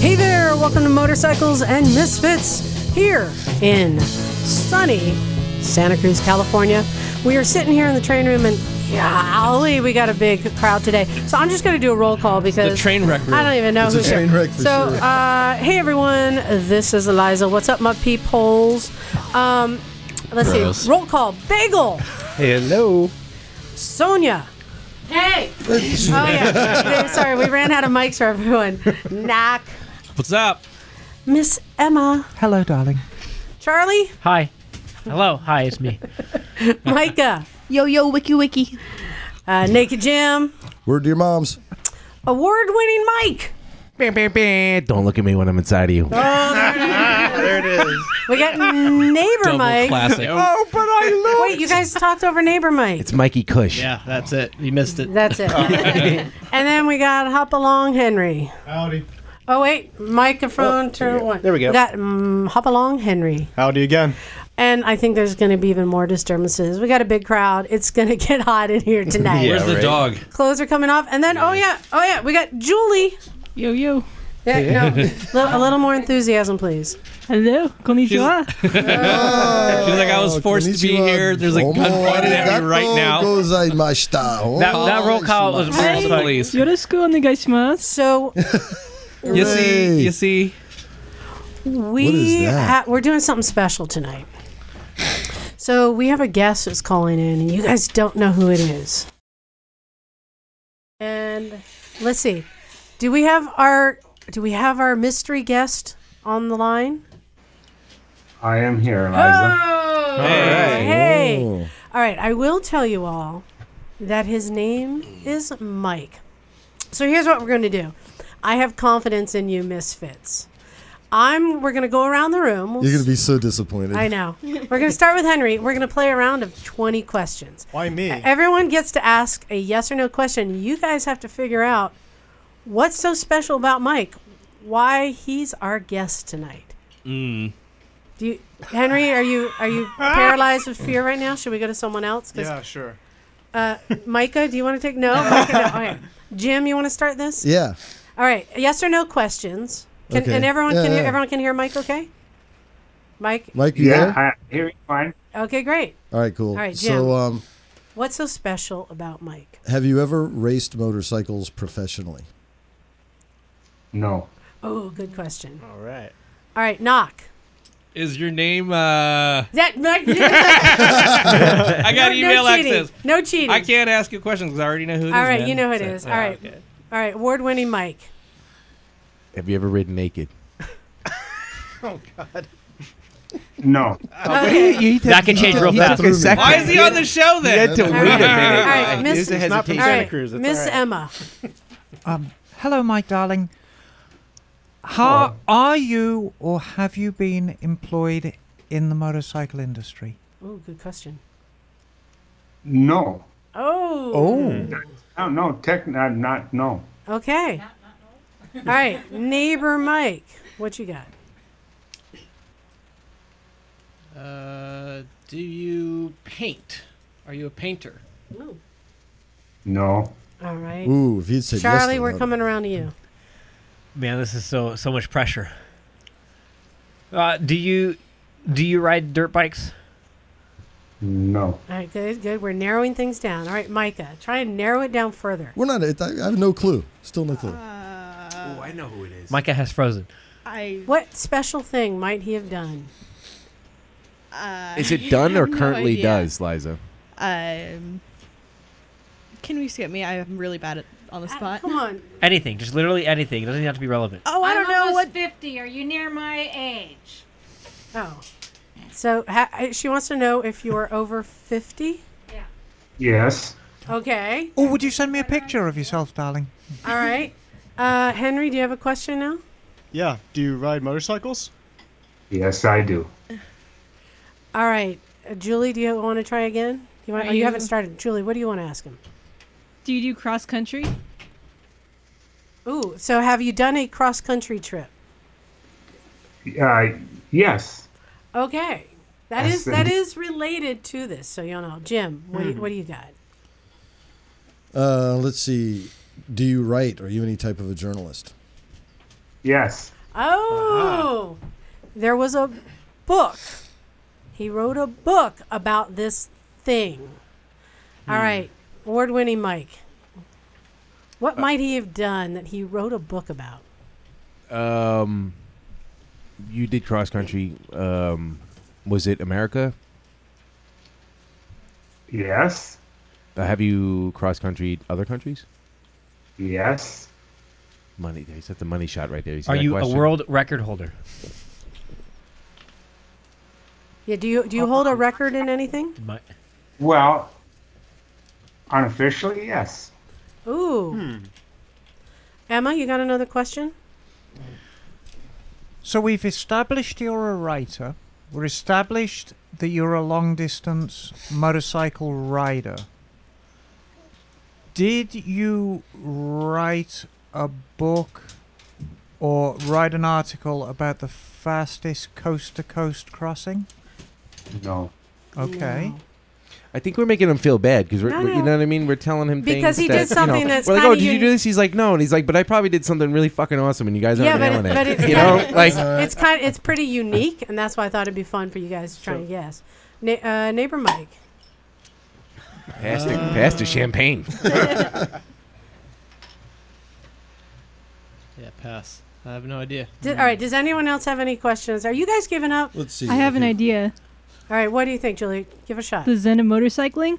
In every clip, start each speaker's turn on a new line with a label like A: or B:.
A: Hey there, welcome to Motorcycles and Misfits here in sunny Santa Cruz, California. We are sitting here in the train room and golly, we got a big crowd today. So I'm just going to do a roll call because
B: train wreck room.
A: I don't even know
C: It's a
A: who's here.
C: train wreck for
A: so,
C: sure.
A: uh, hey everyone, this is Eliza. What's up, my peepholes? Um, let's
B: Gross.
A: see. Roll call. Bagel.
B: Hello.
A: Sonia. Hey. oh yeah. Sorry, we ran out of mics for everyone. Knock.
B: What's up?
A: Miss Emma.
D: Hello, darling.
A: Charlie.
D: Hi. Hello. Hi, it's me.
A: Micah.
E: Yo yo wiki wiki.
A: Uh, Naked Jim.
C: Word to your moms.
A: Award winning Mike.
F: Don't look at me when I'm inside of you.
A: Oh, We got neighbor
B: Double
A: Mike.
B: classic.
F: Oh, but I
A: Wait, you guys talked over neighbor Mike.
F: It's Mikey Cush.
D: Yeah, that's it. You missed it.
A: That's it. and then we got Hop Along Henry. Howdy. Oh, wait. Microphone turn one. Oh, There we go. We got um, Hop Along Henry.
G: Howdy again.
A: And I think there's going to be even more disturbances. We got a big crowd. It's going to get hot in here tonight.
B: Where's the dog?
A: Clothes are coming off. And then, oh, yeah. Oh, yeah. We got Julie.
E: Yo yo.
A: Yeah, no. Li- a little more enthusiasm, please.
E: Hello. Konnichiwa.
B: She's like, I was forced to be
C: Oh, Konnichiwa. Oh
B: here. There's a gun
C: Omo
B: pointed at me
C: arigato
B: right
A: Oh.
B: now.
F: Oh,
C: gozaimashita.
D: That, that roll call was
C: Omo
D: was funny.
B: Please.
E: Yoroshiku onegaishimasu.
A: So
B: You see, you see.
A: we
C: that?
A: ha- we're doing something special tonight. So we have a guest that's calling in, and you guys don't know who it is. And let's see, do we have our do we have our mystery guest on the line?
H: I am here, Eliza.
A: Oh! Hey,
C: Oh.
A: all right. I will tell you all that his name is Mike. So here's what we're going to do. I have confidence in you, misfits. I'm. We're going to go around the room. We'll
C: You're going to be so disappointed.
A: I know. We're going to start with Henry. We're going to play a round of 20 questions. E,
G: Why me?
A: Everyone gets to ask a yes or no question. You guys have to figure out what's so special about Mike, why he's our guest tonight. Mm. Do you, Henry, are you are you paralyzed with fear right now? Should we go to someone else? 'Cause,
G: Yeah, sure.
A: uh, Micah, do you want to take no? Micah, no. Okay. Jim, you want to start this?
C: Yeah.
A: All right. Yes or no questions. Can,
C: Okay.
A: And everyone
C: Yeah,
A: can hear,
C: yeah.
A: everyone can hear Mike. Okay. Mike.
C: Mike, you
H: Yeah,
C: there?
H: I hear you fine.
A: Okay, great.
C: All right, cool. All
A: right, Jim.
C: so, um,
A: What's so special about Mike?
C: have you ever raced motorcycles professionally?
H: No.
A: Oh, good question.
G: All right.
A: All right, knock.
B: Is your name? uh
A: That Mike, no,
B: I got email
A: no cheating.
B: access.
A: No cheating.
B: I can't ask you questions because I already know who it is.
A: All right,
B: man.
A: you know who it
B: So-
A: is.
B: oh,
A: All right,
B: okay.
A: all right. Award-winning Mike.
F: Have you ever ridden naked?
B: Oh,
H: No.
A: Okay.
D: That can change real fast.
C: Threw me.
B: Why is he on the show then?
F: had to
A: All
F: wait
A: right,
F: a minute.
A: All right, Miss,
F: There's a
G: not
F: hesitation.
A: all right,
G: Cruz, it's
A: Miss
G: all right.
A: Emma.
D: Um, hello, Mike, darling. How
G: Oh.
D: are you, or have you been employed in the motorcycle industry?
A: Oh, good question.
H: No.
A: Oh.
H: No, no, tech, not, not no.
A: Okay. All right, neighbor Mike. What you got?
B: Uh, do you paint? Are you a painter?
H: No.
A: All right,
C: Ooh, if you'd said yes,
A: Charlie.
C: then
A: We're
C: I'd-
A: coming around to you.
I: Man, this is so so much pressure. Uh, do you do you ride dirt bikes?
H: No.
A: All right, good, good. We're narrowing things down. All right, Micah. Try and narrow it down further.
C: We're not, I I have no clue. Still no clue.
F: Oh, I know who it is.
I: Uh, Micah has frozen.
E: I
A: What special thing might he have done?
E: uh
F: Is it done or
E: No
F: currently
E: idea.
F: does, Liza?
E: um Can we skip me? I'm really bad at on the spot.
A: Ah, Come on.
I: Anything, just literally anything. It doesn't have to be relevant.
E: Oh, I don't know what
J: 50. Are you near my age?
A: Oh. So ha- I- she wants to know if you are over 50.
H: Yes.
A: Okay.
D: Or would you send me a picture of yourself, darling?
A: All right. Uh, Henry, do you have a question now?
G: Yeah. Do you ride motorcycles?
H: Yes, I do.
A: All right. Uh, Julie, do you want to try again? You want?
E: Are
A: Oh, you haven't
E: you-
A: started. Julie, what do you want to ask him?
E: do you do cross country?
A: Ooh. So have you done a cross country trip?
H: Uh, yes.
A: Okay. That is
H: Yes,
A: that
H: indeed.
A: is related to this. So you know, Jim, what,
F: Hmm.
A: do, you, what do you got?
C: Uh, let's see. Do you write? Are you any type of a journalist?
H: Yes.
A: Oh, there was a book. He wrote a book about this thing. All right, award winning Mike. What might he have done that he wrote a book about?
F: Um, you did cross country. Um, was it America?
H: Yes.
F: Uh, have you cross country other countries?
H: Yes.
F: Money. He's at the money shot right there. You see
I: Are
F: that
I: you
F: question?
I: a world record holder?
A: Yeah, do you do you hold a record in anything?
H: Well, unofficially, yes.
A: Ooh. Emma, you got another question?
D: So we've established you're a writer. We're established that you're a long distance motorcycle rider. Did you write a book or write an article about the fastest coast to coast crossing?
H: No.
D: Okay.
F: I think we're making him feel bad because we're,
A: No,
F: we're- you
A: no.
F: know what I mean. We're telling him
A: Because
F: things
A: he
F: that,
A: did
F: you know,
A: something that's
F: we're like, oh,
A: kinda
F: did you
A: uni-
F: do this? He's like, no, and he's like, but I probably did something really fucking awesome, and you guys aren't
A: yeah,
F: nailing
A: but, it, but
F: it.
A: it's
F: you
A: kind
F: know,
A: of,
F: like
A: it's, it's kind it's pretty unique, and that's why I thought it'd be fun for you guys to try and guess. Na- uh, neighbor Mike.
F: pass the pass the champagne.
B: Yeah, pass. I have no idea.
A: Did, all right. Does anyone else have any questions? Are you guys giving up?
C: Let's see.
K: I have an idea.
A: All right. What do you think, Julie? Give a shot.
K: The Zen of motorcycling.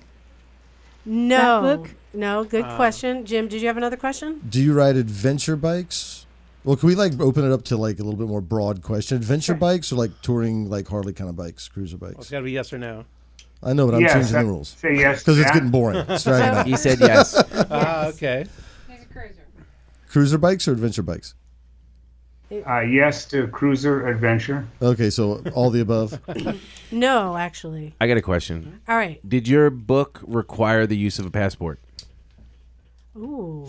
A: no.
K: book?
A: No. Good
C: Uh,
A: question, Jim. Did you have another question?
C: Do you ride adventure bikes? Well, can we like open it up to like a little bit more broad question? Adventure bikes or like touring, like Harley kind of bikes, cruiser bikes?
G: Well, it's got to be yes or no.
C: I know, but I'm
G: Yes,
C: changing
G: that-
C: the rules.
G: say yes to
C: because it's
G: that.
C: getting boring. It's dragging out.
G: He said yes. Ah, okay.
C: Cruiser bikes or adventure bikes?
H: Uh, yes to cruiser adventure.
C: Okay, so all the above.
A: No, actually.
F: I got a question.
A: All right.
F: Did your book require the use of a passport?
A: Ooh.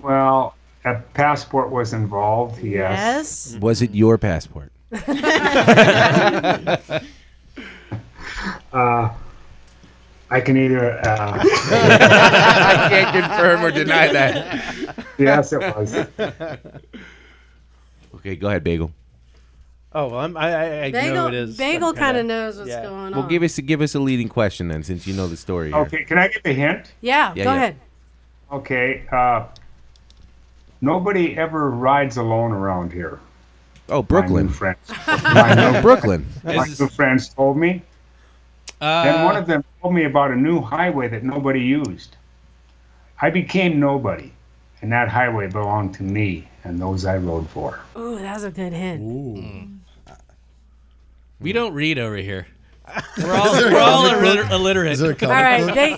H: Well, a passport was involved. Yes.
A: Yes.
F: Was it your passport?
H: Uh, I can either. Uh,
F: I can't confirm or deny that.
H: Yes, it was.
F: Okay, go ahead, Bagel.
G: Oh, well, I'm, I, I, I
A: Bagel,
G: know it is.
A: Bagel
G: Okay.
A: kind of knows what's
G: Yeah.
A: going
F: Well,
A: on.
F: give us give us a leading question then, since you know the story. here.
H: Okay, can I get the hint?
A: yeah,
F: Yeah,
A: Go
F: yeah.
A: ahead.
H: Okay. Uh, nobody ever rides alone around here.
F: Oh, Brooklyn.
H: friends. My new-
F: Brooklyn. Uh,
H: My new friends told me. then
C: Uh,
H: one of them told me about a new highway that nobody used. I became nobody, and that highway belonged to me and those I rode for.
A: Ooh, that was a good hint.
B: We don't read over here. We're all, we're all illiter- illiterate.
C: Is there a
A: All right. They,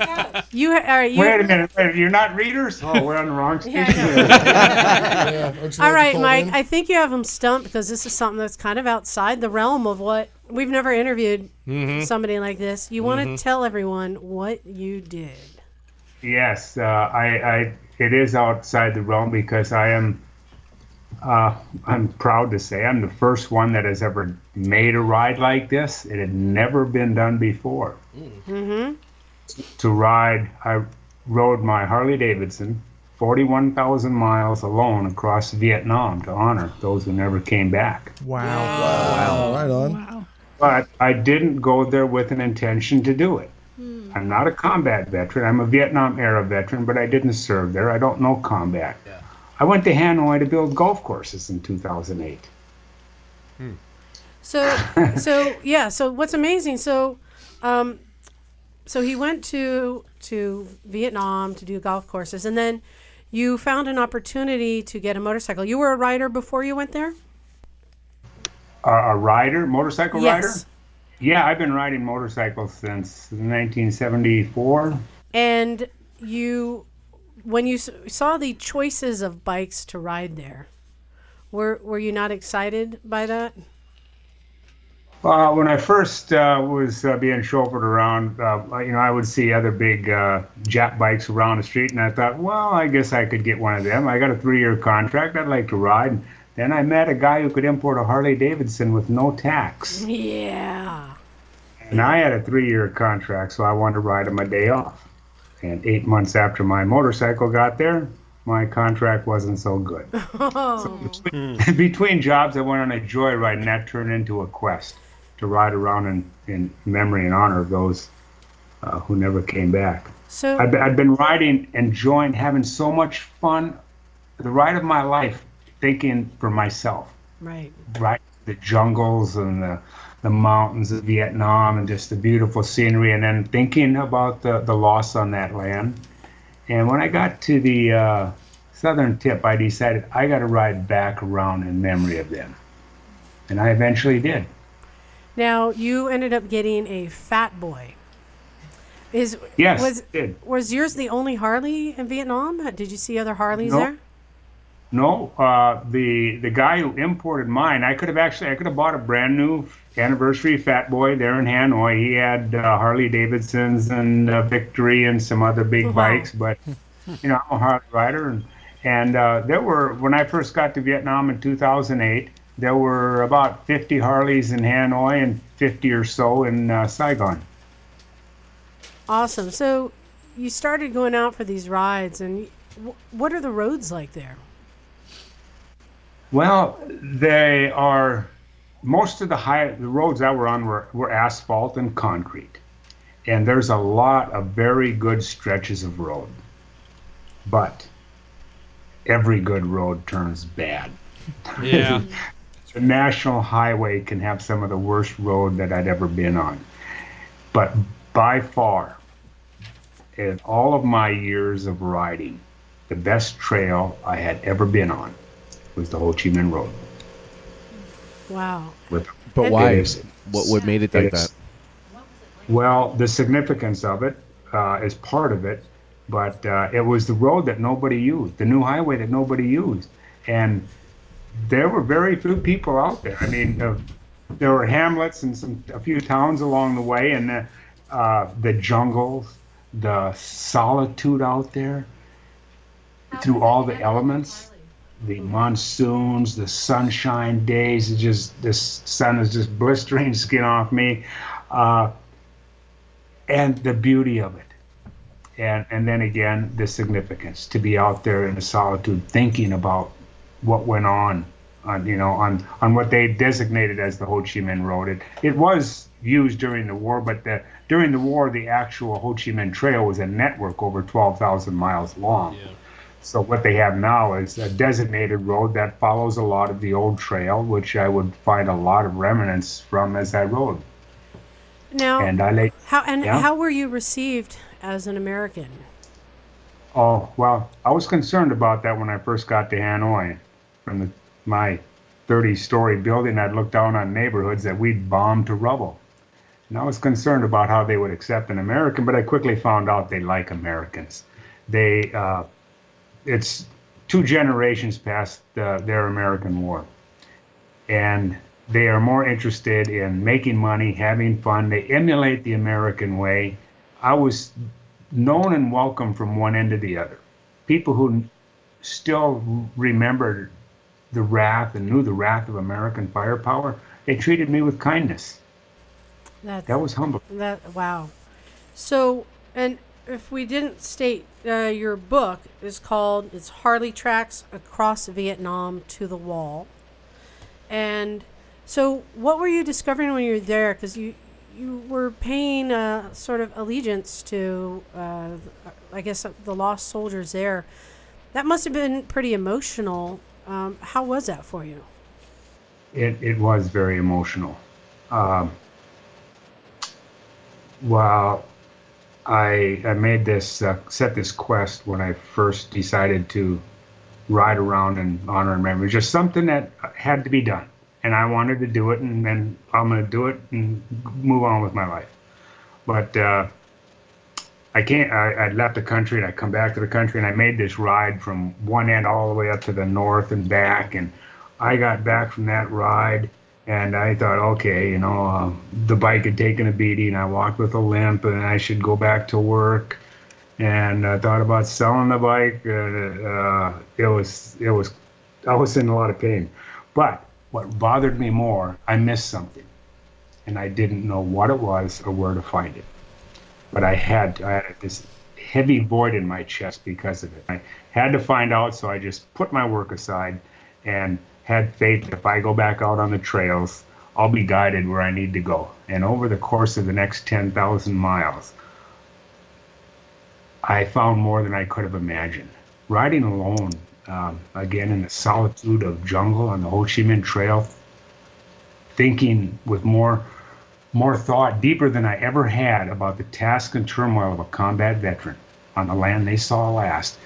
A: you. All right. You,
H: Wait a minute, wait, you're not readers? Oh, we're on the wrong station.
A: All right, Mike. I think you have him stumped because this is something that's kind of outside the realm of what we've never interviewed
H: Mhm.
A: somebody like this. You want to
H: Mhm.
A: tell everyone what you did.
H: Yes, uh, I, I, it is outside the realm because I am, uh, I'm proud to say I'm the first one that has ever made a ride like this. It had never been done before.
A: Mm-hmm.
H: To ride, I rode my Harley Davidson 41,000 miles alone across Vietnam to honor those who never came back.
D: Wow.
C: Wow. Right on.
H: But I didn't go there with an intention to do it. I'm not a combat veteran. I'm a Vietnam era veteran, but I didn't serve there. I don't know combat. I went to Hanoi to build golf courses in 2008.
A: So, so yeah. So what's amazing? So, um, so he went to to Vietnam to do golf courses, and then you found an opportunity to get a motorcycle. You were a rider before you went there.
H: A, a rider, motorcycle
A: Yes.
H: rider? Yeah, I've been riding motorcycles since 1974.
A: and you when you s- saw the choices of bikes to ride there were were you not excited by that
H: Uh, when I first uh, was uh, being chauffeured around, uh, you know, I would see other big uh, Jap bikes around the street, and I thought, well, I guess I could get one of them. I got a three-year contract. I'd like to ride. And then I met a guy who could import a Harley Davidson with no tax,
A: yeah
H: and I had a three-year contract, so I wanted to ride him a day off. And eight months after my motorcycle got there, my contract wasn't so good.
A: Oh.
H: Hmm. Between jobs, I went on a joyride, and that turned into a quest to ride around in, in memory and honor of those uh, who never came back.
A: So
H: I've, been- I've been riding, enjoying, having so much fun, the ride of my life, thinking for myself,
A: right.
H: right? The jungles and the, the mountains of Vietnam and just the beautiful scenery, and then thinking about the, the loss on that land. And when I got to the uh, southern tip, I decided I got to ride back around in memory of them. And I eventually did.
A: Now you ended up getting a Fat Boy. Is
H: Yes,
A: was
H: did.
A: was yours the only Harley in Vietnam? Did you see other Harleys
H: No.
A: there?
H: No, uh, the the guy who imported mine, I could have actually, I could have bought a brand new anniversary Fat Boy there in Hanoi. He had uh, Harley Davidsons and uh, Victory and some other big
A: Wow.
H: bikes, but you know, I'm a Harley rider, and and uh, there were when I first got to Vietnam in 2008, there were about 50 Harleys in Hanoi and 50 or so in uh, Saigon.
A: Awesome. So you started going out for these rides, and w- what are the roads like there?
H: Well, they are most of the high the roads that we're on were, were asphalt and concrete, and there's a lot of very good stretches of road, but every good road turns bad.
B: Yeah.
H: The national highway can have some of the worst road that I'd ever been on, but by far, in all of my years of riding, the best trail I had ever been on was the Ho Chi Minh Road.
A: Wow.
H: With
F: But
A: And-
F: why?
H: Yes.
F: What what made it like
H: Yes.
F: that?
H: Well, the significance of it uh, is part of it, but uh, it was the road that nobody used, the new highway that nobody used, and there were very few people out there. I mean, uh, there were hamlets and some a few towns along the way, and the, uh, the jungles, the solitude out there, through all the elements. The monsoons, the sunshine days, it just the sun is just blistering skin off me. Uh, and the beauty of it. And, and then again, the significance to be out there in the solitude thinking about what went on, on you know, on, on what they designated as the Ho Chi Minh Road. It, it was used during the war, but the, during the war, the actual Ho Chi Minh Trail was a network over 12,000 miles long. So what they have now is a designated road that follows a lot of the old trail, which I would find a lot of remnants from as I rode.
A: Now,
H: And I laid
A: how and
H: yeah.
A: how were you received as an American?
H: Oh well, I was concerned about that when I first got to Hanoi. From the, my 30-story building, I'd look down on neighborhoods that we'd bombed to rubble, and I was concerned about how they would accept an American. But I quickly found out they like Americans. They, uh, it's two generations past uh, their American war, and they are more interested in making money, having fun. They emulate the American way. I was known and welcome from one end to the other. People who still remembered the wrath and knew the wrath of American firepower, they treated me with kindness.
A: That
H: That was humble.
A: that wow. So and if we didn't state uh, your book is called it's Harley Tracks Across Vietnam to the Wall, and so what were you discovering when you were there? Because you you were paying uh, sort of allegiance to uh, I guess the lost soldiers there. That must have been pretty emotional. Um, how was that for you?
H: It, it was very emotional. Um, well, I, I made this, uh, set this quest when I first decided to ride around in honor and memory, just something that had to be done. And I wanted to do it, and then I'm going to do it and move on with my life. But uh, I can't, I, I left the country and I come back to the country and I made this ride from one end all the way up to the north and back. And I got back from that ride and I thought, okay, you know, uh, the bike had taken a beating. I walked with a limp and I should go back to work. And I thought about selling the bike. Uh, uh, it was, it was, I was in a lot of pain. But what bothered me more, I missed something and I didn't know what it was or where to find it. But I had, I had this heavy void in my chest because of it. I had to find out, so I just put my work aside and had faith that if I go back out on the trails, I'll be guided where I need to go. And over the course of the next 10,000 miles, I found more than I could have imagined. Riding alone, um, again in the solitude of jungle on the Ho Chi Minh Trail, thinking with more more thought deeper than I ever had about the task and turmoil of a combat veteran on the land they saw last.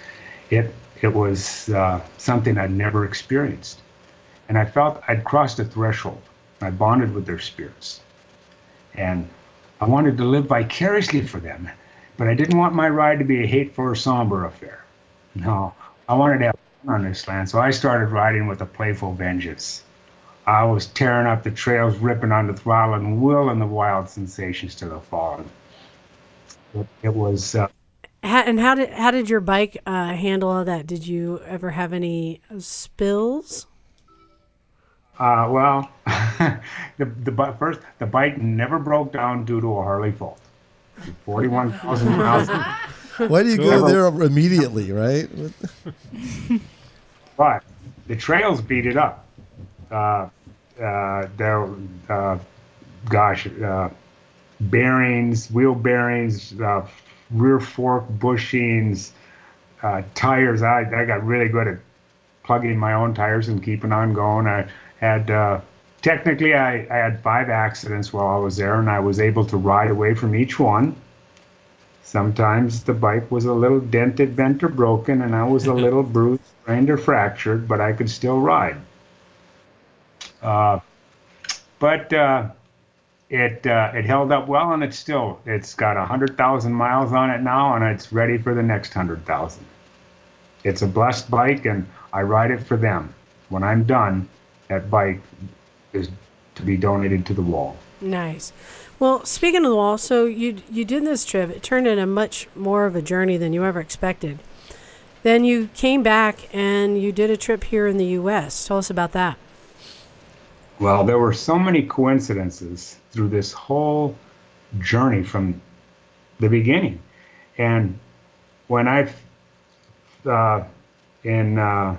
H: It it was uh, something I'd never experienced, and I felt I'd crossed a threshold. I bonded with their spirits, and I wanted to live vicariously for them, but I didn't want my ride to be a hateful or somber affair. No, I wanted to have fun on this land, so I started riding with a playful vengeance. I was tearing up the trails, ripping on the throttle, and willing the wild sensations to the fallen. It, it was uh,
A: Ha and how did how did your bike uh, handle all that? Did you ever have any spills?
H: Uh, well, the, the bi- first the bike never broke down due to a Harley fault. Forty-one thousand miles.
C: Why do you go
H: Never-
C: there immediately, right? What the-
H: But the trails beat it up. Uh, uh, there, uh, gosh, uh, bearings, wheel bearings, uh, rear fork bushings, uh, tires. I, I got really good at plugging in my own tires and keeping on going. I had uh, technically I, I had five accidents while I was there, and I was able to ride away from each one. Sometimes the bike was a little dented, bent, or broken, and I was a little bruised, sprained, or fractured, but I could still ride. Uh, but uh, it uh, it held up well, and it's still it's got hundred thousand miles on it now, and it's ready for the next hundred thousand. It's a blessed bike, and I ride it for them. When I'm done, that bike is to be donated to the wall.
A: Nice. Well, speaking of the wall, so you you did this trip. It turned into much more of a journey than you ever expected. Then you came back and you did a trip here in the U.S. Tell us about that.
H: Well, there were so many coincidences through this whole journey from the beginning. And when I, uh, in uh,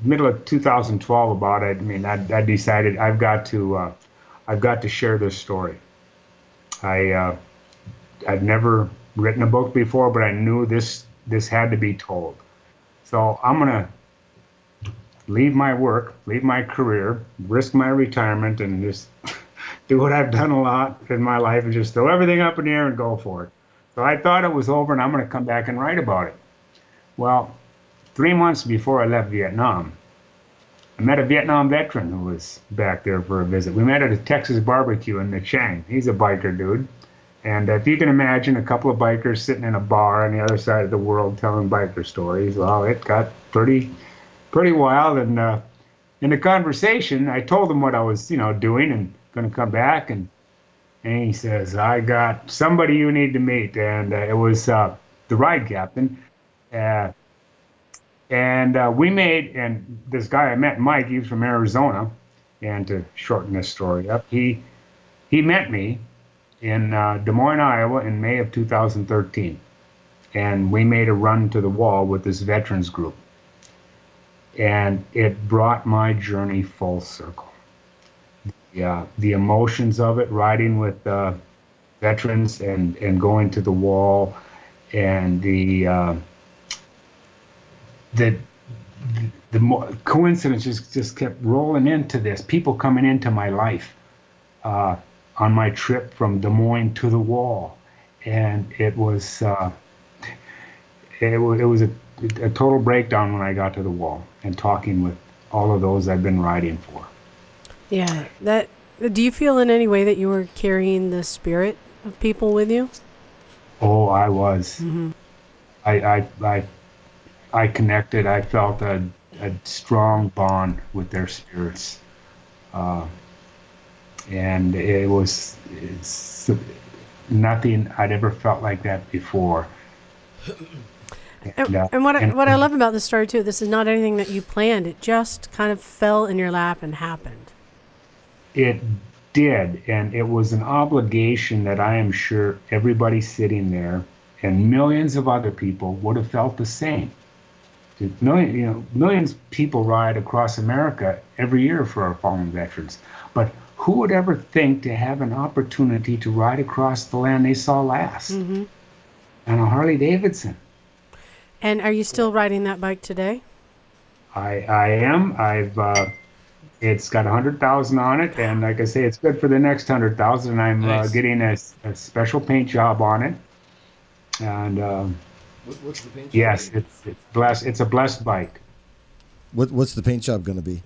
H: middle of 2012, about it, I mean, I, I decided I've got to, uh, I've got to share this story. I, uh, I've never written a book before, but I knew this, this had to be told. So I'm gonna leave my work, leave my career, risk my retirement, and just do what I've done a lot in my life and just throw everything up in the air and go for it. So I thought it was over and I'm going to come back and write about it. Well, three months before I left Vietnam, I met a Vietnam veteran who was back there for a visit. We met at a Texas barbecue in Nha Chang. He's a biker dude. And if you can imagine a couple of bikers sitting in a bar on the other side of the world telling biker stories, well, it got pretty pretty wild. And uh, in the conversation, I told him what I was, you know, doing and going to come back. And and he says, "I got somebody you need to meet," and uh, it was uh, the ride captain. Uh, and uh, we made and this guy I met, Mike. He was from Arizona, and to shorten this story up, he he met me in uh, Des Moines, Iowa, in May of 2013, and we made a run to the wall with this veterans group and it brought my journey full circle. Yeah, the emotions of it, riding with uh, veterans and and going to the wall, and the uh, the the mo- coincidences just kept rolling into this. People coming into my life uh, on my trip from Des Moines to the wall, and it was. Uh, it was, it was a, a total breakdown when I got to the wall and talking with all of those I've been riding for.
A: Yeah, that. Do you feel in any way that you were carrying the spirit of people with you?
H: Oh, I was.
A: Mhm.
H: I, I, I, I connected. I felt a, a strong bond with their spirits. Uh, and it was it's nothing I'd ever felt like that before.
A: And,
H: Yeah.
A: and what I,
H: And-
A: what I love about this story too, this is not anything that you planned. It just kind of fell in your lap and happened.
H: It did, and it was an obligation that I am sure everybody sitting there and millions of other people would have felt the same. The Million, you know, millions of people ride across America every year for our fallen veterans. But who would ever think to have an opportunity to ride across the land they saw last
A: hmm
H: on a Harley Davidson?
A: And are you still riding that bike today?
H: I I am. I've uh, it's got a hundred thousand on it, and like I say, it's good for the next hundred thousand. I'm
B: Nice.
H: uh, getting a, s- a special paint job on it, and um,
C: What, what's the paint?
H: yes, it's it's blessed. It's a blessed bike.
C: What, what's the paint job going to be?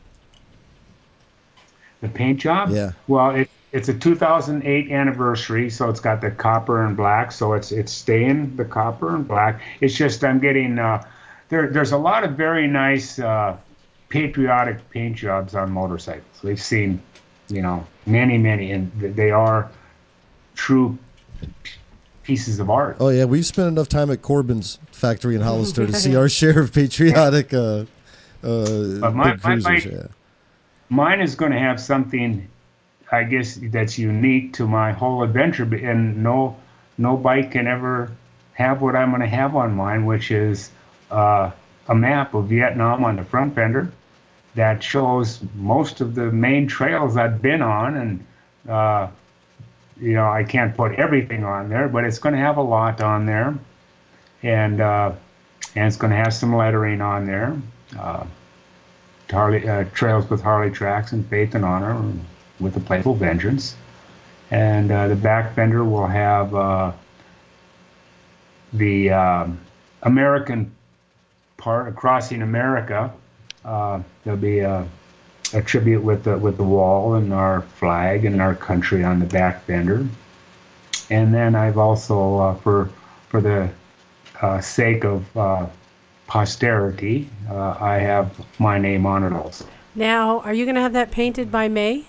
H: The paint job.
C: Yeah.
H: Well, it it's a 2008 anniversary, so it's got the copper and black. So it's it's staying the copper and black. It's just I'm getting uh, there. There's a lot of very nice uh, patriotic paint jobs on motorcycles. We've seen, you know, many many, and th- they are true p- pieces of art.
C: Oh yeah, we've spent enough time at Corbin's factory in Hollister to see our share of patriotic uh, uh,
H: But my-
C: big
H: my
C: cruisers.
H: bike-
C: yeah.
H: mine is going to have something i guess that's unique to my whole adventure b- and no no bike can ever have what i'm going to have on mine which is uh, a map of vietnam on the front fender that shows most of the main trails i've been on and uh, you know i can't put everything on there but it's going to have a lot on there and uh, and it's going to have some lettering on there uh, Harley uh, Trails with Harley Tracks and Faith and Honor with a Playful Vengeance. And uh, the back fender will have uh, the um, American part of crossing America. Uh, there'll be a, a tribute with the, with the wall and our flag and our country on the back fender. And then I've also, uh, for for the uh, sake of uh, posterity, uh, I have my name on it also.
A: Now, are you going to have that painted by May?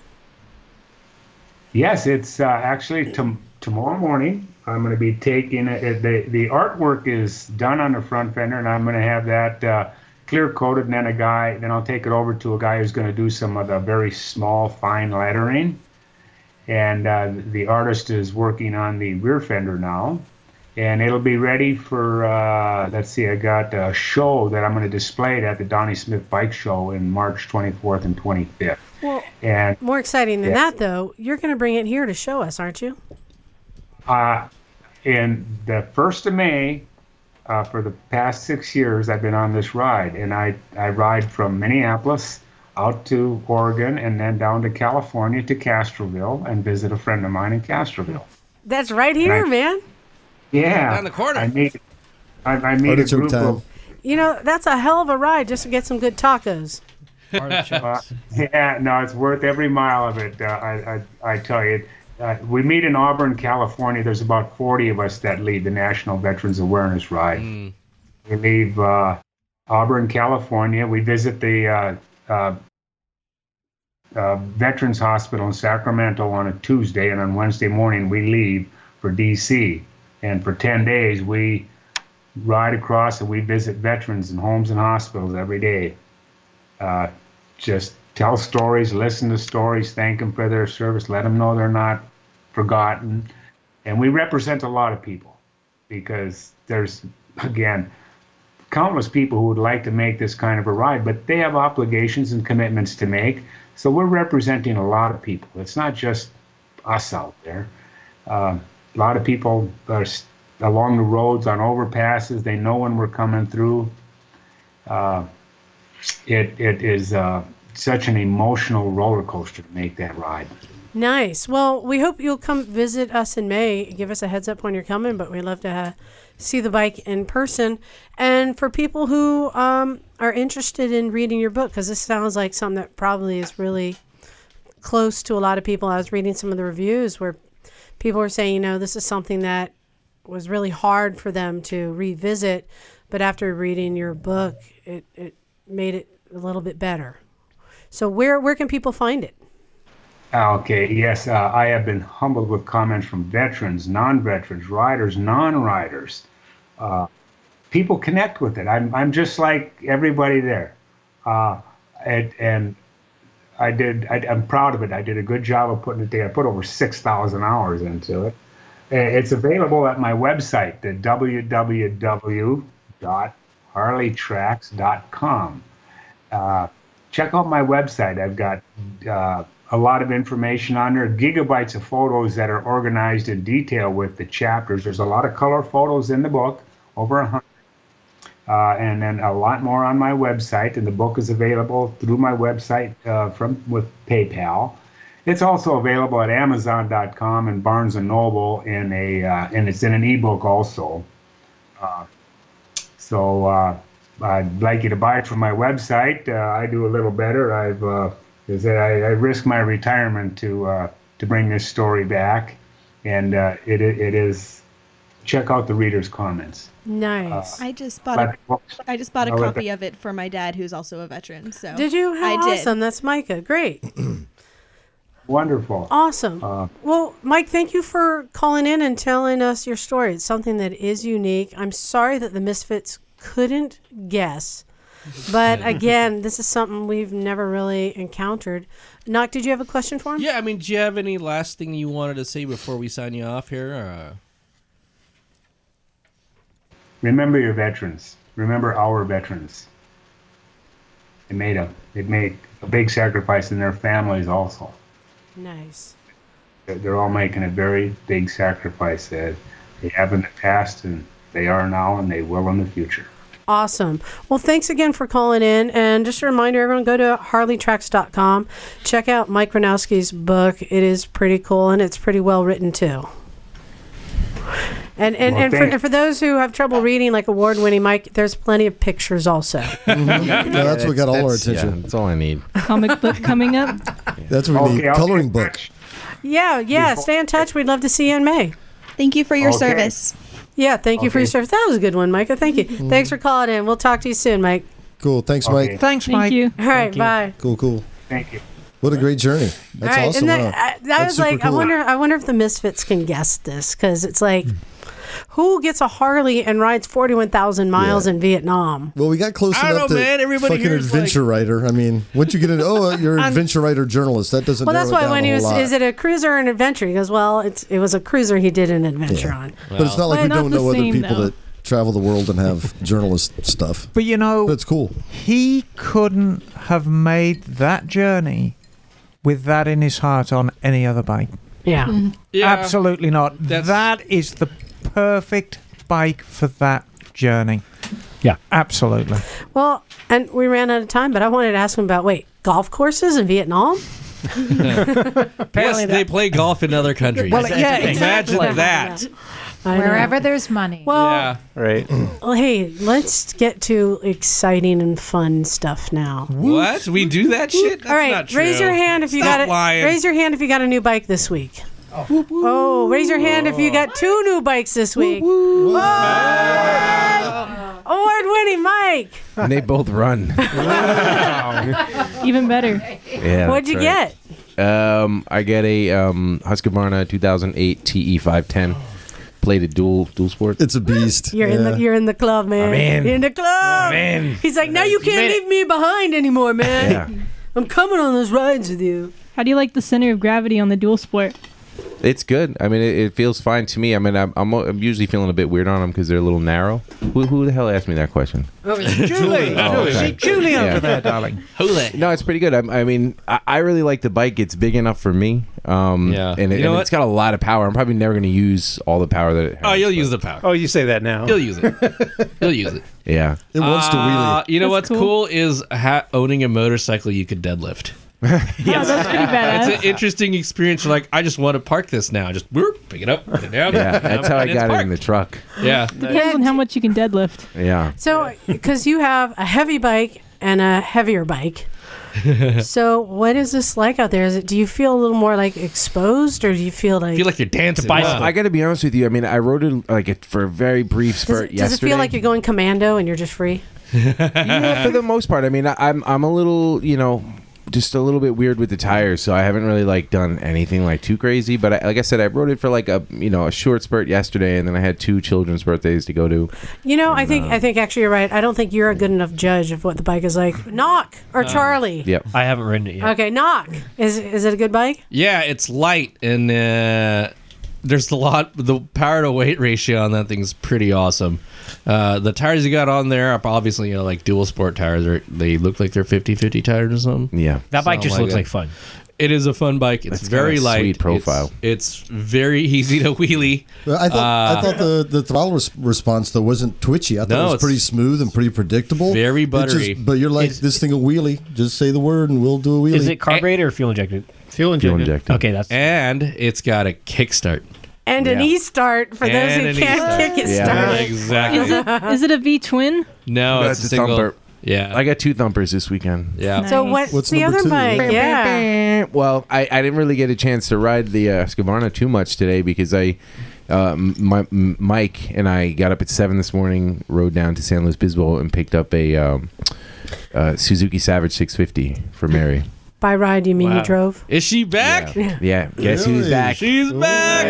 H: Yes, it's uh, actually tom tomorrow morning. I'm going to be taking it. it- The, the artwork is done on the front fender, and I'm going to have that uh, clear coated. And then a guy, then I'll take it over to a guy who's going to do some of the very small, fine lettering. And uh, the artist is working on the rear fender now, and it'll be ready for. Uh, let's see, I got a show that I'm going to display it at the Donnie Smith Bike Show in March 24th and 25th.
A: Well,
H: And
A: more exciting than
H: Yeah.
A: that, though, you're going to bring it here to show us, aren't you?
H: Uh, and the first of May, uh, for the past six years, I've been on this ride, and I, I ride from Minneapolis out to Oregon and then down to California to Castroville and visit a friend of mine in Castroville.
A: That's right here,
H: Right.
A: man.
H: Yeah,
B: Down the corner.
H: I meet, I, I meet a
C: Artichoke
H: group
C: time.
H: of
A: You know, that's a hell of a ride just to get some good tacos.
B: Artichokes.
H: Yeah, no, it's worth every mile of it. Uh, I, I, I tell you, uh, we meet in Auburn, California. There's about 40 of us that lead the National Veterans Awareness Ride. We leave uh, Auburn, California. We visit the uh, uh, uh, Veterans Hospital in Sacramento on a Tuesday, and on Wednesday morning we leave for D.C. And for 10 days we ride across and we visit veterans in homes and hospitals every day. Uh, just tell stories, listen to stories, thank them for their service, let them know they're not forgotten. And we represent a lot of people because there's, again, countless people who would like to make this kind of a ride, but they have obligations and commitments to make. So we're representing a lot of people. It's not just us out there. Uh, a lot of people are s- along the roads on overpasses. They know when we're coming through. Uh, it it is uh, such an emotional roller coaster to make that ride.
A: Nice. Well, we hope you'll come visit us in May. Give us a heads up when you're coming, but we'd love to uh, see the bike in person. And for people who um, are interested in reading your book, because this sounds like something that probably is really close to a lot of people. I was reading some of the reviews where people were saying, you know, this is something that was really hard for them to revisit, but after reading your book, it, it made it a little bit better. So where where can people find it?
H: Okay, yes, uh, I have been humbled with comments from veterans, non-veterans, riders, non-riders. Uh, people connect with it. I'm I'm just like everybody there, uh, and, and I did. I, I'm proud of it. I did a good job of putting it together. I put over six thousand hours into it, Uh, It's available at my website, the www.harleytracks.com. Uh, check out my website. I've got uh, a lot of information on there, gigabytes of photos that are organized in detail with the chapters. There's a lot of color photos in the book, over a hundred, uh, and then a lot more on my website. And the book is available through my website uh, from with PayPal. It's also available at Amazon.com and Barnes and Noble in a uh, and it's in an ebook also. Uh, so uh, I'd like you to buy it from my website. Uh, I do a little better. I've uh, is that I, I risk my retirement to uh, to bring this story back, and uh, it it is. Check out the reader's comments. Uh,
A: Nice.
E: I just bought a, I just bought a
H: I'll let
E: copy
H: that-
E: of it for my dad, who's also a veteran. So
A: did you? How
E: Oh, I did.
A: awesome. That's Micah. Great.
H: Wonderful.
A: Awesome.
H: Uh,
A: Well, Mike, thank you for calling in and telling us your story. It's something that is unique. I'm sorry that the Misfits couldn't guess. But again, this is something we've never really encountered. Nock, did you have a question for him?
B: Yeah, I mean, do you have any last thing you wanted to say before we sign you off here? Uh,
H: Remember your veterans. Remember our veterans. They made a they made a big sacrifice in their families also.
A: Nice.
H: They're- They're all making a very big sacrifice that they have in the past and they are now and they will in the future.
A: Awesome. Well, thanks again for calling in. And just a reminder, everyone, go to harleytracks.com. Check out Mike Ranowski's book. It is pretty cool and it's pretty well written, too. And and,
H: Well,
A: and, for,
H: thank-
A: and for those who have trouble reading, like award winning Mike, there's plenty of pictures also.
F: Mm-hmm.
C: Yeah, that's what got all our attention.
F: that's all I need.
K: Comic book coming up.
C: That's what we
H: Okay,
C: need.
H: I'll get
C: Coloring
H: in
C: book.
A: yeah, yeah. Stay in touch. We'd love to see you in May.
E: Thank you for your
H: Okay.
E: service.
A: Yeah, thank you for your
H: Okay. Mm-hmm.
A: service. That was a good one, Micah. Thank you. Thanks for calling in. We'll talk to you soon, Mike.
C: Cool. Thanks,
H: Okay.
C: Mike.
D: Thanks,
K: Thank
D: Mike.
K: you.
A: All right, bye.
C: Cool, cool.
H: Thank you.
C: What a great journey. That's
A: All right,
C: awesome.
A: And
C: wow.
A: that, I, that
C: That's
A: was
C: super
A: like, I
C: cool.
A: wonder, I wonder if the Misfits can guess this because it's like, who gets a Harley and rides forty-one thousand miles
C: Hmm. Yeah.
A: in Vietnam?
C: Well, we got close
B: I don't
C: enough
B: know,
C: to
B: man. Everybody
C: fucking
B: here is like-
C: adventure writer. I mean, once you get into oh, uh, you're an
D: I'm-
C: adventure writer journalist, that doesn't.
A: Well, that's
C: narrow it
A: why
C: down
A: when
C: a
A: he
C: whole
A: was,
C: lot.
A: is it a cruiser or an adventure? He goes, well, it's it was a cruiser. He did an adventure on.
C: But it's not like
K: Well,
C: we
K: not
C: don't
K: the
C: know other
K: same,
C: people
K: though.
C: that travel the world and have journalist stuff.
D: But you know,
C: But it's cool.
D: he couldn't have made that journey with that in his heart on any other bike.
A: Yeah,
B: Mm-hmm. yeah,
D: Absolutely not.
B: That's-
D: That is the perfect bike for that journey.
I: Yeah.
D: Absolutely.
A: Well, and we ran out of time, but I wanted to ask him about wait, golf courses in Vietnam.
B: Plus, they play golf in other countries.
D: Well, yeah,
B: Imagine that.
A: I know.
J: Wherever there's money.
A: Well,
B: Yeah.
G: Right.
A: well, hey, let's get to exciting and fun stuff now.
B: What? We do that shit? That's
A: All right,
B: not true.
A: raise your hand if you
B: Stop
A: got a,
B: lying.
A: raise your hand if you got a new bike this week. Oh, raise your hand if you got two new bikes this week. Oh. Award winning Mike.
F: And they both run.
K: Even better.
F: Yeah.
A: What'd you get?
F: get? Um, I get a um, Husqvarna 2008 TE 510. E Played a dual dual sport.
C: It's a beast.
A: You're in the
C: Yeah.
A: you're in the club, man.
F: I'm in.
A: You're in the club.
F: in.
A: He's like, now you can't
F: made it.
A: leave me behind anymore, man.
F: Yeah.
A: I'm coming on those rides with you.
K: How do you like the center of gravity on the dual sport?
F: It's good. I mean, it, it feels fine to me. I mean, I'm, I'm, I'm usually feeling a bit weird on them because they're a little narrow. Who, who the hell asked me that question?
D: Julie,
F: Oh, okay.
D: Julie
F: Yeah.
D: over there, darling.
B: Who that?
F: No, it's pretty good. I, I mean, I, I really like the bike. It's big enough for me. Um,
B: Yeah.
F: And, it,
B: You know
F: and
B: what?
F: it's got a lot of power. I'm probably never going to use all the power that it has.
B: Oh, you'll use the power.
G: Oh, you say that now.
B: You'll use it. You'll use it.
F: Yeah.
C: It wants to
B: Uh,
C: wheelie.
B: you know
K: That's
B: what's cool, is ha- owning a motorcycle you could deadlift.
K: Yeah, that's pretty badass.
B: It's an interesting experience. You're like, I just want to park this now. Just whoop, pick it up, put it down.
F: Yeah. That's how I got it in the truck.
B: Yeah.
K: Depends on how much you can deadlift.
F: Yeah.
A: So, because you have a heavy bike and a heavier bike. so, what is this like out there? Is it, do you feel a little more like exposed, or do you feel like,
B: I feel like you're dancing.
F: Well, I got to be honest with you. I mean, I rode it like it for a very brief
A: does,
F: spurt
A: it, does it
F: yesterday.
A: feel like you're going commando and you're just free?
F: yeah, for the most part. I mean, I, I'm I'm a little, you know, just a little bit weird with the tires, so I haven't really like done anything like too crazy. But I, like I said, I rode it for like a you know a short spurt yesterday, and then I had two children's birthdays to go to.
A: You know, I think I think actually you're right. I don't think you're a good enough judge of what the bike is like. Knock or
L: Um,
A: Charlie.
F: Yep.
I: I haven't ridden it yet.
A: Okay, knock. Is is it a good bike?
B: yeah, it's light and uh,
L: there's a lot. The power to weight ratio on that thing's pretty awesome. Uh, the tires you got on there, are obviously, you know, like dual sport tires, are, they look like they're 50-50 tires or something.
F: Yeah,
I: That bike just looks like fun.
L: It is a fun bike. It's
I: That's
L: very
I: kinda
L: light.
I: sweet
L: It's-
I: profile.
L: It's, very easy to wheelie.
C: Well, I thought, I
L: Uh,
C: thought the, the throttle res- response though wasn't twitchy. I thought
L: No,
C: it was
L: it's
C: pretty smooth and pretty predictable.
L: very
C: It just-
L: buttery.
C: but you're like this thing a wheelie. Just say the word and we'll do a wheelie.
I: Is it carburetor or fuel injected?
L: Fuel
I: injected. injected.
L: Okay,
I: that's
L: and it's got a kickstart.
A: And an
L: Yeah.
A: e-start for
L: And
A: those
L: an
A: who can't
L: e-start.
A: kick it
L: Yeah.
A: started.
L: Exactly.
K: Is it, is it a V twin?
L: No,
F: That's
L: it's a single.
F: thumper.
L: Yeah,
F: I got two thumpers this weekend.
L: Yeah.
A: So what- What's the number other two? bike?
F: Bam, bam,
A: Yeah.
F: bam. Well, I, I didn't really get a chance to ride the uh, Scavarna too much today because I, uh, m- my m- Mike and I got up at seven this morning, rode down to San Luis Obispo, and picked up a um, uh, Suzuki Savage 650 for Mary.
A: By ride, you mean
F: Wow.
A: you drove?
L: Is she back?
A: Yeah.
F: Yeah, guess who's
C: Really?
F: back?
L: She's back.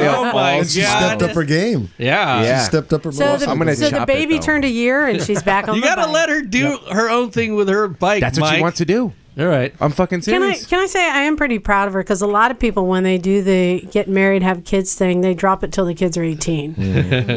F: Oh my
C: She stepped
F: God.
C: up her game.
L: Yeah.
C: She
F: Yeah.
C: stepped up her.
A: So the, so the baby turned a year and she's back on
L: You
A: the
L: gotta
A: bike.
L: let her do her own thing with her bike.
F: That's what she
L: Mike.
F: wants to do.
L: All right.
F: I'm fucking
A: Can I
F: serious.
A: can I say I am pretty proud of her because a lot of people when they do the get married have kids thing they drop it till the kids are eighteen.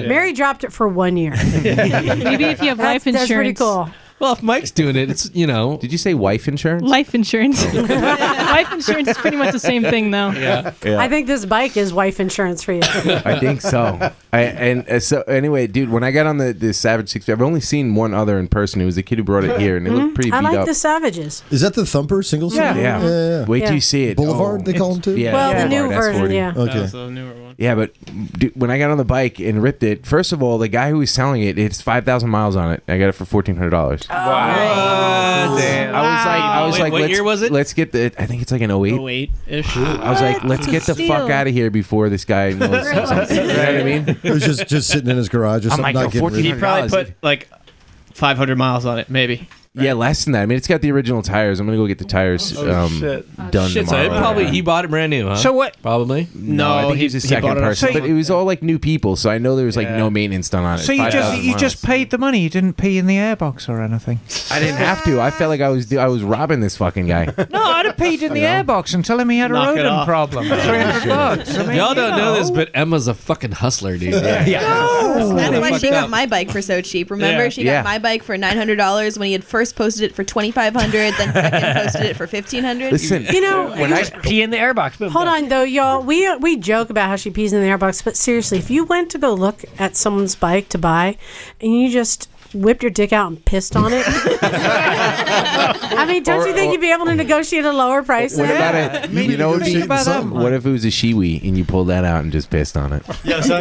A: Mary dropped it for one year.
K: Maybe if you have
A: That's-
K: life
A: that's pretty
K: insurance.
A: cool.
L: Well, if Mike's doing it, it's you know.
F: Did you say wife insurance?
K: Life insurance. life insurance is pretty much the same thing, though.
F: Yeah. Yeah.
A: I think this bike is wife insurance for you.
F: I think so. I, and uh, so anyway, dude, when I got on the, the Savage 60, I've only seen one other in person. It was a kid who brought it here, and it
A: Mhm.
F: looked pretty
A: I
F: beat
A: like
F: up.
A: the Savages.
C: Is that the thumper single?
F: Yeah.
C: seat?
F: Yeah.
C: yeah, yeah.
F: Wait till you see it. Oh,
C: Boulevard, they call them too.
F: Yeah,
A: Well, the
F: Boulevard
A: new version,
F: S40.
A: yeah.
D: Oh,
C: Okay.
F: Yeah, but dude, when I got on the bike and ripped it, first of all, the guy who was selling it, it's five thousand miles on it. I got it for fourteen hundred dollars.
B: Wow.
F: I was like, I was
B: Oh, Wait,
F: like,
B: what
F: Oh, let's,
B: year was it?
F: Let's get the. I think it's like an 08.
B: 08 ish.
F: I was like, let's get the fuck out of here before this guy knows.
B: Really?
F: something. You know what I mean?
C: It was just just sitting in his garage or
F: I'm
C: something. not
F: like, "Yo,
C: getting rid of
B: He
C: it.
B: probably put like 500 miles on it, maybe.
F: Yeah, less than that. I mean, it's got the original tires. I'm gonna go get the tires
B: Oh,
F: um,
B: shit.
F: done
L: Shit, so
F: tomorrow.
L: it probably he bought it brand new, huh?
F: So what-
L: Probably.
F: No, I think he, was the second person, but it was all like new people, so I know there was like no maintenance done on it.
D: So you just
F: 5,000
D: you
F: miles.
D: just paid the money. You didn't pee in the airbox or anything.
F: I didn't have to. I felt like I was I was robbing this fucking guy.
D: No, I'd have peed in the airbox and tell him he had
F: Knock
D: a
F: it
D: rodent
F: off.
D: problem. Three hundred bucks. I mean,
L: Y'all don't
D: you
L: know this, but Emma's a fucking hustler, dude.
F: Yeah.
E: So That's why she
L: Fucked
E: got
L: up.
E: my bike for so cheap. Remember,
L: Yeah.
E: she
L: Yeah.
E: got my bike for nine hundred dollars when he had first posted it for twenty five hundred, then second posted it for fifteen hundred.
F: Listen,
A: You know,
I: when I pee in the airbox. Boom,
A: Hold
I: boom.
A: on though, y'all. We we joke about how she pees in the airbox, but seriously, if you went to go look at someone's bike to buy, and you just whipped your dick out and pissed on it, I mean, don't you think you'd be able to negotiate a lower price?
F: What
A: there?
F: about it? You know, what,
A: think
F: it'd be-
A: about that
F: what if it was a shiwi and you pulled that out and just pissed on it?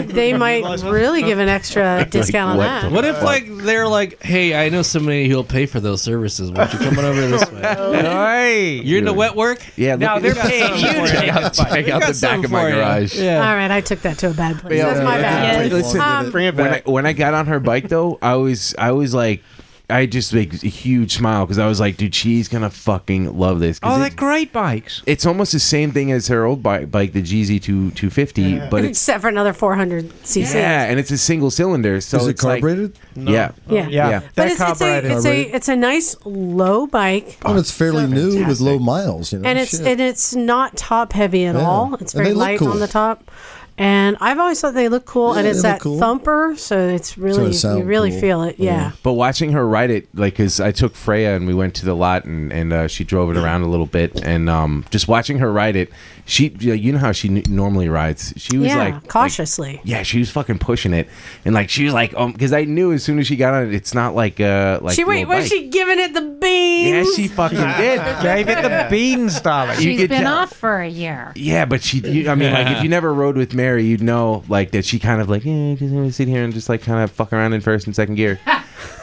A: They might really give an extra discount
F: what
A: on that.
L: What if like they're like, hey, I know somebody who'll pay for those services. Why don't you come on over this way? You're into wet work.
F: Oh. Yeah,
L: No,
F: look-
L: they're
F: check
L: paying
F: out-
L: you to
F: Check
L: take
F: out,
L: this bike.
F: check
L: We
F: out
L: got
F: the back
L: something
F: of my
L: for you.
F: garage.
A: All right, I took that to a bad place.
F: Yeah,
A: That's my
F: yeah,
A: bad.
F: yeah. Listen,
A: Um,
F: when I, when I got on her bike though, I was I was like. I just like a huge smile because I was like, dude, she's gonna fucking love this. 'Cause
D: Oh,
F: it-
D: they're great bikes.
F: it's almost the same thing as her old bike, bike the GZ two two fifty, but it's
A: except for another 400 cc.
F: yeah, and it's a single cylinder. So
C: Is it
F: it's like-
C: carbureted?
F: Yeah,
A: Yeah.
F: yeah.
A: But it's, it's, a, it's a it's a nice low bike,
C: And Oh, it's fairly new with low miles. You know,
A: and it's
C: shit.
A: and it's not top heavy at
C: Yeah.
A: all. It's
C: And
A: very
C: they look
A: light
C: cool.
A: on the top. And I've always thought they look cool,
C: Yeah,
A: and it's
C: they look
A: that
C: cool.
A: thumper, so it's really you
F: sound
A: really
F: cool.
A: feel it. Yeah.
F: But watching her ride it, like, cause I took Freya and we went to the lot and and uh, she drove it around a little bit, and um, just watching her ride it, she, you know how she n- normally rides. She was
A: yeah,
F: like
A: cautiously.
F: Yeah, she was fucking pushing it, and like she was like, um, because I knew as soon as she got on it, it's not like uh, like
A: she
F: the
A: wait,
F: old
A: was
F: bike.
A: she giving it the beans?
F: Yeah, she fucking did.
D: Gave it the beans, darling.
F: You
J: She's
F: could
J: been
F: tell.
J: off for a year.
F: Yeah, but she, you, I mean, like if you never rode with Mary, you'd know like that she kind of like, yeah, just gonna sit here and just like kind of fuck around in first and second gear.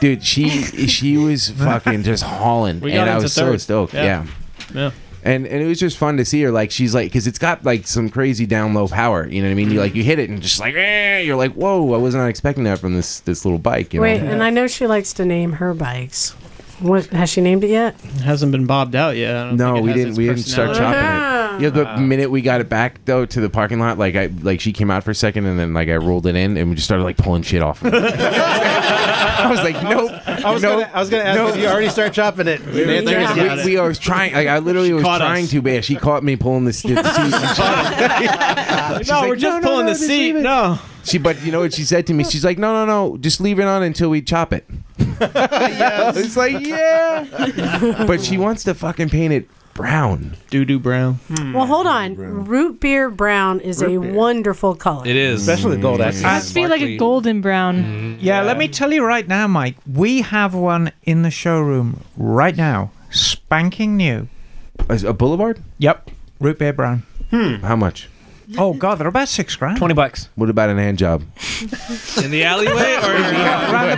F: Dude, she she was fucking just hauling,
B: We got
F: and I
B: into
F: was so
B: third.
F: stoked.
B: Yeah.
F: Yeah.
B: Yeah.
F: And, and it was just fun to see her like she's like because it's got like some crazy down low power you know what I mean you like you hit it and just like eh, you're like whoa I was not expecting that from this this little bike you
A: Wait,
F: know
A: and I know she likes to name her bikes. What has she named it yet?
B: It hasn't been bobbed out yet. I don't
F: No,
B: think it
F: we
B: has
F: didn't.
B: its
F: We didn't start chopping
A: personality.
F: it. Yeah, the minute we got it back though to the parking lot, like I like she came out for a second, and then like I rolled it in, and we just started like pulling shit off. Of it. I was like, nope,
G: I was gonna, I was gonna ask.
B: no.
G: Did you already start chopping it?
F: We, we, we, we were trying. Like, I literally was
G: caught
F: trying
G: us.
F: to, but she caught me pulling the, the seat.
G: no, we're just pulling the seat. No.
F: She, but you know what she said to me? She's like, no, no, no, just leave it on until we chop it. It's like, yeah. But she wants to fucking paint it brown, doo doo brown.
I: Hmm.
A: Well, hold on. Root beer brown is a wonderful color.
L: It is.
F: Especially gold, Mm-hmm.
L: Mm.
K: Mm-hmm. It must be like a golden brown.
D: Yeah, let me tell you right now, Mike. We have one in the showroom right now, spanking new.
F: A Boulevard?
D: Yep, root beer brown.
F: Hmm. How much?
D: Oh God, they're about six grand.
I: Twenty bucks.
F: What about an hand job?
L: In the alleyway or
D: Round the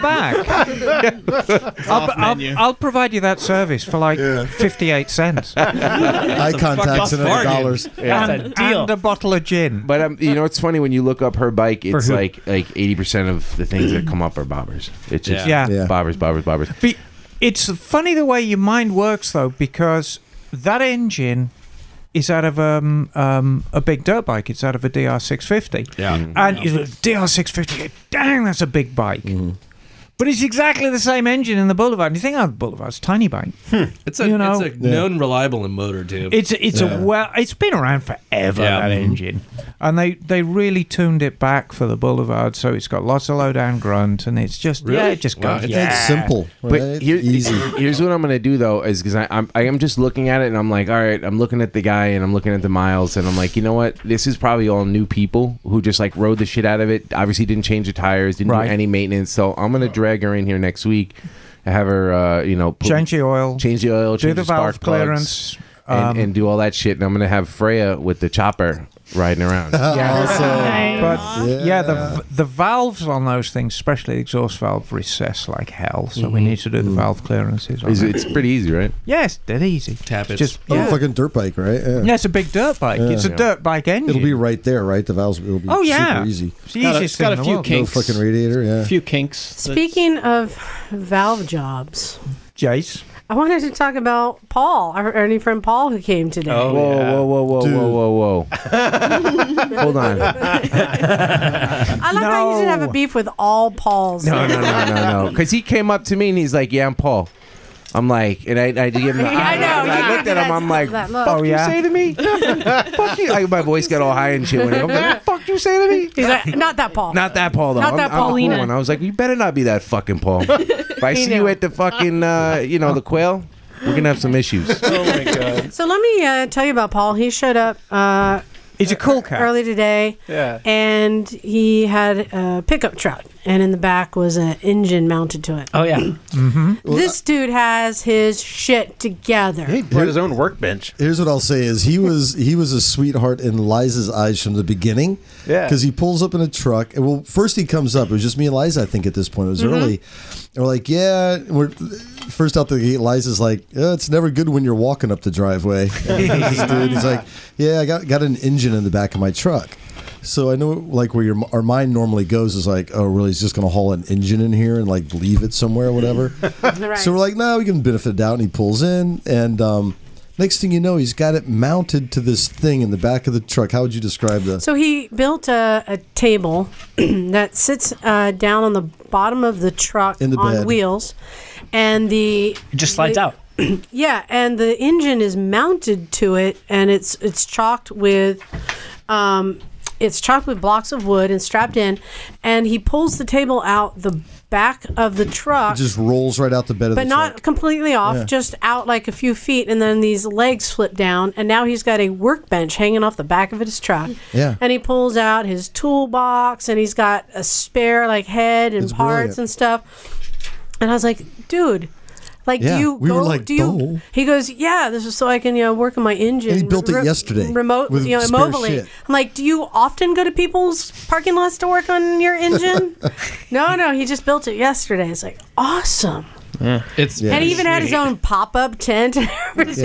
D: back. I'll, I'll, I'll provide you that service for like fifty-eight cents.
C: Eye contacts and other dollars.
D: And, and a bottle of gin.
F: But um, you know, it's funny when you look up her bike.
D: For
F: It's
D: who?
F: like like eighty percent of the things that come up are bobbers. It's just
D: Yeah. Yeah.
F: bobbers, bobbers, bobbers.
D: Be- it's funny the way your mind works, though, because that engine is out of um, um, a big dirt bike. It's out of a DR650.
L: Yeah.
D: And you look, DR650, dang, that's a big bike.
C: Mm-hmm.
D: But it's exactly the same engine in the Boulevard. And you think, oh, the Boulevard's a tiny bike.
L: Hmm. It's a,
D: You know?
L: it's a known reliable in motor too.
D: It's it's a well. It's been around forever
L: Yeah.
D: that
L: Mhm.
D: engine, and they they really tuned it back for the Boulevard, so it's got lots of low down grunt, and it's just yeah,
F: Really?
D: it just
F: Wow.
D: goes.
F: It's
D: yeah.
C: simple,
F: But here- here's what I'm gonna do though is because I'm I am just looking at it and I'm like, all right, I'm looking at the guy and I'm looking at the miles and I'm like, you know what? This is probably all new people who just like rode the shit out of it. Obviously didn't change the tires, didn't
D: Right.
F: do any maintenance. So I'm gonna drag her in here next week, and have her uh, you know put-
D: Change the oil.
F: change the oil,
D: Do
F: change
D: the
F: the, spark
D: valve clearance,
F: plugs, and,
D: um,
F: and do all that shit. And I'm gonna have Freya with the chopper riding around.
D: Yeah.
C: Awesome.
D: But
C: Yeah.
D: yeah. the the valves on those things, especially the exhaust valve, recess like hell. So we
F: Mhm.
D: need to do the
C: Mm-hmm.
D: valve clearances. On
F: It's,
D: Mm-hmm. it.
F: it's pretty easy, right?
D: Yes, dead easy. Tap
L: it.
D: Just
C: Oh,
D: yeah.
C: fucking dirt bike, right? Yeah.
D: yeah, it's a big dirt bike.
C: Yeah.
D: It's a
C: Yeah.
D: dirt bike engine.
C: It'll be right there, right? The valves will be
D: Oh, yeah.
C: super easy.
D: It's the Got a- easiest it's got thing a in the few world. kinks.
C: No fucking radiator, yeah.
B: few kinks.
A: Speaking of valve jobs,
D: Jace.
A: I wanted to talk about Paul, our only friend Paul who came today.
D: Oh,
F: whoa, whoa, whoa, whoa, whoa, whoa, whoa! Hold on.
A: I like how you didn't have a beef with all Pauls.
F: No, no, no, no, no. Because he came up to me and he's like, "Yeah, I'm Paul." I'm like, and I, I did give him. The
A: Yeah, I
F: eye
A: know,
F: look, and
A: yeah,
F: I looked at him. I'm like,
A: that look.
F: "Fuck
A: Oh,
F: you
A: yeah?
F: say to me? Fuck you!" Like my voice got all high and shit. When I'm like, fuck you say to me?
A: He's like, not that Paul.
F: Not that Paul though.
A: Not
F: I'm-
A: that
F: I'm cool
A: Paulina.
F: one. I was like, "You better not be that fucking Paul." If I
A: He
F: see
A: knew.
F: you at the fucking, uh, you know, the quail, we're gonna have some issues.
A: So let me uh, tell you about Paul. He showed up. Uh,
D: He's a cool cat.
A: Early today.
G: Yeah.
A: And he had a pickup truck, and in the back was an engine mounted to it.
I: Oh yeah.
C: Mm-hmm.
A: this dude has his shit together. He
G: brought his own workbench.
C: Here's what I'll say: is he was he was a sweetheart in Liza's eyes from the beginning.
G: Yeah.
C: Because he pulls up in a truck, and well, first he comes up. It was just me and Liza, I think, at this point. It was
G: Mhm.
C: early, and we're like, "Yeah." We're first out the gate. Liza's like, "Uh, "It's never good when you're walking up the driveway." And this dude, he's like, "Yeah, I got got an engine in the back of my truck." So I know, like, where your our mind normally goes is like, "Oh, really? He's just going to haul an engine in here and like leave it somewhere, or whatever." So we're like, nah, we can benefit the doubt. And he pulls in, and um, next thing you know, he's got it mounted to this thing in the back of the truck. How would you describe the?
A: So he built a, a table that sits uh, down on the bottom of the truck
C: In the
A: on
C: bed.
A: wheels, and the
I: It just slides out.
A: yeah, and the engine is mounted to it, and it's it's chalked with, um, it's chalked with blocks of wood and strapped in, and he pulls the table out the back of the
C: it
A: truck.
C: just rolls right out the bed of
A: uh, but
C: the
A: not
C: truck.
A: completely off,
C: Yeah.
A: just out like a few feet, and then these legs flip down, and now he's got a workbench hanging off the back of his truck.
C: Yeah.
A: And he pulls out his toolbox, and he's got a spare like head and
C: It's
A: parts
C: brilliant.
A: and stuff. And I was like, dude. Like
C: Yeah,
A: do you
C: we
A: go,
C: were like,
A: do you
C: "Bull."
A: he goes, Yeah, this is so I can, you know, work on my engine.
C: And he built it yesterday
A: Remote
C: with
A: you know,
C: spare
A: immobily.
C: shit.
A: I'm like, Do you often go to people's parking lots to work on your engine? no, no, he just built it yesterday. It's like awesome.
L: It's
A: And he even had his own pop up tent and everything.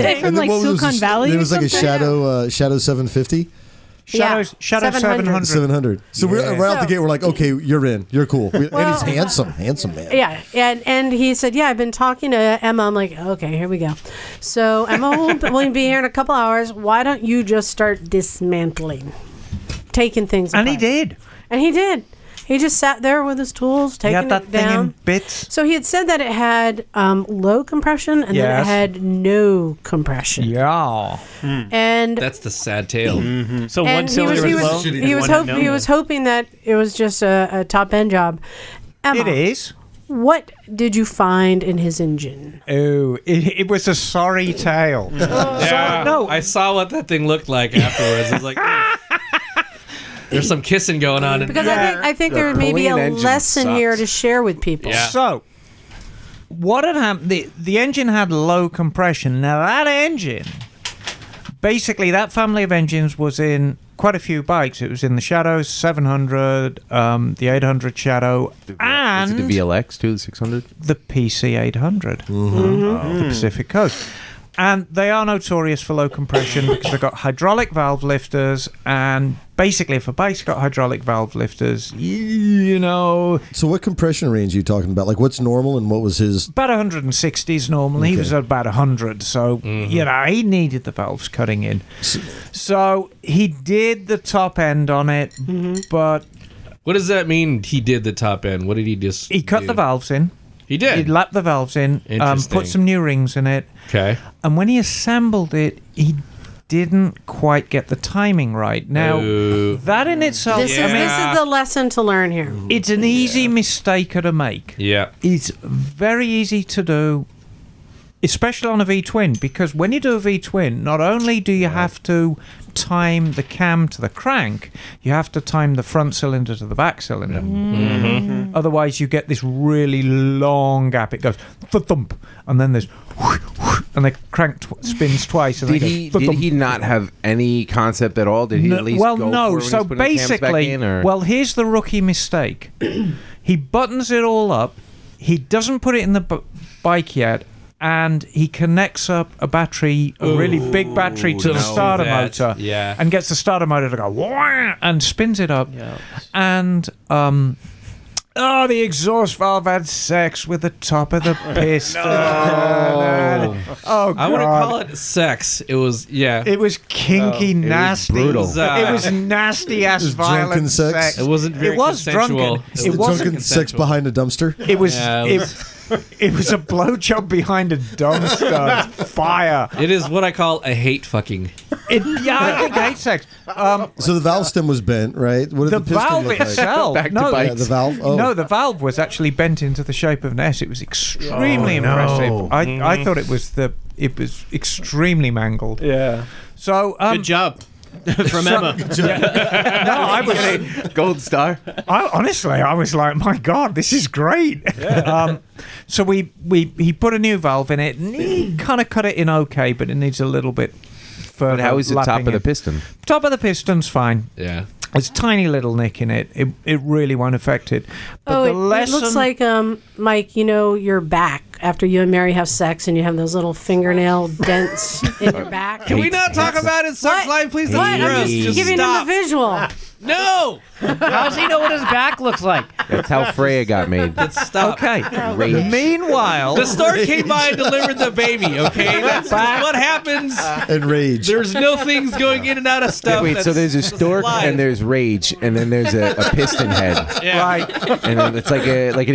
C: Yeah. And then what was- was- There was like a shadow, uh, shadow seven fifty.
A: Shadows- Shadow 700.
C: 700. So we're
A: Yeah.
C: we're out the
A: So-
C: gate. We're like, okay, you're in. You're cool. We- and
A: Well-
C: he's handsome, handsome man.
A: Yeah, and and he said, "Yeah, I've been talking to Emma." I'm like, "Okay, here we go." So Emma will, will be here in a couple hours. Why don't you just start dismantling, taking things?
D: And he
A: apart?"
D: did.
A: and he did. He He just sat there with his tools, taking
D: that
A: it
D: thing in
A: down.
D: bits.
A: So he had said that it had um, low compression and that
L: Yes.
A: it had no compression.
D: Yeah. Mm-hmm.
A: And
L: That's the sad tale.
I: So
A: and he was, he was, he was, hope, he was hoping that it was just a, a top end job. Emma,
D: It is.
A: What did you find in his engine?
D: Oh, it, it was a sorry tale.
L: Yeah, no, I saw what that thing looked like afterwards. I was like, hmm. there's some kissing going on. In
A: Because I think I think there may be a lesson here to share with people.
D: So, what had happened? The, the engine had low compression. Now, that engine, basically, that family of engines was in quite a few bikes. It was in the Shadows 700, um, the 800 Shadow, and
F: Is it the VLX too? The 600?
D: the PC 800,
F: Mhm.
D: the Pacific Coast. And they are notorious for low compression because they've got hydraulic valve lifters. And basically, if a bike's got hydraulic valve lifters, you know.
C: So, what compression range are you talking about? Like, what's normal and what was his?
D: about 160s normally. He
C: Okay.
D: was at about 100, so
L: Mm-hmm.
D: you know he needed the valves cutting in. So he did the top end on it, but
L: what does that mean? He did the top end. What did he just?
D: he cut
L: do?
D: the valves in.
L: He did.
D: He lapped the valves in. Um,
L: Interesting.
D: put some new rings in it.
L: Okay.
D: And when he assembled it, he didn't quite get the timing right. Now
L: Ooh.
D: that in itself,
A: This,
D: I
A: is,
D: mean,
A: this is the lesson to learn here.
D: it's an easy mistake to make.
L: Yeah.
D: It's very easy to do, especially on a V twin, because when you do a V twin, not only do you have to time the cam to the crank, you have to time the front cylinder to the back cylinder.
F: Mm-hmm.
I: Mhm.
D: Otherwise, you get this really long gap. It goes thump, thump and then there's and the crank tw- spins twice. And then
F: Did
D: it goes
F: he,
D: thump,
F: did
D: thump.
F: he not have any concept at all? Did he
D: No-
F: at least
D: well,
F: go
D: no.
F: for it when he
D: so
F: was putting the cams back
D: basically,
F: in, or-
D: well, here's the rookie mistake. he buttons it all up. He doesn't put it in the b- bike yet, and he connects up a battery, a really big battery, to
I: Ooh,
D: the
I: no,
D: starter
I: that's-
D: motor.
I: yeah.
D: and gets the starter motor to go "Wah!" and spins it up, and um. Oh, the exhaust valve had sex with the top of the piston. Oh, God.
L: I wouldn't call it sex. It was yeah.
D: Oh,
L: uh,
D: It was kinky, nasty.
L: brutal.
D: It was nasty ass
L: It was drunken
D: violent
L: sex. It wasn't very
D: it was
L: consensual.
D: drunken.
L: It
D: It
L: was
D: was
C: drunken sex behind a dumpster.
D: It was.
L: Yeah,
D: it
L: it
D: was, it, was a blowjob behind a dumpster. Fire.
L: It is what I call a hate fucking.
D: It, yeah, I think hate sex. Um,
C: So the valve stem was bent, right? What did
D: the
C: the, piston
D: valve
C: look like?
D: itself. no,
C: Yeah, the valve. Oh.
D: No, the valve was actually bent into the shape of an S. It was extremely
C: Oh, no.
D: impressive. I, I
L: Mm-hmm.
C: Mhm.
D: thought it was the. It was extremely mangled. Yeah. So um, good
B: job from Emma.
D: Yeah. no, I was
F: gold star.
D: I, honestly, I was like, my God, this is great. Um, so we we he put a new valve in it, and he kind of cut it in okay, but it needs a little bit further.
F: But how is the top
D: lapping
F: of the
D: in.
F: piston?
D: Top of the piston's fine.
L: Yeah.
D: There's a tiny little nick in it. It, it really won't affect it. But
A: oh,
D: the
A: it, it
D: lesson,
A: looks like um, Mike. You know, your back after you and Mary have sex, and you have those little fingernail dents in your back.
L: Can we not talk about it? Sucks life, please.
A: What?
L: Don't
A: I'm just, giving him a visual.
L: No.
I: How does he know what his back looks like?
F: That's how Freya got made.
L: Stop.
D: Okay.
F: Rage.
D: Meanwhile,
L: The store came by and delivered the baby. Okay, that's
D: Back.
L: what happens.
C: And rage.
L: There's no things going in and out of stuff.
F: Wait, so
L: that's-
F: there's a stork
L: life.
F: and there's rage and then there's a, a piston head.
D: Right.
F: And then it's like a like an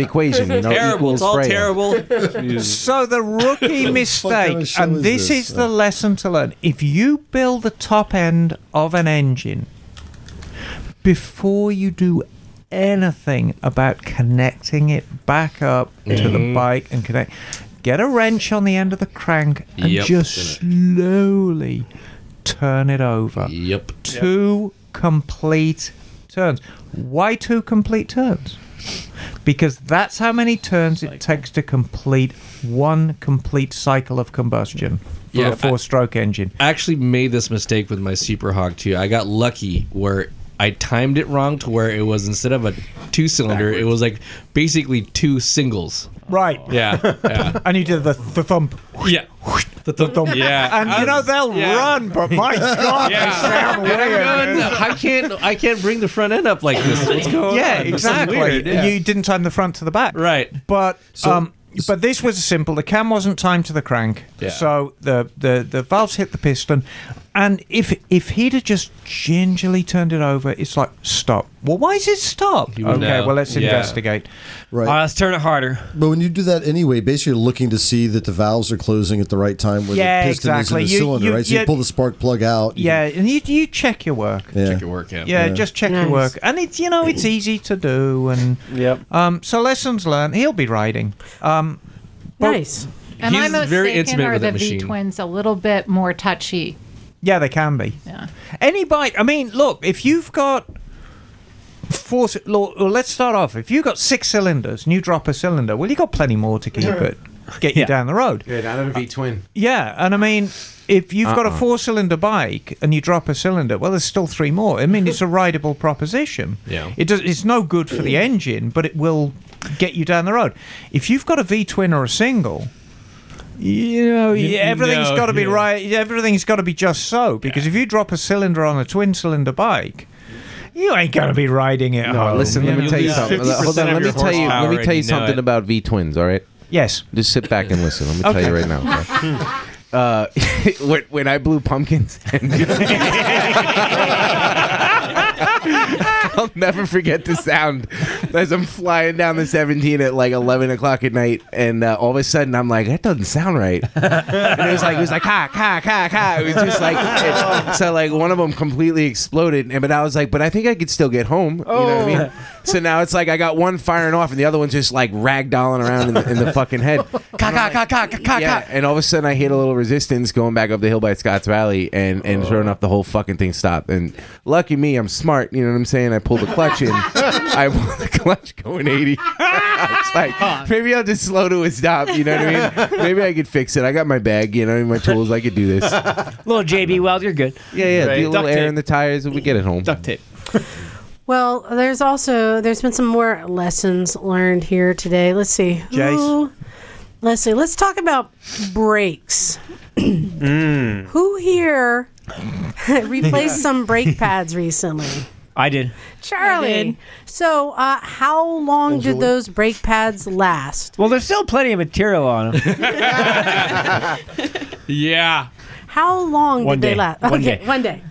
F: equation. You know,
L: terrible.
F: equals
L: It's all
F: Freya.
L: terrible.
D: So the rookie
L: kind of
D: mistake,
L: show
D: and
L: is
D: this,
L: this?
D: is the lesson to learn. If you build the top end of an engine before you do anything about connecting it back up to the
L: Mm-hmm.
I: Mhm.
D: bike and connect, get a wrench on the end of the crank and
I: Yep.
D: just slowly turn it over.
L: Yep.
D: Two complete turns. Why two complete turns? Because that's how many turns it takes to complete one complete cycle of combustion for
L: Yeah,
D: a four stroke engine.
L: I actually made this mistake with my Super Hog too. I got lucky where I timed it wrong to where it was instead of a two cylinder, it was like basically two singles.
D: Right.
L: Yeah. Yeah.
D: And you did the, the thump.
L: Yeah. The thump. Uh, Yeah.
D: And you know they'll run, but my God, they sound
L: And I'm
D: weird.
L: going, I can't. I can't bring the front end up like this. What's going
D: yeah,
L: on? This is
D: exactly.
L: weird, yeah.
D: You didn't time the front to the back.
L: Right.
D: But
L: So-
D: um but this was simple. The cam wasn't timed to the crank.
L: Yeah.
D: So the, the the valves hit the piston And if if he'd have just gingerly turned it over, it's like stop. Well, why is it stop? Okay,
C: would know.
D: well let's
C: Yeah.
D: investigate.
C: Right.
I: let's turn it harder.
C: But when you do that anyway, basically you're looking to see that the valves are closing at the right time where
D: Yeah,
C: the piston
D: exactly.
C: is in
D: You-
C: the cylinder,
D: you-
C: right? So you
D: you-
C: pull the spark plug out.
D: Yeah, and you you check your work.
C: Yeah.
L: Check your work, yeah.
D: Yeah, just check your
L: Nice.
D: work, and it's you know it's easy to do, and
G: yep.
D: Um, so lessons learned. He'll be riding. Um,
A: nice.
J: Am I mistaken,
D: intimate
J: or the V twins a little bit more touchy?
D: Yeah, they can be.
J: Yeah.
D: Any bike. I mean, look, if you've got four. c- lo- Well, let's start off. If you've got six cylinders and you drop a cylinder, well, you've got plenty more to keep it, get you down the road.
F: Yeah, not a V twin.
D: Yeah, and I mean, if you've got a
F: Uh-uh.
D: four-cylinder bike and you drop a cylinder, well, there's still three more. I mean, it's a rideable proposition.
L: Yeah.
D: It does, it's no good for the engine, but it will get you down the road. If you've got a V twin or a single, you know
I: You-
D: yeah, everything's
I: no,
D: got to be
I: yeah.
D: right. yeah, Everything's got to be just so because if you drop a cylinder on a twin-cylinder bike. You ain't gonna be riding it.
F: No,
D: home.
F: listen. Let me
D: know?
F: tell you something. Hold on. Let me tell you. Let me tell you something about V twins. All right.
D: Yes.
F: Just sit back and listen. Let me tell
D: Okay.
F: you right now. okay? Uh, when, when I blew pumpkins, and I'll never forget the sound as I'm flying down the 17 at like 11 o'clock at night, and uh, all of a sudden I'm like, that doesn't sound right. and it was like it was like ha ha ha ha. It was just like it- so like one of them completely exploded, and but I was like, but I think I could still get home. You know what I mean? So now it's like I got one firing off, and the other one's just like ragdolling around in the, in the fucking head. Yeah, and all of a sudden I hit a little resistance going back up the hill by Scotts Valley, and and
L: Oh.
F: sure enough, the whole fucking thing stopped. And lucky me, I'm smart. You know what I'm saying? I pulled the clutch in. I pulled the clutch going 80. It's like maybe I'll just slow to a stop. You know what I mean? Maybe I could fix it. I got my bag. You know, my tools. I could do this.
I: little JB Weld, you're good.
F: Yeah, yeah.
I: Right.
F: Do a little
I: Duct
F: air
I: tape.
F: in the tires, and we get it home. Duct
I: tape.
A: Well, there's also there's been some more lessons learned here today. Let's see.
D: Jace.
A: Who, let's see. Let's talk about brakes. Who here replaced some brake pads recently?
I: I did.
A: Charlie. So, uh, how long did those brake pads last?
I: Well, there's still plenty of material on them.
L: yeah.
A: How long
I: One
A: did they
I: day.
A: last?
I: One
A: okay,
I: day.
A: one day.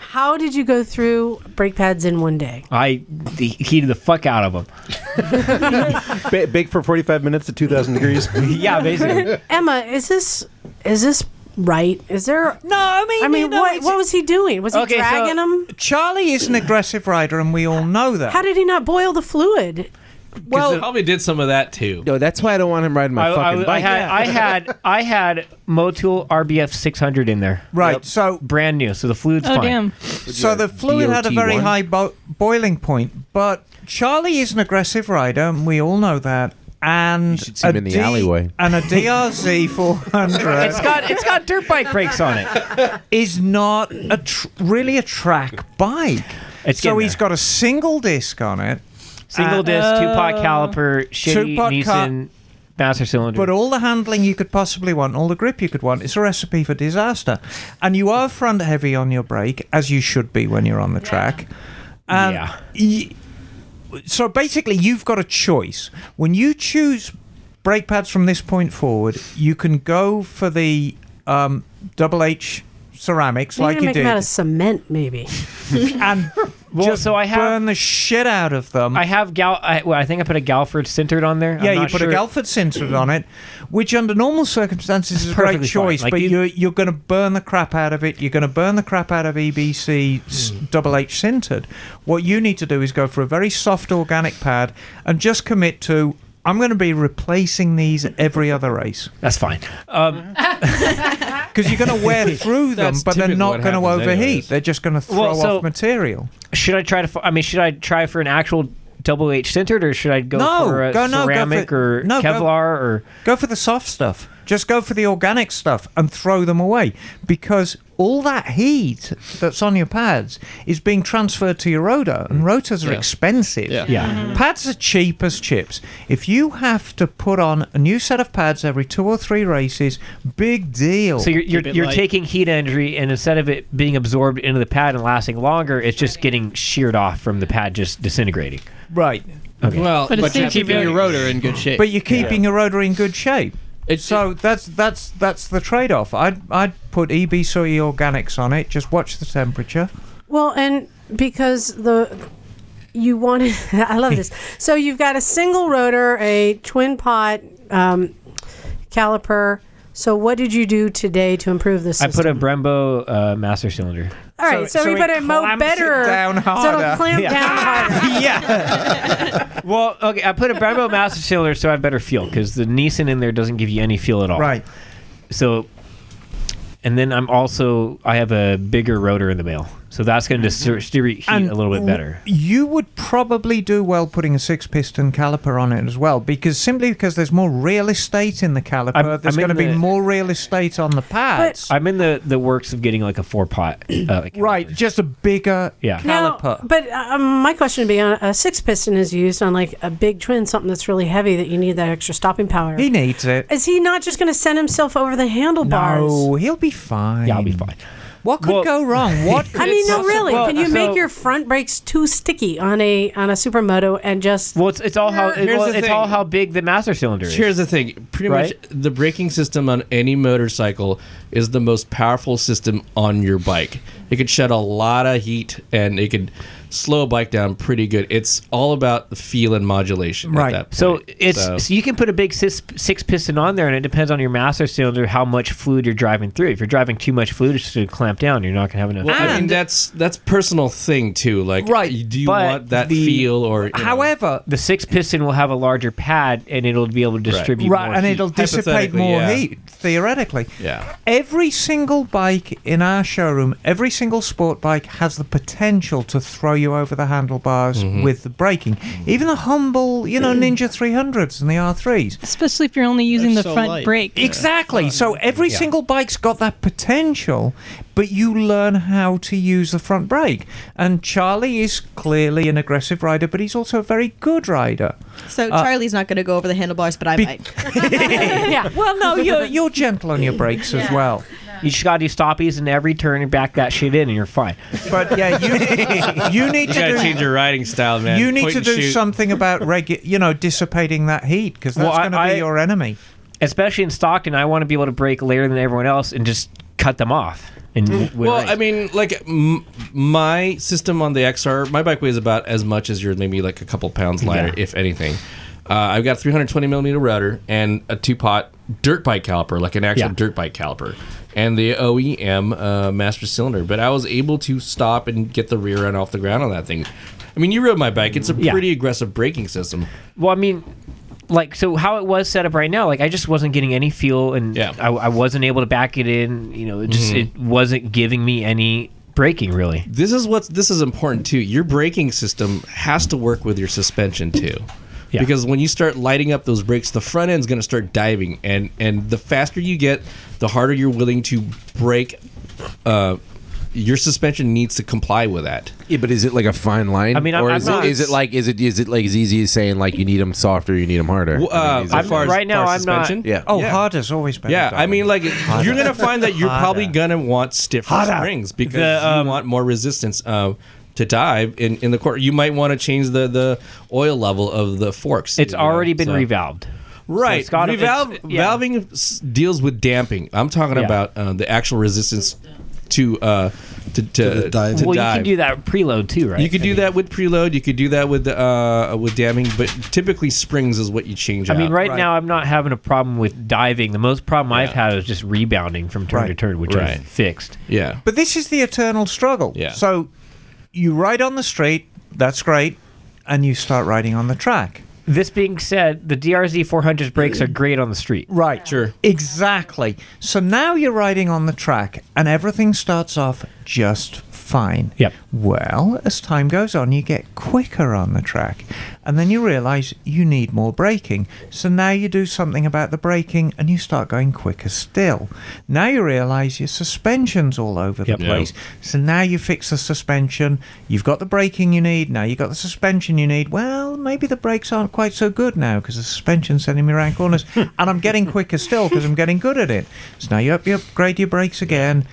A: How did you go through brake pads in one day?
I: I he- heated the fuck out of them.
G: Ba- bake for 45 minutes at 2,000 degrees.
I: yeah, basically.
A: Emma, is this is this right? Is there
D: No, I mean,
A: I mean, what, what was he doing? Was he
D: Okay, so-
A: dragging them?
D: Charlie is an aggressive rider, and we all know that.
A: How did he not boil the fluid?
L: Well, probably did some of that too.
F: No, that's why I don't want him riding
I: I, I- I had I had I had Motul RBF 600 in there.
D: Right, so
I: brand new, so the fluid's fine.
D: Oh, So the fluid had a
I: DOT
D: very
I: one?
D: high bo- boiling point, but Charlie is an aggressive rider, and we all know that. And
F: see him
D: a
F: in the alleyway.
D: And a DRZ 400.
I: It's got it's got dirt bike brakes on it.
D: Is not a tr- really a track bike.
I: It's
D: so
I: getting
D: he's got a single disc on it.
I: Single
D: and-
I: disc, two pot caliper, shitty
D: Two-pot Uh, ca-
I: Nissan master cylinder.
D: But all the handling you could possibly want, all the grip you could want, it's a recipe for disaster. And you are front heavy on your brake, as you should be when you're on the track. And
I: Yeah.
D: y- so basically, you've got a choice. When you choose brake pads from this point forward, you can go for the um, double H ceramics
A: Maybe
D: like
A: to
D: you
A: make them out
D: did.
A: of cement, maybe.
D: and
I: well, so I have burn
D: the shit out of them.
I: I have gal. I, well, I think I put a Galford centered on there. I'm
D: Yeah, you
I: not
D: put
I: sure.
D: a Galford sensor on it, which under normal circumstances is a great
I: perfectly fine.
D: choice,
I: Like
D: but
I: you-
D: you, are you're going to burn the crap out of it. You're going to burn the crap out of EBC s-
I: Hmm.
D: double H centered. What you need to do is go for a very soft organic pad and just commit to. I'm going to be replacing these every other race.
I: That's fine. Um,
D: Because you're going to wear through them,
I: That's
D: but they're
I: typically
D: not
I: what
D: going to
I: happens
D: overheat.
I: anyways.
D: They're just going to throw
I: Well, so-
D: off material.
I: should I try to? fi- I mean, should I try for an actual double H centered, or should I go
D: no,
I: for a
D: go, no,
I: ceramic
D: go for,
I: or
D: no,
I: Kevlar
D: go-
I: or?
D: go for the soft stuff. Just go for the organic stuff and throw them away because all that heat that's on your pads is being transferred to your rotor, and rotors are
I: Mm. Yeah.
D: expensive.
I: Yeah. Mhm.
D: pads are cheap as chips. If you have to put on a new set of pads every two or three races, big deal.
I: So you're you're, you're taking heat injury, and instead of it being absorbed into the pad and lasting longer, it's just getting sheared off from the pad, just disintegrating.
D: right.
I: Okay.
L: Well, but, you're keeping your rotor in good shape.
D: But you're keeping your rotor in good shape. so that's that's that's the trade-off. I'd I'd put EB Soy Organics on it. Just watch the temperature.
A: Well, and because the you wanted, I love this. So you've got a single rotor, a twin pot um, caliper. So what did you do today to improve this?
I: I put a Brembo uh, master cylinder.
A: All right, so,
D: so
A: we
D: it
A: better mow
D: clamps it
A: better.
D: down
A: So it'll
D: harder.
A: clamp
I: Yeah.
A: down harder.
I: Well, okay, I put a Brembo master cylinder so I have better fuel because the Nissan in there doesn't give you any fuel at all. Right. So, and then I'm also I have a bigger rotor in the mail, so that's going to
D: Mm-hmm.
I: distribute heat a little bit better.
D: You would probably do well putting a six-piston caliper on it as well, because simply because there's more real estate in the caliper.
I: I'm-
D: there's
I: I'm in
D: going to be
I: the-
D: more real estate on the pads.
I: I'm in the the works of getting like a four pot. Uh, like,
D: Right, just a bigger
I: Yeah.
A: Now, but um, my question would be: on a six piston is used on like a big twin, something that's really heavy that you need that extra stopping power.
D: He needs it.
A: Is he not just going to send himself over the handlebars?
D: No, he'll be fine. Yeah, I'll be fine. What could
I: Well-
D: go wrong? What?
A: I mean, no, really.
I: Well,
A: Can you make
I: so-
A: your front brakes too sticky on a on a supermoto and just?
I: Well, it's, it's all how it,
L: Here's
I: well,
L: the
I: it's
L: thing.
I: all how big the master cylinder is.
L: Here's the thing: pretty
I: Right?
L: much the braking system on any motorcycle is the most powerful system on your bike. It could shed a lot of heat, and it could slow a bike down pretty good. It's all about the feel and modulation. At that point.
I: So it's
L: So-
I: so. you can put a big six, six piston on there, and it depends on your master cylinder how much fluid you're driving through. If you're driving too much fluid, it's going to clamp down. You're not going to have enough.
L: Well, I mean that's that's personal thing too. Like,
I: Right,
L: Do you
I: but
L: want that
I: the-
L: feel or?
D: However,
I: the six piston will have a larger pad, and it'll be able to distribute
D: right,
I: more
D: and
I: heat.
D: it'll dissipate
I: Hypothetically,
D: more
I: yeah.
D: heat theoretically.
L: Yeah.
D: Every single bike in our showroom, every single sport bike has the potential to throw you over the handlebars
L: Mm-hmm.
D: with the braking. Even the humble, you know, Ninja 300s and the R3s.
K: Especially if you're only using the front brake.
D: Exactly. So every
K: Yeah.
D: single bike's got that potential, but you learn how to use the front brake. And Charlie is clearly an aggressive rider, but he's also a very good rider.
E: So
D: Uh,
E: Charlie's not going to go over the handlebars, but I might.
A: yeah.
D: Well, no, Oh, you're you're gentle on your brakes as well.
I: You just got to do stoppies in every turn and back that shit in, and you're fine.
D: But yeah, you you need
L: You
D: to
L: gotta
D: do,
L: change your riding style, man.
D: you need
L: Point
D: to
L: and
D: do
L: shoot.
D: something about regu- you know dissipating that heat because that's
I: Well, I-
D: going to
I: I-
D: be your enemy.
I: Especially in Stockton, I want to be able to break later than everyone else and just cut them off. And win
L: Mm. well,
I: race.
L: I mean, like m- my system on the XR, my bike weighs about as much as yours, maybe like a couple pounds lighter,
I: Yeah.
L: if anything. Uh, I've got a 320 millimeter rotor and a two pot dirt bike caliper, like an actual
I: Yeah.
L: dirt bike caliper, and the OEM uh, master cylinder. But I was able to stop and get the rear end off the ground on that thing. I mean, you rode my bike; it's a
I: Yeah.
L: pretty aggressive braking system.
I: Well, I mean, like, so how it was set up right now, like, I just wasn't getting any feel, and I, I wasn't able to back it in. You know, it just
L: Mhm.
I: it wasn't giving me any braking really.
L: This is what's this is important too. Your braking system has to work with your suspension too. Because when you start lighting up those brakes, the front end's going to start diving, and and the faster you get, the harder you're willing to brake. Uh, your suspension needs to comply with that.
F: Yeah, but is it like a fine line?
L: I mean, I'm-
F: or
L: I'm
F: is,
L: not-
F: it, is it like is it is it like as easy as saying like you need them softer, you need them harder?
L: Well,
F: I mean,
L: uh,
F: is it-
L: I'm- right now, I'm not-
F: Yeah.
D: Oh,
L: Yeah.
D: harder's always better.
L: Yeah, I
D: darling.
L: mean, like you're gonna find that you're
D: Harder.
L: probably gonna want stiffer
D: Harder.
L: springs because
D: The,
L: you want more resistance uh, to dive in, in the corner. You might want to change the the oil level of the forks.
I: It's
L: you know,
I: already been
L: so-
I: revalved.
L: Right,
I: So it's got-
L: Revalve,
I: it's- yeah.
L: valving s- deals with damping. I'm talking
I: Yeah.
L: about uh, the actual resistance to uh, to, to, to dive.
I: well, you can do that preload too, right?
L: You could do that with preload. You could do that with uh, with damming, but typically springs is what you change.
I: I mean,
L: out.
I: right, now I'm not having a problem with diving. The most problem I've had is just rebounding from turn to turn, which
L: Right.
I: I've fixed.
L: Yeah.
D: But this is the eternal struggle.
I: Yeah.
D: So you ride on the street, that's great, and you start riding on the track.
I: This being said, the DRZ 400's brakes are great on the street.
D: Right.
L: Sure.
D: Exactly. So now you're riding on the track and everything starts off just fine. Yep. Well, as time goes on, you get quicker on the track and then you realize you need more braking. So now you do something about the braking and you start going quicker still. Now you realize your suspension's all over the
I: Yep. Yeah.
D: place. So now you fix the suspension. You've got the braking you need. Now you've got the suspension you need. Well, maybe the brakes aren't quite so good now because the suspension's sending me around corners. and I'm getting quicker still because I'm getting good at it. So now you up, you upgrade your brakes again.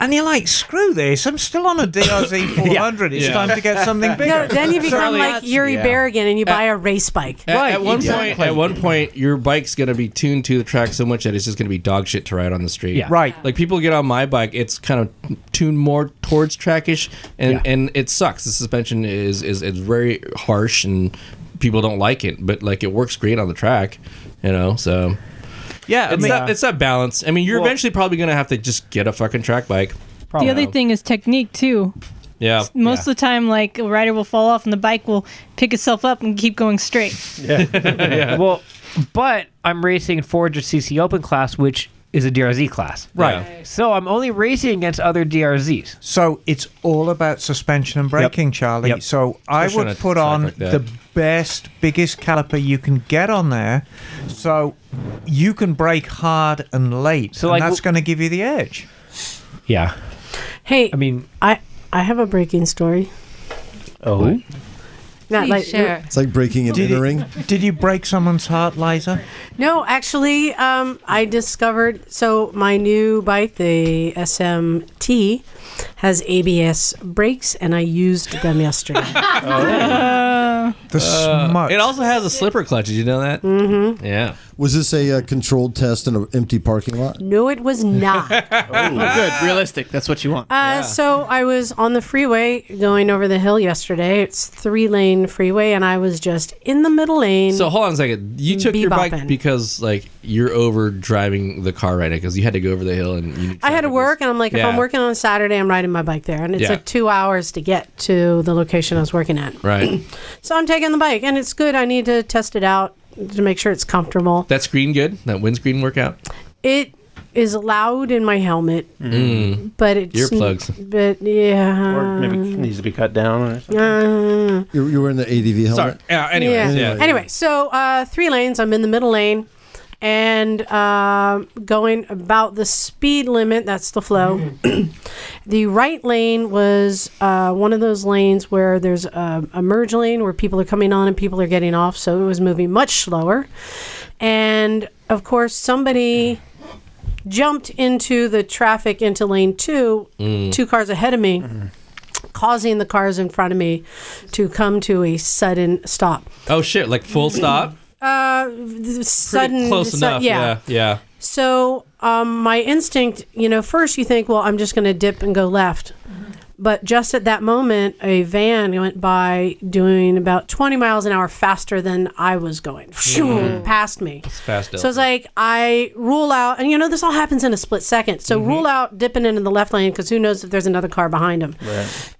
D: And you're like, screw this! I'm still on a DRZ 400. It's
L: Yeah.
D: time to get something bigger.
A: No, then you become
L: Charlie,
A: like Yuri
L: yeah.
A: Berrigan and you buy a race bike.
L: At, at one point, at one point, your bike's gonna be tuned to the track so much that it's just gonna be dog shit to ride on the street.
D: Yeah. Right.
L: Like people get on my bike, it's kind of tuned more towards trackish, and
D: Yeah.
L: and it sucks. The suspension is is it's very harsh, and people don't like it. But like it works great on the track, you know. So
D: yeah, uh,
L: it's
K: mean-
L: that it's that balance. I mean, you're eventually probably gonna have to just get a fucking track bike.
K: The other thing is technique too.
L: yeah.
K: Most of the time, like a rider will fall off and the bike will pick itself up and keep going straight.
I: Yeah. Well, but I'm racing in 400cc open class, which is a DRZ class.
D: Right.
I: So I'm only racing against other DRZs.
D: So it's all about suspension and braking, Charlie.
I: Yep.
D: So I
I: Especially
D: would
I: on a
D: put
I: track
D: on
I: like that.
D: the best, biggest caliper you can get on there, so you can brake hard and late. So
I: like,
D: that's
I: w-
D: going to give you the edge.
I: Yeah.
A: Hey,
I: I mean,
A: I I have a breaking story.
I: Oh.
A: Not
C: Please
A: like uh,
C: share. It's like breaking and
D: did
C: entering.
D: You, did you break someone's heart, Liza?
A: No, actually, um, I discovered so my new bike, the SMT, has ABS brakes, and I used them yesterday.
L: Oh.
D: The smut.
L: Uh, It also has a slipper clutch. Did you know that?
A: hmm
B: Mm-hmm.
L: Yeah.
C: Was this a uh, controlled test in an empty parking lot?
A: No, it was not.
B: good. Realistic. That's what you want.
A: Uh, So I was on the freeway going over the hill yesterday. It's three lane freeway, and I was just in the middle lane.
L: So hold on a second. You took your bike
A: Bebopping.
L: because like you're over driving the car right now because you had to go over the hill and you.
A: I had to work, and I'm like, if
L: Yeah.
A: I'm working on a Saturday, I'm riding my bike there, and it
L: Yeah.
A: took two hours to get to the location I was working at.
L: Right.
A: So I'm taking the bike, and it's good. I need to test it out to make sure it's comfortable.
L: that screen good? That windscreen workout?
A: It is loud in my helmet,
L: Mm.
A: but it's
L: Earplugs.
A: But yeah,
G: Or maybe needs to be cut down. Or something.
A: Uh,
C: You, you were in the ADV helmet.
G: Sorry.
L: Yeah.
A: Anyway, so uh, three lanes. I'm in the middle lane and um going about the speed limit. That's the flow. the right lane was uh, one of those lanes where there's a, a merge lane where people are coming on and people are getting off. So it was moving much slower. And of course, somebody jumped into the traffic into lane two,
M: Mm.
A: two cars ahead of me causing the cars in front of me to come to a sudden stop.
L: Oh shit! Like full stop.
A: Uh, th- Mm. sudden,
L: Close
A: su-
L: enough. Yeah. Yeah.
A: So um, my instinct, you know, first you think, well, I'm just going to dip and go left. But just at that moment, a van went by doing about 20 miles an hour faster than I was going, Phew,
L: Mm.
A: past me.
L: It's fast.
A: So it's like I rule out, and you know, this all happens in a split second. So
L: Mm-hmm.
A: rule out dipping into the left lane because who knows if there's another car behind him.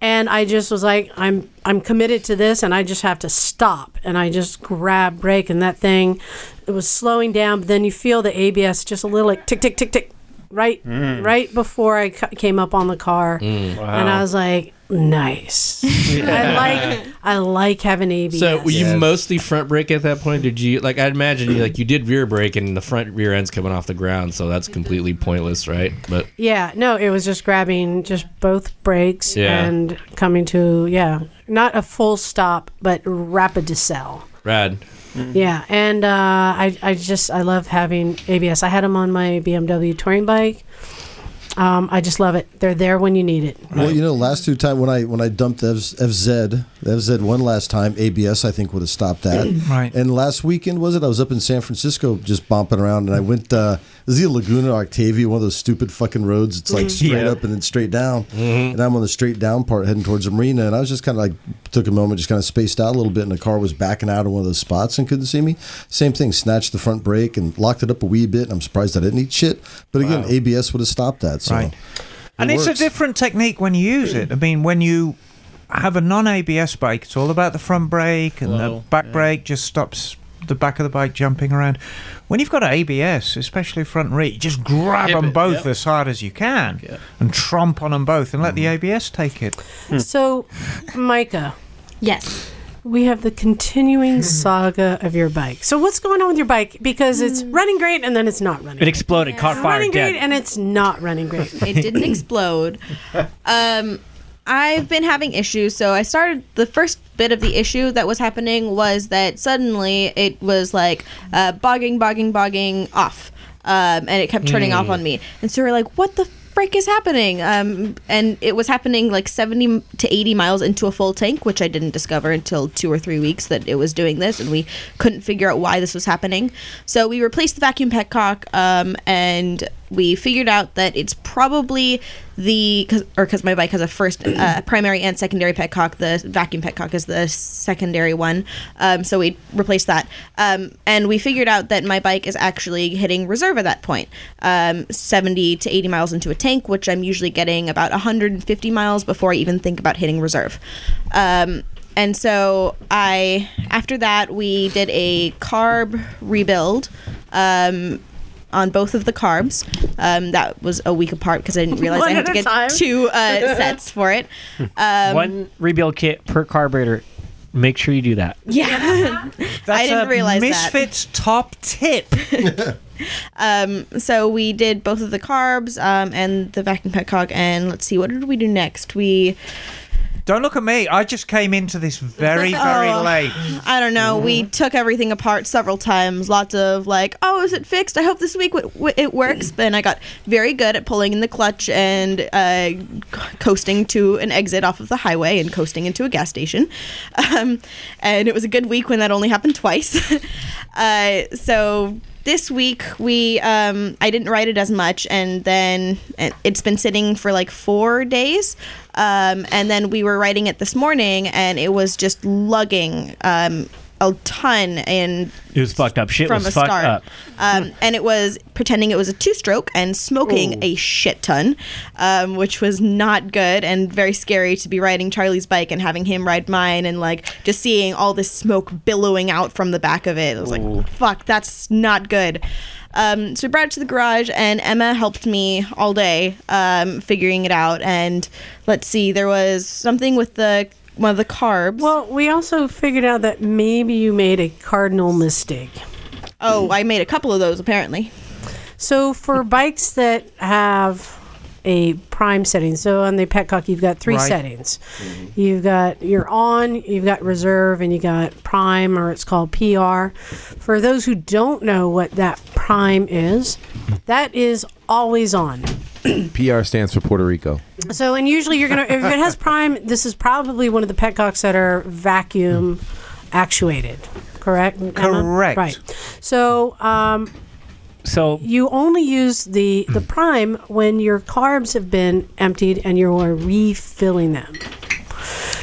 A: and I just was like, I'm I'm committed to this, and I just have to stop. And I just grab brake, and that thing, it was slowing down. But then you feel the ABS just a little like tick tick tick tick, right
M: Mm.
A: right before I cu- came up on the car,
M: Mm.
A: and
M: Wow.
A: I was like, nice. I like I like having ABS.
L: So were you mostly front brake at that point? Did you like? I'd imagine you like you did rear brake and the front rear end's coming off the ground, so that's completely pointless, right? But
A: Yeah, no, it was just grabbing just both brakes
L: Yeah.
A: and coming to yeah, not a full stop, but rapid to sell.
L: rad.
I: Mm-hmm.
A: Yeah, and uh, I I just I love having ABS. I had them on my BMW touring bike. Um, I just love it. They're there when you need it.
C: Well, you know, last two time when I when I dumped FZ, FZ, FZ one last time, ABS I think would have stopped that.
D: Right.
C: And last weekend was it? I was up in San Francisco just bumping around, and I went. Uh, it was either Laguna or Octavia, one of those stupid fucking roads. It's
N: Mhm.
C: like
D: Mm-hmm.
C: straight
N: Yeah.
C: up and then straight down. And I'm on the straight down part heading towards the marina, and I was just kind of like took a moment, just kind of spaced out a little bit, and the car was backing out of one of those spots and couldn't see me. Same thing, snatched the front brake and locked it up a wee bit. And I'm surprised I didn't eat shit, but again,
D: Wow.
C: ABS would have stopped that. So.
D: Right.
C: it
D: and it's
C: works.
D: a different technique when you use it. I mean, when you have a non-ABS bike, it's all about the front brake and the back brake just stops the back of the bike jumping around. When you've got ABS, especially front rear, you just grab
A: Hip
D: them
A: it,
D: both
A: yep.
D: as hard as you can and tromp on them both and let
C: Mm-hmm.
D: the ABS take it.
I: Hmm.
C: Hmm.
A: So, Micah.
E: Yes.
A: We have the
I: Hmm.
A: continuing saga of your bike. So what's going on with your bike? Because it's running great and then it's not running.
I: It exploded, caught
A: It's
I: fire,
A: running
I: dead.
A: great and it's not running great.
E: It didn't explode. Um, I've been having issues. So I started the first bit of the issue that was happening was that suddenly it was like uh, bogging, bogging, bogging off. Um, and it kept turning
M: Mm.
E: off on me. And so we're like, what the frick is happening? Um, and it was happening like 70 to 80 miles into a full tank, which I didn't discover until two or three weeks that it was doing this, and we couldn't figure out why this was happening. So we replaced the vacuum pack cock, um, and we figured out that it's probably the cause, or because my bike has a first uh, primary and secondary petcock. The vacuum petcock is the secondary one, um, so we replaced that. Um, and we figured out that my bike is actually hitting reserve at that point, um, 70 to 80 miles into a tank, which I'm usually getting about 150 miles before I even think about hitting reserve. Um, and so I, after that, we did a carb rebuild. Um, on both of the carbs. Um, that was a week apart because I didn't realize
A: One
E: I had
A: at
E: to
A: a
E: get
A: time.
E: two uh, sets for it. Um,
I: Hmm. One rebuild kit per carburetor. Make sure you do that.
E: Yeah, I didn't
D: a
E: realize
D: Misfits top tip.
E: that. Um, so we did both of the carbs um, and the vacuum petcock, and let's see, what did we do next? We
D: Don't look at me. I just came into this very, very
E: Oh.
D: late.
E: I don't know. We took everything apart several times. Lots of like, oh, is it fixed? I hope this week w- w- it works. Then I got very good at pulling in the clutch and uh, c- coasting to an exit off of the highway and coasting into a gas station. Um, and it was a good week when that only happened twice. uh, so this week we um, I didn't write it as much, and then and it's been sitting for like four days. Um, and then we were writing it this morning, and it was just lugging um, a ton and
I: It was fucked up. Shit
E: from
I: was
E: a
I: fucked
E: start.
I: up.
E: Um, and it was pretending it was a two-stroke and smoking a shit ton, um, which was not good and very scary to be riding Charlie's bike and having him ride mine and like just seeing all this smoke billowing out from the back of it. It was
M: Ooh.
L: Oh,
E: like, fuck, that's not good. Um, so we brought it to the garage, and Emma helped me all day um, figuring it out. And let's see, there was something with the one of the carbs.
A: Well, we also figured out that maybe you made a cardinal mistake.
E: Oh, I made a couple of those apparently.
A: So for bikes that have a prime setting, so on the Petcock you've got three
M: Right.
A: settings. You've got your on, you've got reserve, and you got prime, or it's called PR. For those who don't know what that prime is, that is always on.
F: PR stands for Puerto Rico.
A: So, and usually you're gonna if it has prime, this is probably one of the petcocks that are vacuum actuated, correct? Emma?
I: Correct.
A: Right. So, um,
I: so
A: you only use the the prime when your carbs have been emptied and you are refilling them.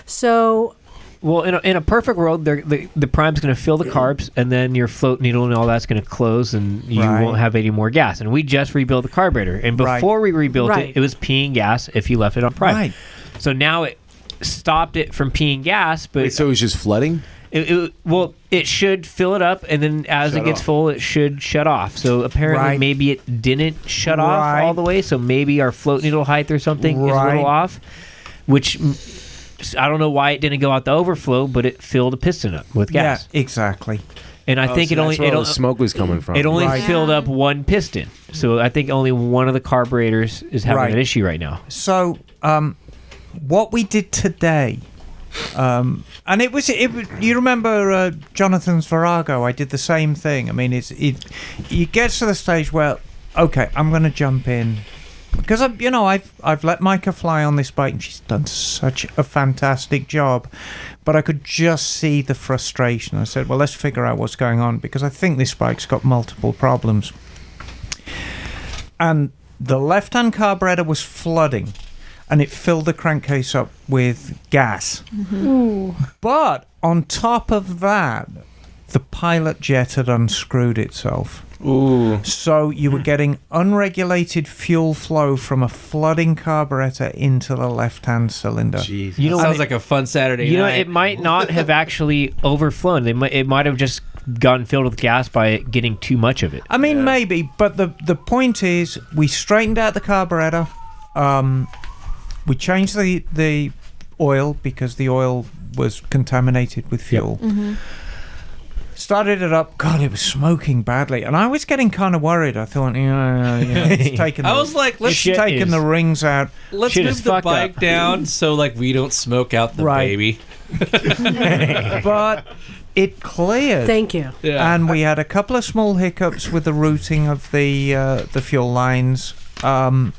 A: So,
I: Well, in a, in a perfect world, they're, the the prime's going to fill the carbs, and then your float needle and all that's going to close, and you
D: Right.
I: won't have any more gas. And we just rebuilt the carburetor, and
D: Right.
I: before we rebuilt
D: Right.
I: it, it was peeing gas if you left it on prime.
D: Right.
I: So now it stopped it from peeing gas, but
F: Wait, so it was just flooding.
I: It, it- well, it should fill it up, and then as
F: Shut
I: it gets
F: off.
I: full, it should shut off. So apparently,
D: Right.
I: maybe it didn't shut
D: Right.
I: off all the way. So maybe our float needle height or something is a
D: Right.
I: little off, which mm, s- I don't know why it didn't go out the overflow, but it filled a piston up with
D: Yeah,
I: gas. exactly. And I
F: Oh,
I: think
F: so
I: it only
F: that's where
I: it
F: all
I: on-
F: the smoke was coming from.
I: It only
F: Right.
I: filled up one piston, so I think only one of the carburetors is having
D: Right.
I: an issue right now.
D: So, um, what we did today, um, and it was it. was- You remember uh, Jonathan's Virago? I did the same thing. I mean, it's it. It gets to the stage where, okay, I'm going to jump in because I, you know, I've I've let Micah fly on this bike, and she's done such a fantastic job. But I could just see the frustration. I said, well, let's figure out what's going on because I think this bike's got multiple problems and the left hand carburetor was flooding and it filled the crankcase up with gas. But on top of that, the pilot jet had unscrewed itself. Ooh. So you were getting unregulated fuel flow from a flooding carburetor into the left hand cylinder.
L: Jeez. You know That sounds what- like a fun Saturday
I: You know,
L: night.
I: it might not have actually overflown. They might it might have just gotten filled with gas by getting too much of it.
D: I mean, maybe, but the the point is, we straightened out the carburetor. Um, we changed the the oil because the oil was contaminated with fuel.
E: Mm-hmm.
D: Started it up. God, it was smoking badly, and I was getting kind of worried. I thought, yeah, yeah, yeah, it's taking.
L: I
D: the-
L: was like, let's-
D: it's
L: Shit
D: taking
L: is-
D: the rings out.
L: Let's move the bike down so like we don't smoke out the
D: Right.
L: baby.
D: but it cleared.
A: Thank you.
L: Yeah.
D: And we had a couple of small hiccups with the routing of the uh, the fuel lines. Um,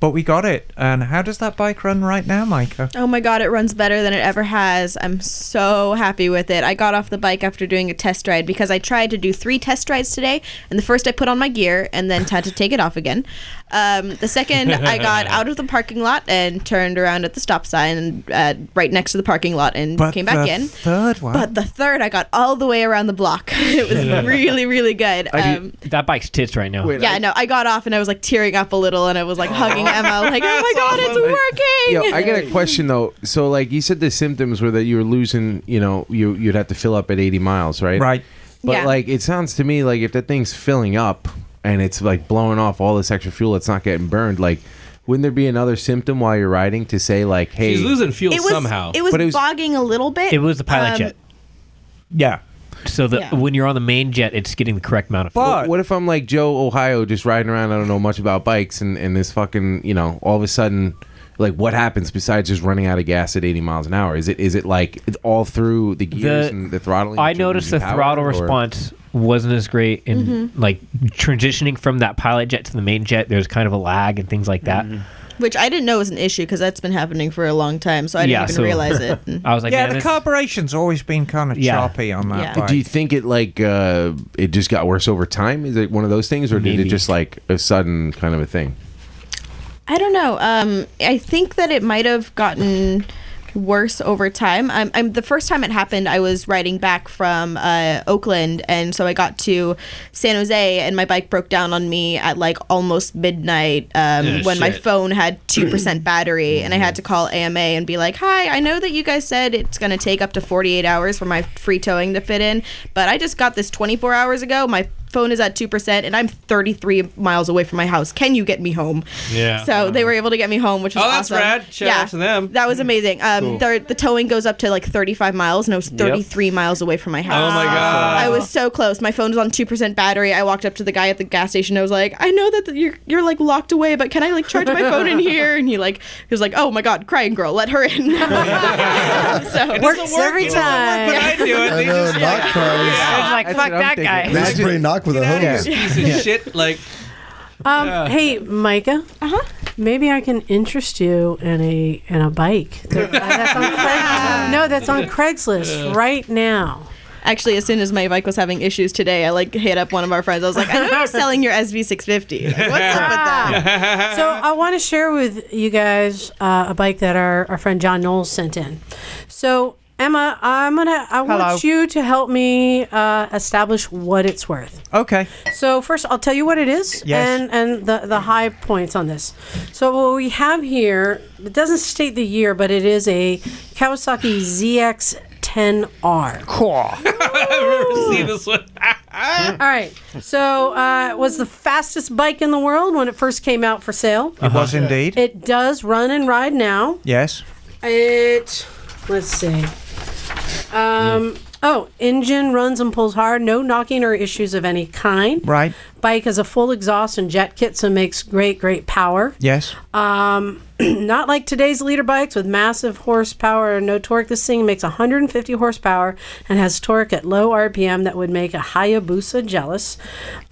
D: but we got it. And how does that bike run right now, Micah?
E: Oh my god, it runs better than it ever has. I'm so happy with it. I got off the bike after doing a test ride because I tried to do three test rides today, and the first I put on my gear and then had to take it off again. Um, the second I got out of the parking lot and turned around at the stop sign uh, right next to the parking lot and came back
D: the
E: in.
D: Third one.
E: But the third, I got all the way around the block. it was really, really good.
I: I do-
E: Um,
I: that bike's tits right now.
E: yeah, no, I got off and I was like tearing up a little, and I was like hugging Emma, like, "Oh my god, it's working!"
F: Yo, I got a question though. So, like you said, the symptoms were that you were losing. You know, you you'd have to fill up at eighty miles, right?
D: Right.
F: But
E: Yeah.
F: like, it sounds to me like if that thing's filling up and it's like blowing off all this extra fuel, it's not getting burned. Like, wouldn't there be another symptom while you're riding to say like, hey,
L: She's losing fuel
E: it was, It was,
F: but
E: bogging a little bit.
I: It was the pilot
E: Um,
I: jet.
D: Yeah.
I: So the
E: Yeah.
I: when you're on the main jet, it's getting the correct amount of fuel.
F: What, what if I'm like Joe Ohio, just riding around? I don't know much about bikes, and and this fucking you know, all of a sudden, like what happens besides just running out of gas at 80 miles an hour? Is it is it like it's all through the gears
I: The-
F: and the throttling?
I: I
F: that you're
I: noticed the
F: losing power,
I: throttle
F: or-
I: response wasn't as great in
E: Mhm.
I: like transitioning from that pilot jet to the main jet. There's kind of a lag and things like that.
L: Mm-hmm.
E: which I didn't know was an issue because that's been happening for a long time, so I didn't
I: Yeah,
E: even
I: so-
E: realize it.
I: I was like,
D: yeah,
I: man,
D: the
I: this-
D: carburetion's always been kind of
I: Yeah.
D: choppy on that
E: Yeah.
D: bike.
F: Do you think it like uh, it just got worse over time? Is it one of those things, or did
I: Maybe.
F: it just like a sudden kind of a thing?
E: I don't know. Um, I think that it might have gotten worse over time. I'm, I'm the first time it happened. I was riding back from uh, Oakland, and so I got to San Jose, and my bike broke down on me at like almost midnight um,
M: Yeah,
E: when my
M: shit.
E: phone had two percent battery, and I had to call AMA and be like, "Hi, I know that you guys said it's going to take up to 48 hours for my free towing to fit in, but I just got this 24 hours ago. My phone is at two percent, and I'm 33 miles away from my house. Can you get me home?"
L: Yeah.
E: So
A: Mm-hmm.
E: they were able to get me home, which was
L: Oh, that's
E: awesome.
L: rad. Shout out to them.
E: That was amazing. Um,
L: Cool.
E: their- the towing goes up to like 35 miles, and I was 33 miles away from my house.
L: Oh my God.
E: I was so close. My phone was on two percent battery. I walked up to the guy at the gas station. I was like, "I know that you're you're like locked away, but can I like charge my phone in here?" And he like he was like, "Oh my God, crying girl, let her in." so
A: It Works work. every It doesn't work when time. I do it.
C: I
A: They
C: know,
A: just,
C: knock
A: like-
C: cries.
A: Yeah, I was like, That's "Fuck what I'm that thinking. guy."
C: They
A: Imagine-
C: spray knock with a hose.
L: Piece of shit. Like
A: Um,
L: Yeah.
A: Hey, Micah. Uh huh. Maybe I can interest you in a in a bike. that- that's on Craigslist. No, that's on Craigslist right now.
E: Actually, as soon as my bike was having issues today, I like hit up one of our friends. I was like, "I know you're selling your SV650. Like, what's up with that?"
A: so I want to share with you guys uh, a bike that our, our friend John Knowles sent in. So Emma, I'm gonna I
D: Hello.
A: want you to help me uh, establish what it's worth.
D: Okay.
A: So first, I'll tell you what it is
D: Yes.
A: and and the the high points on this. So what we have here it doesn't state the year, but it is a Kawasaki ZX10R. Cool.
L: see this one.
A: All right. So uh, it was the fastest bike in the world when it first came out for sale.
D: It was Uh-huh. indeed.
A: It does run and ride now.
D: Yes.
A: It. Let's see. Um. Oh, engine runs and pulls hard. No knocking or issues of any kind.
D: Right.
A: Bike has a full exhaust and jet kit, so makes great, great power.
D: Yes.
A: Um, not like today's leader bikes with massive horsepower and no torque. This thing makes 150 horsepower and has torque at low RPM that would make a Hayabusa jealous.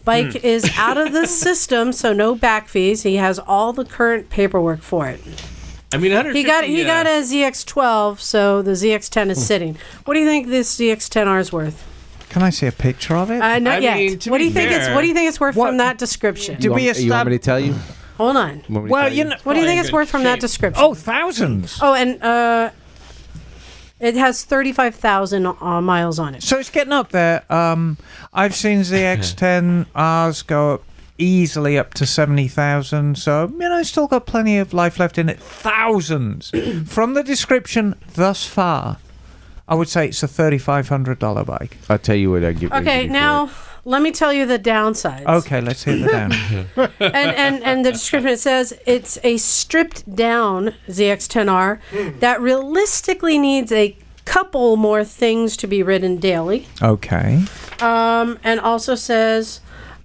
A: Bike
M: Hmm.
A: is out of the system, so no back fees. He has all the current paperwork for it.
L: I mean, 150.
A: He got he
L: uh,
A: got a ZX12, so the ZX10
F: Hmm.
A: is sitting. What do you think this ZX10R is worth?
D: Can I see a picture of it?
A: Uh, not yet. what do you think it's What do you think it's worth from that description?
D: Do we
F: You want me
D: establish?
F: to tell you?
A: Hold on.
F: You want me to Well, tell you you? know-
A: what do you
F: Probably
A: think
F: in
A: it's
F: good
A: worth from that
F: shape.
A: description?
D: Oh, thousands.
A: Oh, and uh, it has thirty-five thousand uh, miles on it.
D: So it's getting up there. Um, I've seen ZX10Rs go up easily up to 70,000. So, you know, it's still got plenty of life left in it. Thousands. From the description thus far, I would say it's a $3,500 bike.
F: I'll tell you what I give.
A: Okay, now let me tell you the downside.
F: Oh.
D: Okay, let's hear the down.
A: and, and and the description it says it's a stripped down ZX10R
F: Hmm.
A: that realistically needs a couple more things to be ridden daily.
D: okay.
A: Um, and also says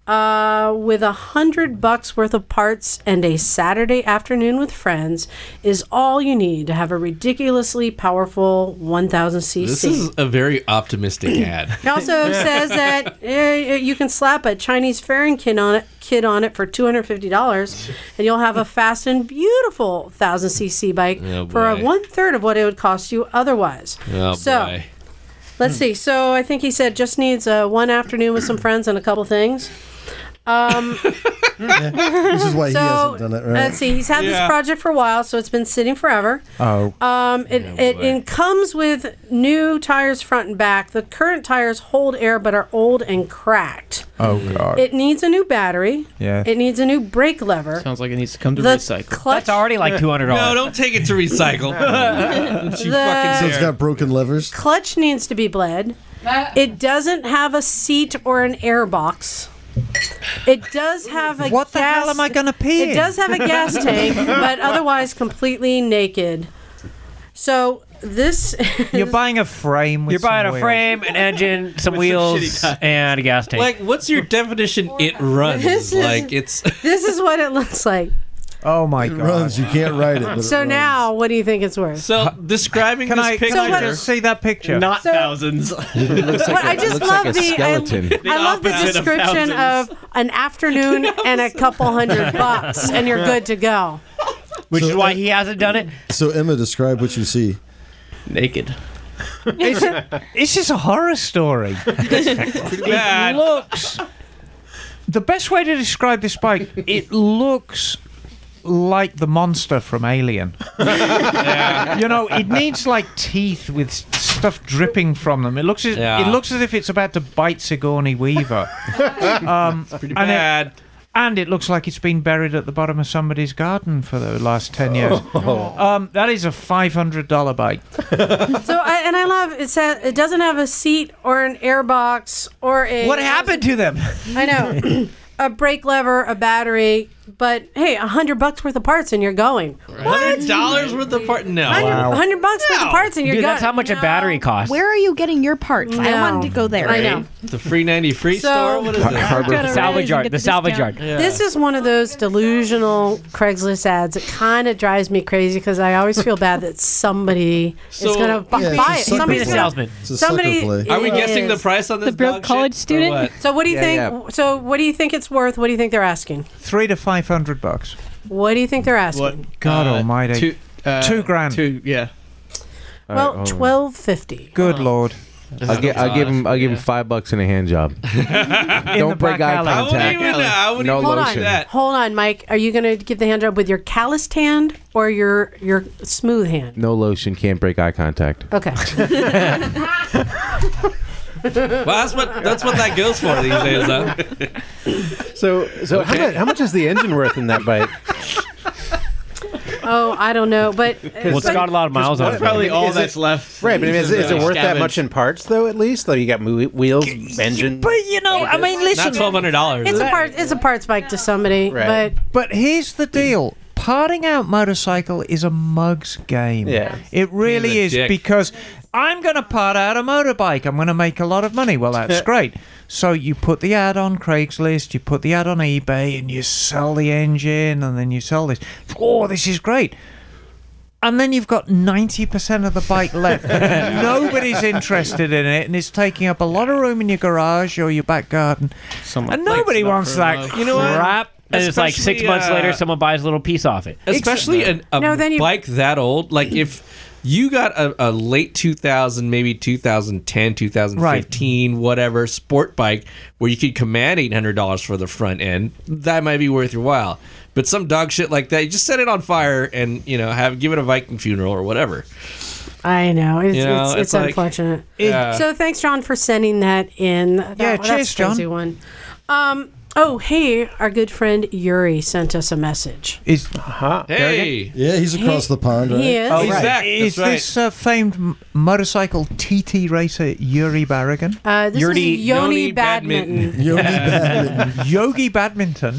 A: uh, with a hundred bucks worth of parts and a Saturday afternoon with friends is all you need to have a ridiculously powerful 1000cc.
L: This is a very optimistic ad.
A: It also says that eh, you can slap a Chinese fairing kid on it, kid on it for two hundred fifty dollars, and you'll have a fast and beautiful thousand cc bike
L: Oh,
A: for a
L: boy.
A: one third of what it would cost you otherwise.
L: Oh,
A: so,
L: boy.
C: Hmm.
A: let's see. So I think he said just needs uh, one afternoon with some friends and a couple things. Um,
C: This is why he hasn't done it, right?
A: Let's see. He's had
C: Yeah.
A: this project for a while, so it's been sitting forever.
C: Oh.
A: Um, it, it, it comes with new tires front and back. The current tires hold air but are old and cracked.
B: Oh, God.
A: It needs a new battery.
B: Yeah.
A: It needs a new brake lever.
B: Sounds like it needs to come to
A: The
B: recycle.
A: clutch- That's already like $200.
L: No, don't take it to recycle. Don't you
A: The-
L: fucking
C: So it's
L: dare.
C: got broken levers.
A: Clutch needs to be bled. It doesn't have a seat or an air box. It does have a
D: What the
A: gas,
D: hell am I gonna pee
A: It
D: in?
A: does have a gas tank, but otherwise completely naked. So this
D: You're buying a frame. With
I: You're buying
D: some
I: a
D: wheels.
I: frame, an engine, some wheels, and a gas tank.
L: Like, what's your definition? It runs.
A: This is-
L: like, it's.
A: this is what it looks like.
D: Oh my
C: god! runs. You can't ride it. but
A: So
C: it runs.
A: now, what do you think it's worth?
L: So describing
D: Can
L: this
D: I,
L: picture.
D: can I just see that picture?
A: Not So-
L: thousands.
C: It looks
A: But I just love the I, I love the
L: opposite of
A: description of,
L: thousands.
A: an afternoon and a couple hundred bucks, and you're good to go.
I: Which is
C: uh,
I: why he hasn't done it.
C: So Emma, describe what you see.
L: Naked.
D: It's, it's just a horror story. it looks. The best way to describe this bike, it looks like the monster from Alien. You know, it needs like teeth with s- stuff dripping from them. It looks as,
L: Yeah.
D: it looks as if it's about to bite Sigourney Weaver. um,
L: pretty
D: and it-
L: bad.
D: and it looks like it's been buried at the bottom of somebody's garden for the last 10 years.
L: Oh.
D: Um, that is a $500 bike.
A: So I, and I love it says it doesn't have a seat or an air box or a
D: What happened to them?
A: I know a brake lever, a battery, but hey, a hundred bucks worth of parts and you're going.
L: Hundred dollars worth of part. No.
A: Hundred hundred bucks worth of parts and you're
I: Dude,
A: going.
I: that's how much a battery costs.
E: Where are you getting your parts? I
A: No.
E: wanted to go there.
A: I know.
L: The free ninety free
A: So-
L: store. What is
A: Har-
L: this?
A: Harbor Got a Salvage raise and Yard, get the the
I: salvage discount.
L: Yeah.
A: This is one of those delusional Craigslist ads that kind of drives me crazy because I always feel bad that somebody
L: So-
A: is going to buy,
L: Yeah, it's a
A: it.
L: sucker
A: Somebody's
L: play.
A: gonna-
L: Salesman. It's a sucker
A: Somebody.
L: play. Are we
A: it
L: guessing the
A: is.
L: price on The this broke dog shit, college or student? what?
A: So what do you
D: Yeah,
A: think? So what do you think it's worth? What do you think they're asking?
D: Three to 500 bucks.
A: What do you think they're asking?
D: God almighty.
B: two- uh,
D: two grand. Two, yeah.
A: Well, twelve fifty.
D: Good lord.
F: I'll, gi- I'll give him. I'll give him five bucks and a hand job. Don't break eye contact. no
A: Hold
F: lotion.
A: on, hold on, Mike. Are you going to give the hand job with your calloused hand or your your smooth hand?
F: No lotion. Can't break eye contact.
A: Okay.
L: Well, that's what that's what that goes for these days, huh?
G: So, so how, much, how much is the engine worth in that bike?
A: oh, I don't know, but
G: Well, it's got a lot of miles on it. Probably all that's
B: left.
G: Right, but I mean, is, is it worth that much in parts though? At least, though, you got mo- wheels, engine.
D: But you know, I mean, listen.
L: Not twelve hundred dollars.
A: It's a part. It's a parts bike to somebody,
D: Right.
A: but
D: But here's the deal. Parting out motorcycle is a mug's game.
L: Yeah.
D: It really
L: He's
D: is
L: a dick.
D: because I'm going to part out a motorbike. I'm going to make a lot of money. Well, that's great. So you put the ad on Craigslist, you put the ad on eBay, and you sell the engine, and then you sell this. Oh, this is great. And then you've got 90% of the bike left. Nobody's interested in it, and it's taking up a lot of room in your garage or your back garden. and nobody wants that
L: You know what?
D: crap.
I: And it's like six
L: Especially,
I: months
L: uh,
I: later, someone buys a little piece off it.
L: especially an, a
I: No, then you-
L: bike that old like if you got a, a late 2000 maybe 2010 2015 whatever sport bike where you could command $800 for the front end that might be worth your while but some dog shit like that you just set it on fire and you know have give it a viking funeral or whatever
A: I know it's
L: You know,
A: it's, it's,
L: it's like-
A: unfortunate.
L: Yeah.
A: So thanks, John, for sending that in. That-
D: Yeah,
A: that's
D: cheers,
A: a crazy
D: John.
A: One. Um. Oh, hey, our good friend Yuri sent us a message.
D: Is
L: hey
C: Yeah, he's across the pond, right?
A: he is.
D: is,
A: Right.
D: that,
L: Oh, That's
D: is this uh, famed m- motorcycle TT racer Yuri Barragan?
A: Uh, this Yuri- is Yoni Yoni Badminton. Badminton.
C: Yogi Badminton.
D: Yogi Badminton.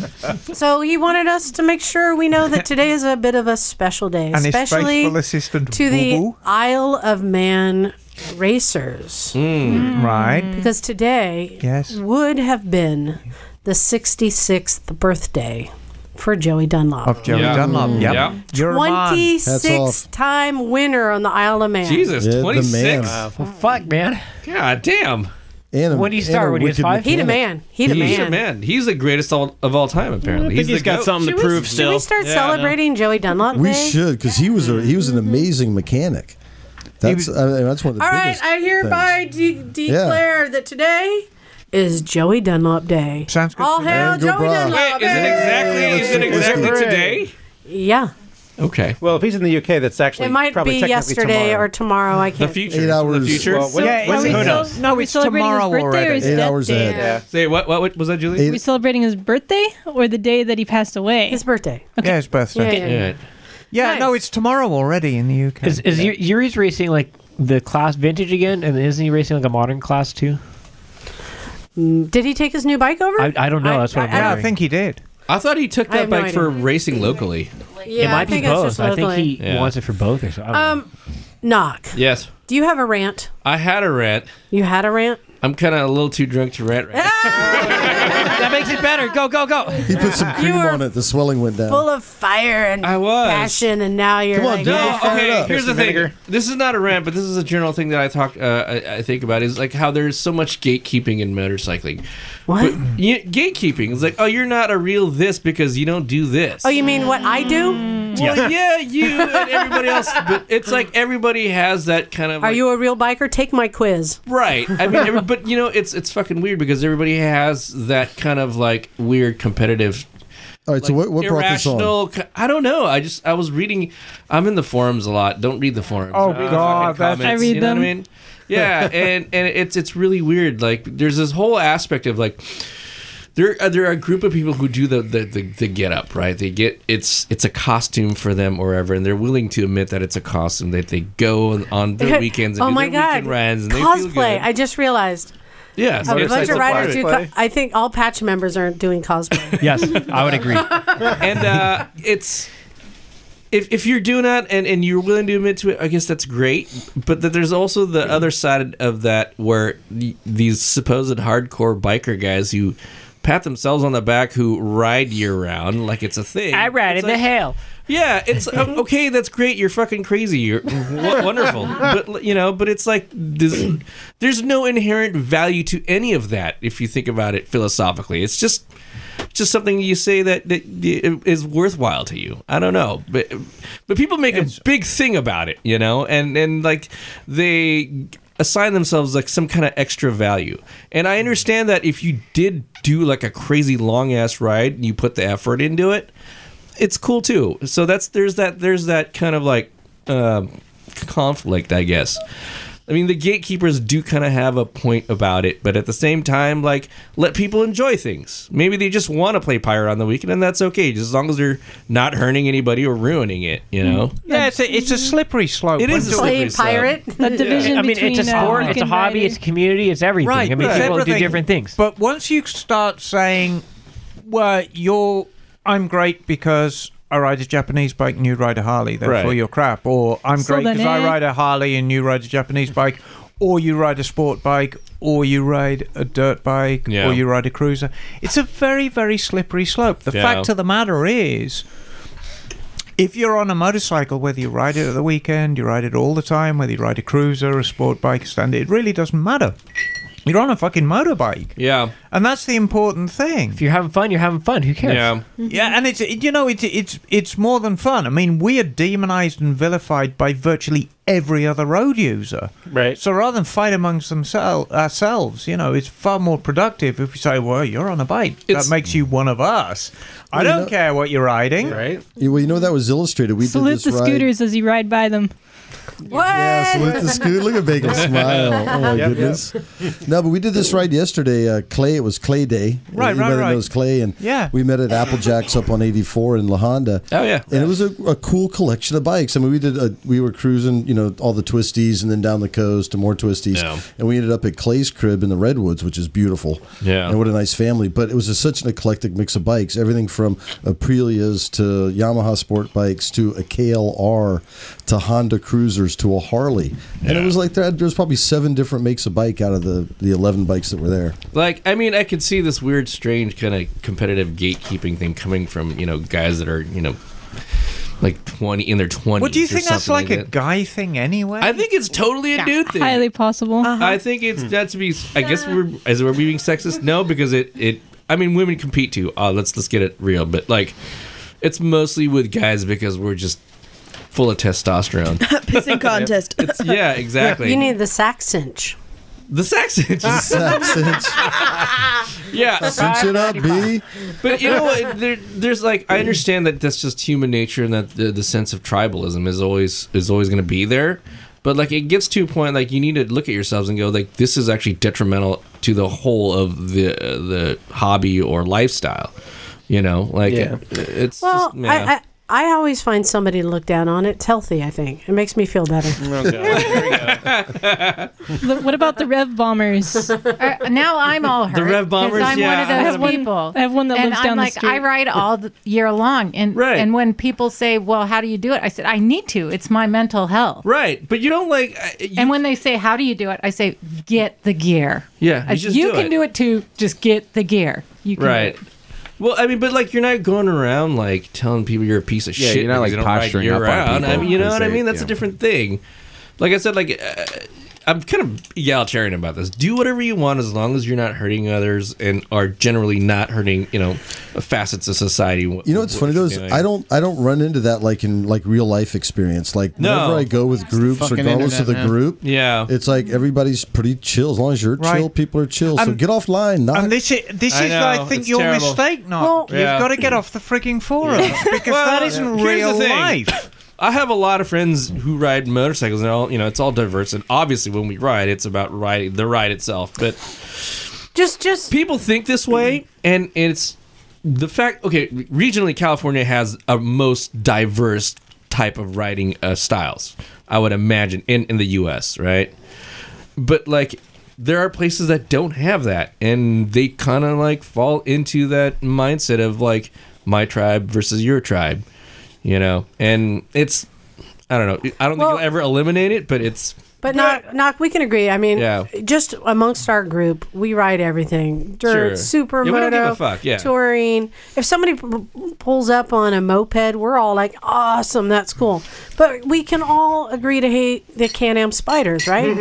A: So he wanted us to make sure we know that today is a bit of a special day,
D: And his
A: especially
D: faithful assistant,
A: to the
D: Boo-Boo.
A: Isle of Man racers.
D: Right.
A: Hmm. Because today
D: Mm. Yes.
A: would have been the 66th birthday for Joey Dunlop.
D: Of Joey
L: Yeah.
D: Dunlop. Yep.
L: Hmm. Yeah.
D: You're mine.
A: 26 time winner on the Isle of Man.
L: Jesus,
D: Yeah, the
L: 26.
D: man.
I: Well, fuck, man.
L: God damn.
C: And
I: When do you start? When he was five?
A: He the man. He the
L: He's
A: man.
L: a man. He's the greatest all, of all time, apparently.
I: think he's
L: the
I: got
L: goat.
I: something to Should we- prove should
A: Should we start
L: Yeah, I know.
A: celebrating Joey Dunlop?
C: We
A: Day?
C: should because he was a, he was an amazing mechanic. That's I mean, that's one of the
A: Mm-hmm. All right,
C: biggest
A: I hereby de- declare that today is Joey Dunlop Day.
D: Sounds
A: good. All hail
C: Andrew
A: Joey
C: Brock.
A: Dunlop.
L: Wait, is it exactly,
G: Hey,
L: is it
G: let's- let's
L: exactly
G: do it.
L: today?
A: Yeah,
L: Okay.
G: Well, if he's in the UK, that's actually
A: it might
G: probably
A: be
G: technically
A: yesterday
G: tomorrow.
A: or tomorrow. I
L: The
A: can't.
L: future.
C: Eight hours.
L: The future.
G: Well, when-
D: Yeah,
G: when's
D: are
G: it-
D: we
G: who knows?
D: still- No, it's
K: celebrating his
D: tomorrow
K: birthday or
D: already.
K: his Eight death hours day? ahead.
G: Yeah.
L: Say, what, what, what was that, Julie?
K: Are we celebrating his birthday or the day that he passed away?
A: His birthday.
D: Yeah, his birthday.
A: Yeah,
D: Yeah,
A: yeah, yeah.
D: no, it's tomorrow already in the UK.
I: Is, is Yu- Yuri's racing like the class vintage again? And isn't he racing like a modern class too?
A: Mm, Did he take his new bike over?
I: I, I don't know. That's what I'm
D: yeah, I
I: wondering.
D: think he did.
L: I thought he took
A: I have
L: that
A: no
L: bike for racing locally.
A: yeah,
I: it might
A: I think
I: be
A: it's
I: both.
A: just
I: I think he
A: locally.
L: Yeah.
I: wants it for both or something. I don't
A: Um, knock.
L: Yes.
A: Do you have a rant?
L: I had a rant.
A: You had a rant.
L: I'm kind of a little too drunk to rant right now.
I: know. that makes it better. Go go go.
C: He put some cream
A: were
C: on it. The swelling went down.
A: Full of fire and
L: I was.
A: passion, and now you're
C: Come on,
A: like, "Oh,
C: dude.
A: yeah.
L: No,
C: fire it
L: okay.
C: up.
L: Here's the thing. This is not a rant, but this is a general thing that I talk. Uh, I, I think about is like how there's so much gatekeeping in motorcycling.
A: What?
L: But you, gatekeeping is like, oh, you're not a real this because you don't do this.
A: Oh, you mean what I do?
L: Well, yeah, you and everybody else. But it's like everybody has that kind of.
A: Are
L: like-
A: you a real biker? Take my quiz.
L: Right. I mean, every, but you know, it's it's fucking weird because everybody has that kind of like weird competitive
C: All right, so what, what brought this on?
L: irrational. ki- I don't know. I just I was reading. I'm in the forums a lot. Don't read the forums.
D: Oh,
L: Read the
D: God,
L: fucking
D: that's-
L: comments,
K: I read
L: you know what
K: them.
L: I mean? Yeah, and and it's it's really weird. Like there's this whole aspect of like. There, uh, there are a group of people who do the, the, the, the get up right. They get it's it's a costume for them or whatever, and they're willing to admit that it's a costume that they go on- on their weekends and
A: oh
L: do
A: my
L: their
A: god,
L: weekend runs and they feel
A: cosplay!
L: good.
A: I just realized
L: yeah, so
A: a
L: it's like
A: bunch of
L: a
A: riders
L: part
A: do.
L: it.
A: Co- I think all patch members are doing cosplay.
I: Yes, I would agree.
L: and uh, it's if, if you're doing that and, and you're willing to admit to it, I guess that's great. But that there's also the other side of that where y- these supposed hardcore biker guys who pat themselves on the back who ride year round like it's a thing.
I: I ride
L: It's
I: in the
L: like-
I: hell.
L: Yeah, it's o- okay. That's great. You're fucking crazy. You're w- wonderful. But you know, but it's like this, there's no inherent value to any of that if you think about it philosophically. It's just just something you say that, that y- is worthwhile to you. I don't know, but but people make a big thing about it, you know, and and like they assign themselves like some kind of extra value. And I understand that if you did do like a crazy long ass ride and you put the effort into it, it's cool too. So that's there's that there's that kind of like um, conflict, I guess. I mean, the gatekeepers do kind of have a point about it, but at the same time, like let people enjoy things. Maybe they just want to play pirate on the weekend, and that's okay, just as long as they're not hurting anybody or ruining it. You know,
D: Yeah, it's a, it's a slippery slope.
L: It is
D: Once
L: a
D: you-
A: Play
L: slippery slope.
A: pirate.
K: A division
I: I mean,
K: between
I: it's a
K: uh,
I: sport, it's a
K: weekend
I: hobby,
K: riding-
I: it's a community, it's everything.
D: Right,
I: I mean,
D: right.
I: people do
D: Everything.
I: different things.
D: But once you start saying, "Well, you're I'm great because I ride a Japanese bike and you ride a Harley, therefore
L: Right.
D: you're crap," or "I'm
K: So
D: great
K: then,
D: because I
K: eh?
D: ride a Harley and you ride a Japanese bike," or you ride a sport bike, or you ride a dirt bike,
L: Yeah.
D: or you ride a cruiser, it's a very very slippery slope. The
L: Yeah.
D: fact of the matter is. If you're on a motorcycle, whether you ride it at the weekend, you ride it all the time, whether you ride a cruiser, a sport bike, a standard, it really doesn't matter. You're on a fucking motorbike.
L: Yeah,
D: And that's the important thing.
I: if you're having fun, you're having fun. Who cares?
L: yeah,
C: Mm-hmm.
D: Yeah, and it's it- you know it's it's it's more than fun. I mean, we are demonized and vilified by virtually every other road user.
G: Right.
D: So rather than fight amongst themselves ourselves, you know, it's far more productive if we say, "Well, you're on a bike.
L: It's-
D: that makes you one of us. I don't care what you're riding."
G: Right?
C: Yeah, well, you know that was illustrated. We did
K: Salute
C: this
K: the
C: ride.
K: scooters as you ride by them.
A: What?
C: Yeah, salute the scoot. Look at Bagel smile. Oh my goodness. No, but we did this ride yesterday. Uh, Clay, it was Clay Day.
D: Right, right,
C: Everybody
D: right.
C: knows Clay, and
D: Yeah.
C: we met at Applejacks up on 84 in La Honda.
L: Oh, yeah.
C: and it was a, a cool collection of bikes. I mean, we did a, we were cruising, you know, all the twisties, and then down the coast to more twisties,
L: Yeah.
C: and we ended up at Clay's crib in the redwoods, which is beautiful.
L: Yeah.
C: and what a nice family. But it was a, such an eclectic mix of bikes, everything from Aprilias to Yamaha sport bikes to a KLR to Honda Cruisers to a Harley, and it was like there, there was probably seven different makes of bike out of the the eleven bikes that were there.
L: Like, I mean, I could see this weird, strange kind of competitive gatekeeping thing coming from you know guys that are you know like twenty in their twenties.
D: Well, do you think that's like, a
L: that.
D: guy thing anyway?
L: I think it's totally a dude thing.
K: Highly possible.
A: Uh-huh.
L: I think it's that's be. I guess we're as we're being sexist. No, because it it. I mean, women compete too. Uh, let's let's get it real. But like, it's mostly with guys because we're just full of testosterone.
E: Pissing contest.
L: It's- yeah, exactly.
A: You need the sack cinch.
L: the sex inch. yeah,
C: Cinch it up, B.
L: But you know, what, there, there's like I understand that that's just human nature, and that the, the sense of tribalism is always is always going to be there. But like it gets to a point like you need to look at yourselves and go like this is actually detrimental to the whole of the the hobby or lifestyle. You know, like
A: Yeah.
L: it- it's
A: Well,
L: just, yeah.
A: I, I I always find somebody to look down on. It's healthy, I think. It makes me feel better.
K: The- what about the Rev Bombers?
J: Uh, now I'm all hurt. 'cause
K: Bombers,
J: I'm
K: yeah. I
J: one
K: have
J: of those
K: one-
J: people.
K: I have one that
J: and
K: lives
J: I'm
K: down the
J: like,
K: street.
J: I ride all the year long, and
L: Right.
J: and when people say, "Well, how do you do it?" I said, "I need to. It's my mental health."
L: right. But you don't like I- you,
J: And when they say, "How do you do it?" I say, "Get the gear."
L: yeah.
J: I-
L: just
J: can do it too. Just get the gear. You can
L: right. Well, I mean, but like you're not going around like telling people you're a piece of
F: Yeah,
L: shit.
F: you're
L: because
F: not, like,
L: you don't ride
F: posturing up on
L: year-round. I
F: people
L: mean, you know
F: because
L: what I
F: they-
L: mean? That's
F: yeah.
L: a different thing. Like I said, like uh, I'm kind of egalitarian about this. Do whatever you want as long as you're not hurting others and are generally not hurting, you know, facets of society.
C: You know what's funny though is I don't I don't run into that like in like real life experience. Like
L: No.
C: whenever I go with groups,
L: fucking
C: regardless of the
L: internet, man.
C: group,
L: Yeah.
C: it's like everybody's pretty chill. As long as you're
D: Right.
C: chill, people are chill. so
D: And-
C: get offline. Not
D: and this is this
L: I
D: is I
L: know,
D: think
L: it's
D: your
L: terrible.
D: mistake, not
L: Well-
D: you've
L: Yeah.
D: got to get off the frigging forums because that isn't
L: Here's
D: real
L: the thing.
D: life.
L: I have a lot of friends who ride motorcycles, and all you know, it's all diverse. And obviously, when we ride, it's about riding the ride itself. But
A: just, just
L: people think this way, and it's the fact. Okay, regionally, California has a most diverse type of riding uh, styles. I would imagine in in the U.S. Right, but like. There are places that don't have that, and they kind of like fall into that mindset of like my tribe versus your tribe, you know. And it's, I don't know, I don't think you'll ever eliminate it, but it's
A: But knock, knock, we can agree. I mean,
L: Yeah.
A: just amongst our group, we ride everything: dirt,
L: Sure.
A: supermoto,
L: Yeah, we don't give a fuck, yeah.
A: touring. If somebody p- pulls up on a moped, we're all like, "Awesome, that's cool." But we can all agree to hate the Can-Am spiders, right?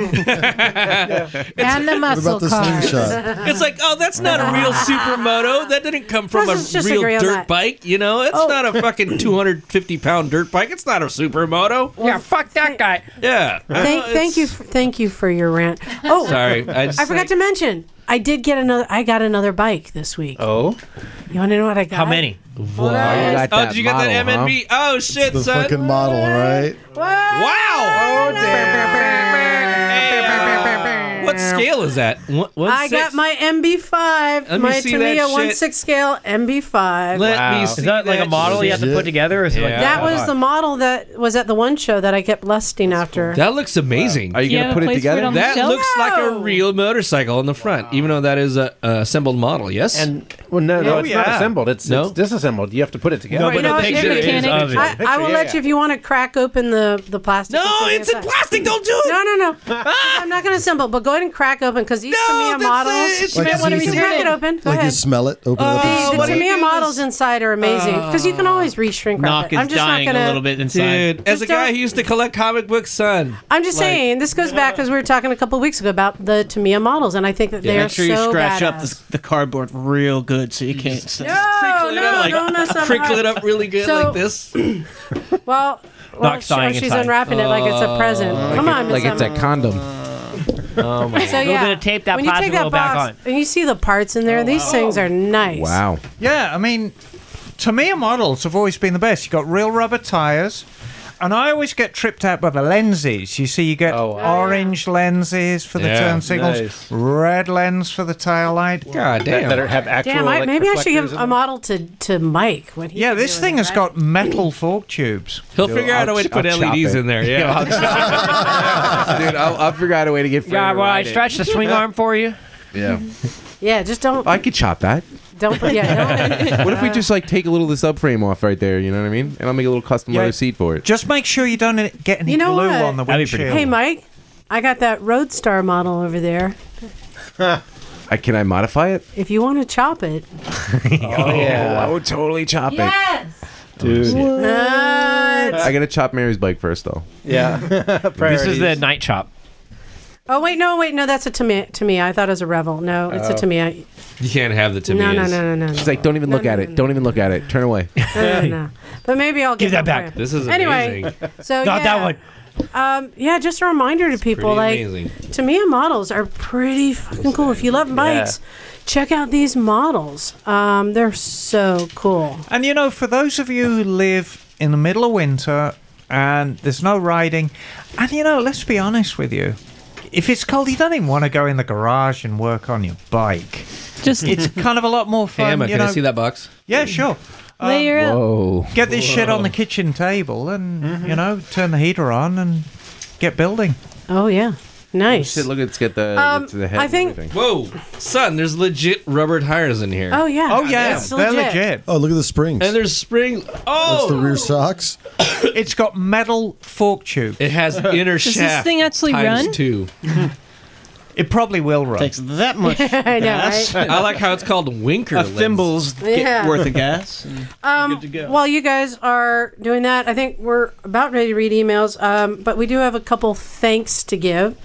J: And the
A: What
J: muscle
A: about the
J: cars.
A: slingshot?
L: It's like, oh, that's not a real supermoto. That didn't come from a
A: Let's just
L: real
A: agree on
L: dirt
A: that.
L: bike. You know,
A: Oh.
L: it's not a fucking 250 pound dirt bike. It's not a supermoto.
J: yeah, fuck that guy.
L: Yeah.
A: thank, thank you, for, thank you for your rant. Oh,
L: Sorry,
A: I,
L: I just
A: forgot
L: like-
A: to mention. I did get another. I got another bike this week.
G: Oh,
A: You want to know what I got?
I: How many?
L: Oh, did you get that MNB? Oh shit,
C: the
L: son!
C: fucking model, right?
A: Oh,
L: Wow! Hey, uh, what scale is that? One, one
A: I
L: sixth?
A: got my MB5,
L: Let me
A: my
L: see that
A: Tamiya
L: shit.
A: 1 6 scale MB5.
L: Let me
I: Is
L: see
I: that like a
L: that
I: model you have to
L: shit.
I: put together? Or is it like
L: Yeah.
A: That was the model that was at the one show that I kept lusting after.
L: That looks amazing. Are
A: you gonna Yeah, put it place for it together? on the
L: That
A: shelf?
L: looks like a real motorcycle on the front, even though that is a, a assembled model. Yes.
G: And well, no, no,
L: Oh,
G: it's not
L: yeah.
G: assembled. It's,
L: No?
G: it's disassembled. You have to put it together.
I: No, but You know, a picture
A: If you can- I, I will let you if you want to crack open the the plastic.
L: No,
A: it's in plastic.
L: Don't do it. Ah!
A: No, no, no. I'm not going to assemble, but go ahead and crack open because these Tamiya models.
C: it's Like meant you when see-
A: you
C: it's
A: can crack it open. Go
C: like you
A: ahead.
C: smell it, open it up.
A: Oh, the the Tamiya models inside are amazing because you can always reshrink wrap
I: Oh. Knock
A: it. I'm
I: is
A: just not
I: dying
A: going
I: a
A: to.
I: little bit inside.
L: Dude, as a guy who used to collect comic books, son.
A: I'm just
L: like-
A: saying this goes back because we were talking a couple weeks ago about the Tamiya models, and I think that
I: Yeah,
A: they are
I: make sure you
A: so
I: scratch up
A: badass.
I: the, the cardboard real good so you can't. see.
A: Oh, No, no,
L: like,
A: no, no, so
L: crinkle
A: hard.
L: it up really good
A: So-
L: like this.
A: Well, well
I: Knock
A: sure,
I: dying
A: she's
I: inside.
A: unwrapping it like it's a present.
F: Uh, Oh,
A: Come on, Miss Emma.
G: condom.
I: Oh my
A: So yeah,
I: bit of tape that
A: when you take
I: plastic
A: that
I: roll back Oh,
A: box and you see the parts in there, these things are nice.
G: Wow.
D: Yeah, I mean, Tamiya models have always been the best. You got real rubber tires, and I always get tripped out by the lenses. You see, you get
G: Oh,
D: orange lenses for the
L: Yeah,
D: turn signals,
L: nice.
D: red lens for the tail light.
L: God damn.
G: Better have actual.
A: Damn, I,
G: like,
A: maybe I should
G: reflectors
A: give
G: in
A: a
G: them.
A: model to, to Mike when he.
D: Yeah, this thing has got metal fork tubes.
L: He'll
G: Dude,
L: figure out a
G: I'll
L: way to
G: ch-
L: put
G: I'll
D: E
G: chop
L: LEDs
G: it.
L: in there. Yeah.
G: Dude, I'll, I'll figure out a way to get. Fran
I: Yeah,
G: to
I: well, I
G: ride it.
I: stretched the swing arm for you.
F: Yeah.
A: Yeah, just don't
F: I could chop that.
A: don't put- yeah, don't,
F: What if we just like take a little of the subframe off right there? You know what I mean? And I'll make a little custom
A: Yeah.
F: leather seat for it.
D: Just make sure you don't get any
A: You know
D: glue
A: what?
D: on the windshield.
A: Hey Mike, I got that Roadstar model over there.
F: I, can I modify it?
A: If you want to chop it.
F: oh I would totally chop it, dude.
A: Uh,
F: I gotta chop Mary's bike first though.
G: Yeah.
I: this is the night chop.
A: Oh wait, no, wait, no, that's a Tamiya. Tamiya. I thought it was a Revel. No, it's a
F: Oh.
A: Tamiya.
F: You can't have the
A: No, no, Tamiya's. no, no, no,
F: She's
A: no.
F: like, don't even look at it. Don't even look at it. Turn away.
A: No, no, no. But maybe I'll
F: Give
A: get
F: that
A: one for
F: back.
A: you.
F: This is
A: anyway.
F: amazing.
A: So
F: Not
A: yeah.
F: that one.
A: Um, yeah, just a reminder to people like
F: pretty amazing.
A: Tamiya models are pretty fucking cool. If you love bikes, check out these models. Um, they're so cool.
D: And you know, for those of you who live in the middle of winter and there's no riding, and you know, let's be honest with you. If it's cold, you don't even want to go in the garage and work on your bike.
K: Just
D: it's kind of a lot more fun.
L: Emma,
D: you
L: can I
D: know.
L: see that box?
D: Yeah, sure. Um,
K: Layer up.
F: Whoa.
D: Get this shit on the kitchen table, and
B: Mm-hmm.
D: you know, turn the heater on and get building.
A: Oh yeah, nice.
F: Shit, look, it's get the,
A: Um,
F: to the head.
A: I think-
L: Whoa, son! There's legit rubber tires in here.
A: Oh yeah.
C: Oh, look at the springs.
L: And there's spring. Oh,
C: That's the rear socks.
D: it's got metal fork tube.
L: It has inner
K: Does this shaft thing actually times run?
L: two.
D: it probably will run.
L: Takes
B: that much
A: I know,
B: gas.
A: right?
L: I like how it's called winker.
B: a
L: lens.
B: thimble's get
A: Yeah.
B: worth of gas.
A: Um, While you guys are doing that, I think we're about ready to read emails, um, but we do have a couple thanks to give.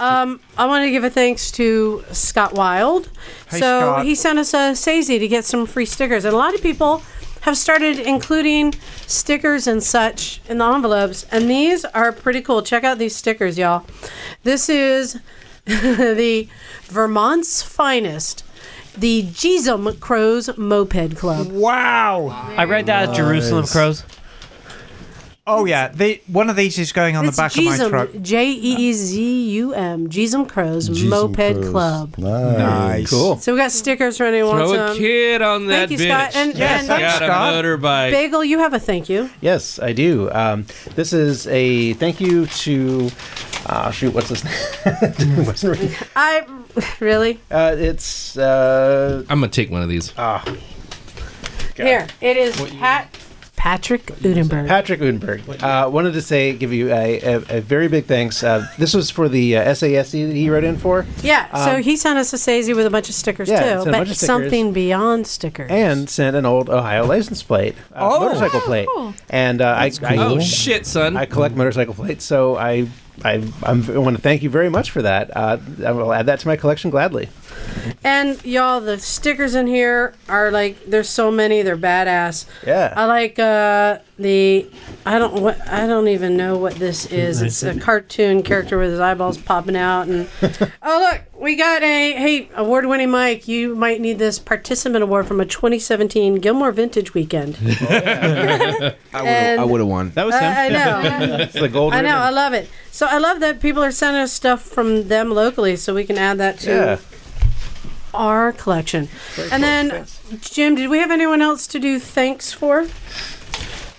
A: Um, I want to give a thanks to Scott Wild.
M: Hey,
A: so
M: Scott.
A: he sent us a Sazy to get some free stickers, and a lot of people have started including stickers and such in the envelopes, and these are pretty cool. Check out these stickers, y'all. This is the Vermont's finest. The Jism Crows Moped Club.
D: Wow!
I: I read that as Jerusalem crows.
D: Oh yeah, the, one of these is going on
A: It's
D: the back of my truck.
A: Jism, J E E Z U M, Jism Crows
D: Jism
A: Moped
D: Crows.
A: Club.
C: Nice.
D: Nice.
L: Cool.
A: So we got stickers for anyone.
L: Throw a
A: some.
L: kid on that
A: Thank you, Scott.
L: bitch.
A: And,
L: Yes,
A: and
L: I got a Scott. motorbike.
A: Bagel, you have a thank you.
G: Yes, I do. Um, this is a thank you to. Uh, shoot, what's his name? What's her-
A: I really
G: uh, it's. Uh,
L: I'm gonna take one of these.
G: Ah,
A: here. It is Pat Patrick Udenberg.
G: Patrick Udenberg. Uh, wanted to say, give you a, a, a very big thanks. Uh, this was for the uh, SASE that he wrote in for.
A: Yeah. so
G: Um,
A: he sent us a Sazy with a bunch of stickers
G: Yeah,
A: too,
G: sent a
A: but
G: bunch of stickers.
A: something beyond stickers.
G: and sent an old Ohio license plate, uh,
A: Oh.
G: motorcycle plate, and uh, I, I
L: Oh shit, son!
G: I collect motorcycle plates, so I I, I'm, I want to thank you very much for that. Uh, I will add that to my collection gladly.
A: And y'all, the stickers in here are like there's so many, they're badass.
G: Yeah.
A: I like uh the I don't what I don't even know what this is. It's a cartoon character with his eyeballs popping out and Oh look, we got a hey, award winning Mike, you might need this participant award from a twenty seventeen Gilmore Vintage Weekend. And-
F: I would have won.
A: That was him. I- I know.
G: it's the gold.
A: I know,
G: ribbon.
A: I love it. So I love that people are sending us stuff from them locally so we can add that to
G: Yeah.
A: our collection. and then, Jim, did we have anyone else to do thanks for?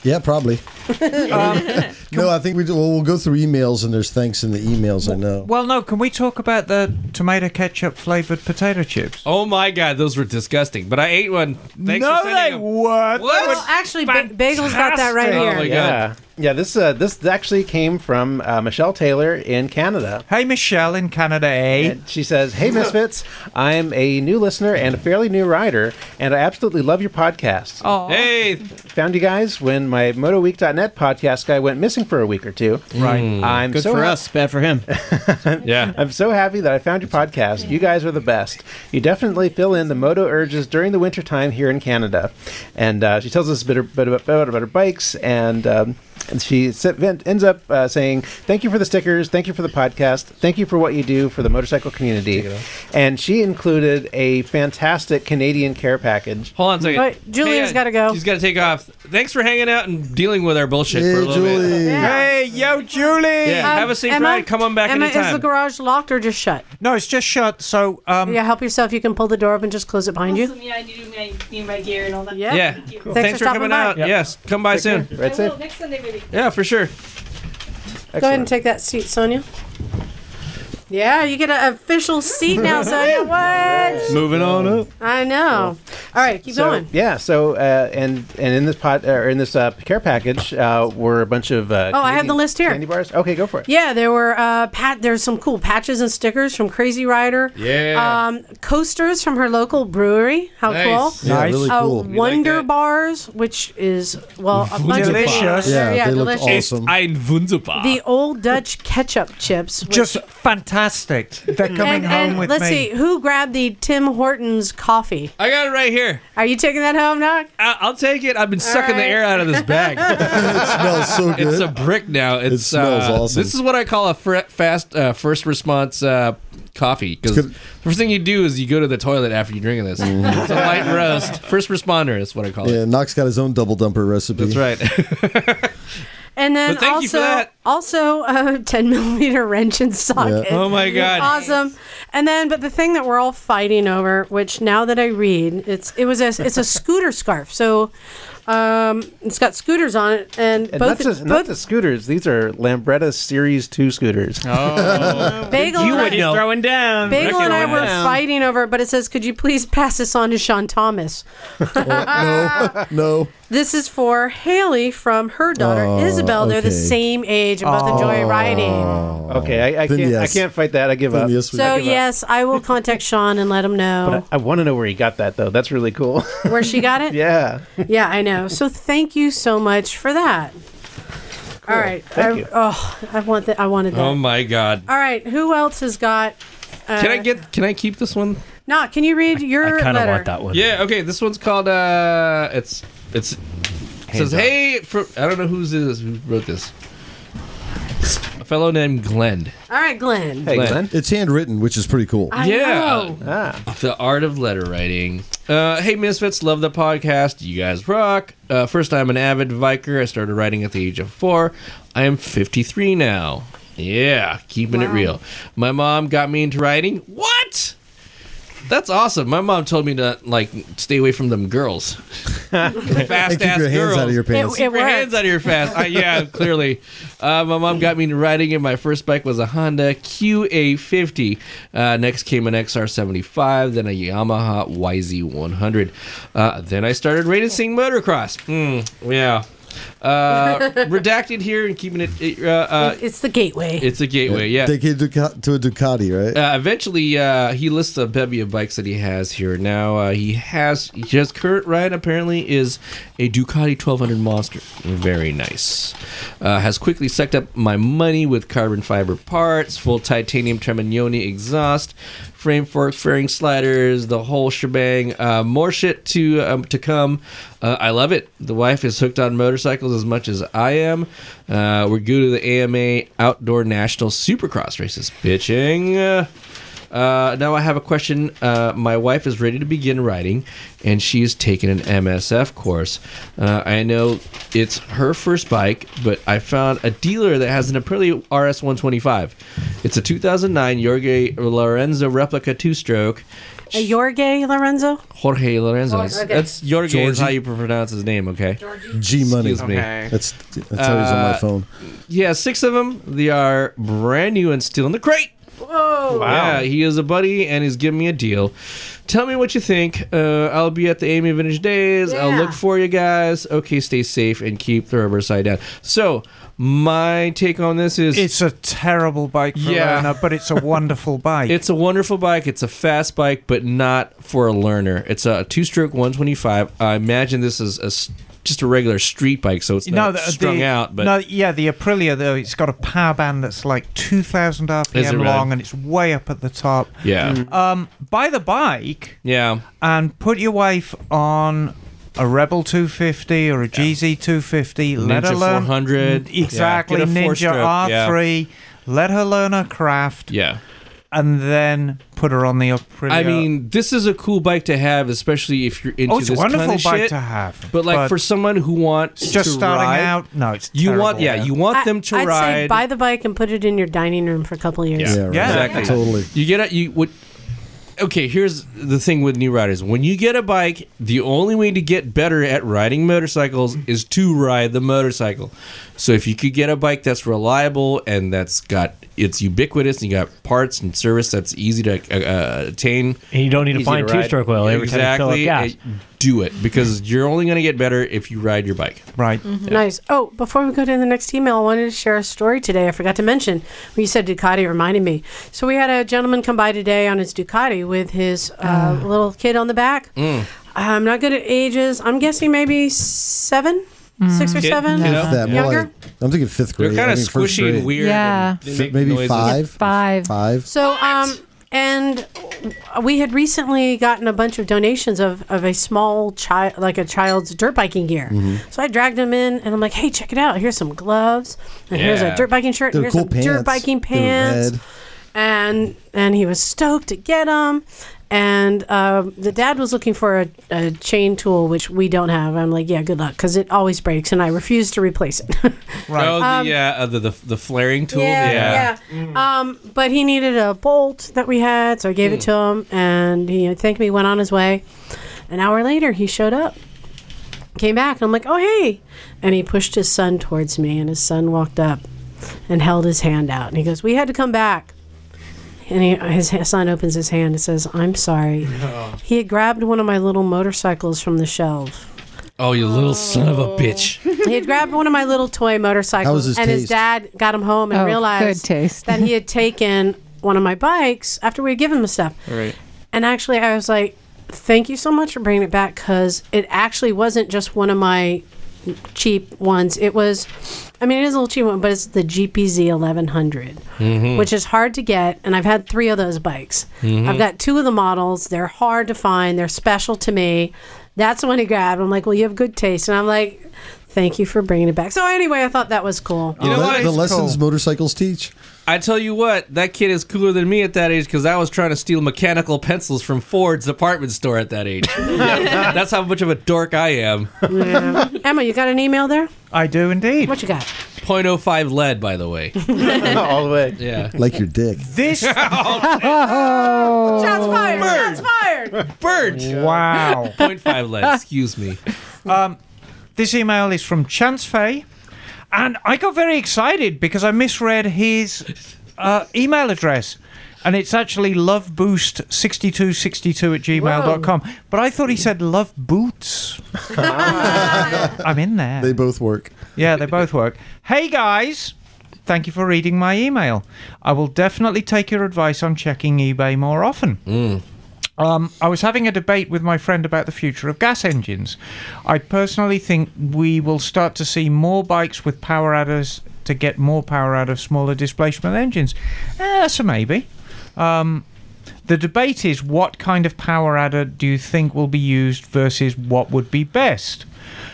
C: Yeah, probably. no, I think we do, well, we'll go through emails and there's thanks in the emails. I know.
D: Well, no. Can we talk about the tomato ketchup flavored potato chips?
L: Oh my god, those were disgusting. But I ate one. Thanks
D: no,
L: for
D: they
L: sending them.
D: weren't.
L: What?
A: Well, actually, ba- Bagel's got that right
L: Oh
A: here.
L: my
G: yeah.
L: God.
G: Yeah, this uh, this actually came from uh, Michelle Taylor in Canada.
D: Hey, Michelle in Canada, eh?
G: And she says, "Hey, Misfits, I'm a new listener and a fairly new rider, and I absolutely love your podcast.
D: Oh,
L: hey,
G: found you guys when my MotoWeek.net podcast guy went missing for a week or two.
B: Right.
G: I'm
B: Hmm. Good
G: so
B: for
G: hap-
B: us, bad for him.
L: yeah.
G: I'm so happy that I found your podcast. You guys are the best. You definitely fill in the moto urges during the winter time here in Canada. And uh, she tells us a bit, a bit about, about, about her bikes, and, um, and she se- ven- ends up uh, saying, Thank you for the stickers. Thank you for the podcast. Thank you for what you do for the motorcycle community. And she included a fantastic Canadian care package.
L: Hold on a second.
G: Right, Julian's
L: uh,
G: gotta go.
L: She's got to take off. Thanks for hanging out and dealing with our bullshit for a little bit.
D: Hey, yo, Julie.
L: Yeah, have a safe ride. Come on back
A: Um, Emma,
L: anytime.
A: Is the garage locked or just shut?
D: No, it's just shut. So, um,
A: yeah, help yourself. You can pull the door up and just close it behind you.
K: Yeah, I do my, need my gear and all that.
A: Yeah.
L: Yeah.
A: Cool.
L: Thanks,
A: Thanks
L: for,
A: for stopping
L: coming
A: by.
L: out.
A: Yep.
L: Yes. Come by soon.
G: Right, safe.
K: Next Sunday, maybe.
L: Yeah, for sure.
A: Go ahead and take that seat, Sonia. Yeah, you get an official seat now, son. What?
G: Moving on up.
A: I know. All right, keep
G: so,
A: going.
G: Yeah. So uh, and and in this pot or in this uh, care package uh, were a bunch of. Uh,
A: Oh, I have
G: Canadian
A: the list here.
G: Candy bars. Okay, go for it.
A: Yeah, there were uh, pat. There's some cool patches and stickers from Crazy Rider.
G: Yeah.
A: Um, coasters from her local brewery. How
G: Nice.
A: cool!
C: Yeah, Nice. really
A: Uh,
C: cool. We like
A: Wonder bars, which is well a bunch of
D: Delicious.
A: Yeah, yeah, delicious.
D: Ein wunderbar.
A: The old Dutch ketchup chips. Which,
D: Just fantastic. They're
A: and,
D: coming home
A: and
D: with
A: let's
D: me.
A: see who grabbed the Tim Hortons coffee.
L: I got it right here.
A: Are you taking that home, Doc?
L: I- I'll take it. I've been sucking the
A: right.
L: air out of this bag. it
C: smells so
L: good. It's a brick now. It's,
I: smells
L: uh,
I: awesome.
L: This is what I call a fr- fast uh, first response uh, coffee because the first thing you do is you go to the toilet after you drink this. it's a light roast. First responder is what I call it.
C: Yeah, Knox got his own double dumper recipe. That's
L: right.
A: And then
L: But thank
A: also,
L: you for that.
A: also a 10 millimeter wrench and socket.
L: Yeah. Oh my God.
A: Awesome. And then, but the thing that we're all fighting over, which now that I read, it's it was a it's a scooter scarf. So, um, it's got scooters on it, and,
G: And
A: both
G: not, just, not
A: both
G: the scooters. These are Lambretta Series Two scooters.
A: Oh. Bagel You and I- would know.
O: throwing down.
A: Bagel and I
O: Throwing
A: were
O: down.
A: fighting over it, but it says, "Could you please pass this on to Sean Thomas?"
C: no, no.
A: This is for Haley from her daughter
G: Oh,
A: Isabel. They're the
G: okay.
A: same age and both enjoy riding.
G: Okay, I, I
C: Then
G: can't.
C: yes.
G: I can't fight that. I give up.
A: So yes, I will contact Sean and let him know.
G: But I, I want to know where he got that though. That's really cool.
A: where she got it?
G: yeah.
A: Yeah, I know. So thank you so much for that. All right.
L: Thank
A: I,
L: you.
A: Oh, I want that. I wanted that.
L: Oh my god.
A: All right. Who else has got? Uh,
L: Can I get? Can I keep this one?
A: Nah. Can you read your letter?
L: one. Yeah. Okay. This one's called. uh It's it's it says
I: up.
L: hey. For, I don't know who's this. Who wrote this? A fellow named Glenn.
A: All right, Glenn.
C: It's handwritten, which is pretty cool.
A: I
L: yeah. Ah.
A: know.
L: The art of letter writing. Uh, hey, Misfits, love the podcast. You guys rock. Uh, first, I'm an avid biker. I started riding at the age of four. I am 53 now. Yeah, keeping it
I: Wow.
L: real. My mom got me into riding. What? That's awesome. My mom told me to like stay away from them girls. Fast
C: keep
L: ass
C: your hands
L: girls.
C: out of your pants. It- it
L: keep your
C: worked.
L: hands out of your fast. I, yeah, clearly. Uh, my mom got me into riding, and my first bike was a Honda QA50. Uh, next came an XR75, then a Yamaha YZ100. Uh, then I started racing motocross. Mm, yeah. Uh, redacted here and keeping it. Uh, uh,
A: it's the gateway.
L: It's a gateway. Yeah.
C: Take it to Duca- to a Ducati, right?
L: Uh, eventually, uh, he lists a bevy of bikes that he has here. Now uh, he has his current ride apparently is a Ducati 1200 Monster. Very nice. Uh, has quickly sucked up my money with carbon fiber parts, full titanium Tremagnoni exhaust, frame fork, fairing sliders, the whole shebang. Uh, more shit to um, to come. Uh, I love it. The wife is hooked on motorcycles as much as I am. Uh, we're good to the AMA Outdoor National Supercross races. Bitching. Uh, now I have a question. Uh, my wife is ready to begin riding, and she's taken an MSF course. Uh, I know it's her first bike, but I found a dealer that has an Aprilia RS125. It's a 2009 Jorge Lorenzo replica two-stroke.
A: Uh, your gay Lorenzo.
L: Jorge Lorenzo.
A: Jorge,
L: That's-
A: okay.
L: That's Jorge is
C: Georgie.
L: how you pronounce his name, okay?
C: G Money.
L: Excuse me.
C: That's that's how he's on my
L: Uh,
C: phone.
L: Yeah, six of them. They are brand new and still in the crate.
A: Whoa!
L: Yeah, he is a buddy and he's giving me a deal. Tell me what you think. Uh, I'll be at the Amy Vintage Days. I'll look for you guys. Okay, stay safe and keep the rubber side down. So, my take on this is
D: It's a terrible bike for
L: Yeah.
D: learner, but it's a wonderful bike.
L: it's a wonderful bike. It's a fast bike, but not for a learner. It's a two-stroke 125. I imagine this is a s just a regular street bike, so it's not strung out. But
D: no, oh, yeah, the Aprilia though, it's got a power band that's like 2,000
L: Is it
D: RPM
L: really?
D: long, and it's way up at the top.
L: Yeah. Mm.
D: Um, buy the bike
L: yeah,
D: and put your wife on a Rebel 250 or a GZ 250. let
L: Ninja
D: her learn
L: 400.
D: Mm,
L: Yeah.
D: exactly
L: Get a
D: Ninja
L: four-stroke, yeah.
D: R3. Let her learn her craft.
L: Yeah.
D: and then put her on the Aprilia.
L: I mean, this is a cool bike to have, especially if you're into
D: Oh, it's a
L: this
D: wonderful
L: kind of
D: bike
L: shit.
D: to have,
L: But like
D: but
L: for someone who wants
D: just
L: to
D: starting
L: ride-
D: out, no, it's
L: you want
D: terrible,
L: yeah,
D: yeah.
L: you want
A: I-
L: them to
A: I'd
L: ride.
A: say buy the bike and put it in your dining room for a couple of years.
L: exactly. You get a, you would okay, here's the thing with new riders. When you get a bike, the only way to get better at riding motorcycles is to ride the motorcycle. So if you could get a bike that's reliable and that's got it's ubiquitous and you got parts and service that's easy to uh, attain,
I: And you don't need to
L: easy
I: find
L: ride,
I: two-stroke oil every time you fill up
L: exactly,
I: gas.
L: and Do it because you're only going to get better if you ride your bike.
D: Right.
A: Nice. Oh, before we go to the next email, I wanted to share a story today. I forgot to mention. When you said Ducati, it reminded me. So we had a gentleman come by today on his Ducati with his uh, little kid on the back.
G: Mm.
A: I'm not good at ages. I'm guessing maybe seven, six or
C: Kid-
A: seven.
C: Half that, more
A: Younger.
C: like- I'm thinking fifth
L: They're
C: grade.
L: kinda
C: I mean, first
L: squishy and
C: grade.
L: weird
J: Yeah. and they
C: F-
L: make
C: maybe
L: noises.
C: five.
J: Five.
C: Five.
A: So, um, and we had recently gotten a bunch of donations of, of a small child, like a child's dirt biking gear.
I: Mm-hmm.
C: Mhm.
A: So I dragged him in, and I'm like, "Hey, check it out! Here's some gloves, and here's a
C: Yeah.
A: dirt biking shirt,
C: They're
A: and here's
C: cool
A: some dirt
C: pants.
A: biking
C: They were
A: pants."
C: red.
A: And and he was stoked to get them. And um the dad was looking for a, a chain tool, which we don't have. I'm like, "Yeah, good luck," because it always breaks, and I refuse to replace it.
L: Right. Oh, the,
A: Um,
L: uh, uh, the, the the flaring tool.
A: Yeah, yeah. Um, but he needed a bolt that we had, so I gave it to him, and he thanked me, went on his way. An hour later, he showed up, came back, and I'm like, "Oh, hey!" And he pushed his son towards me, and his son walked up and held his hand out, and he goes, "We had to come back." And he, his ha- son opens his hand and says, "I'm sorry." He had grabbed one of my little motorcycles from the shelf.
L: Oh, you little son of a
A: Oh.
L: bitch.
A: he had grabbed one of my little toy
L: How
A: motorcycles,
L: was his
A: and his
L: taste?
A: dad got him home and
J: Oh,
A: realized
J: good taste.
A: that he had taken one of my bikes after we had given him the stuff.
J: All right.
A: And actually, I was like, "Thank you so much for bringing it back," because it actually wasn't just one of my cheap ones. It was, I mean, it is a little cheap one, but it's the GPZ 1100
C: Mm-hmm.
K: Mm-hmm.
N: Mhm.
A: which is hard to get. And I've had three of those bikes.
N: Mhm.
A: I've got two of the models. They're hard to find. They're special to me. That's the one he grabbed. I'm like, well, you have good taste, and I'm like, thank you for bringing it back. So anyway, I thought that was cool.
L: You know
C: the,
L: what?
C: the
L: It's
C: lessons
L: cool.
C: motorcycles teach.
L: I tell you what, that kid is cooler than me at that age because I was trying to steal mechanical pencils from Ford's department store at that age. That's how much of a dork I am.
A: Yeah. Emma, you got an email there?
D: I do indeed.
A: What you got?
L: 0.05 lead, by the way.
G: All the way.
L: Yeah.
C: Like your dick.
D: This.
A: Shots fired! Shots fired!
L: Burnt.
D: Wow.
L: 0.5 lead, excuse me.
D: Um, this email is from Chance Fay, and I got very excited because I misread his uh, email address. And it's actually loveboost6262 at gmail.com. But I thought he said love boots. I'm in there.
C: They both work.
D: Yeah, they both work. Hey guys, thank you for reading my email. I will definitely take your advice on checking eBay more often.
C: Mm.
D: Um, I was having a debate with my friend about the future of gas engines. I personally think we will start to see more bikes with power adders to get more power out of smaller displacement engines. Eh, that's a maybe. Um, the debate is what kind of power adder do you think will be used versus what would be best?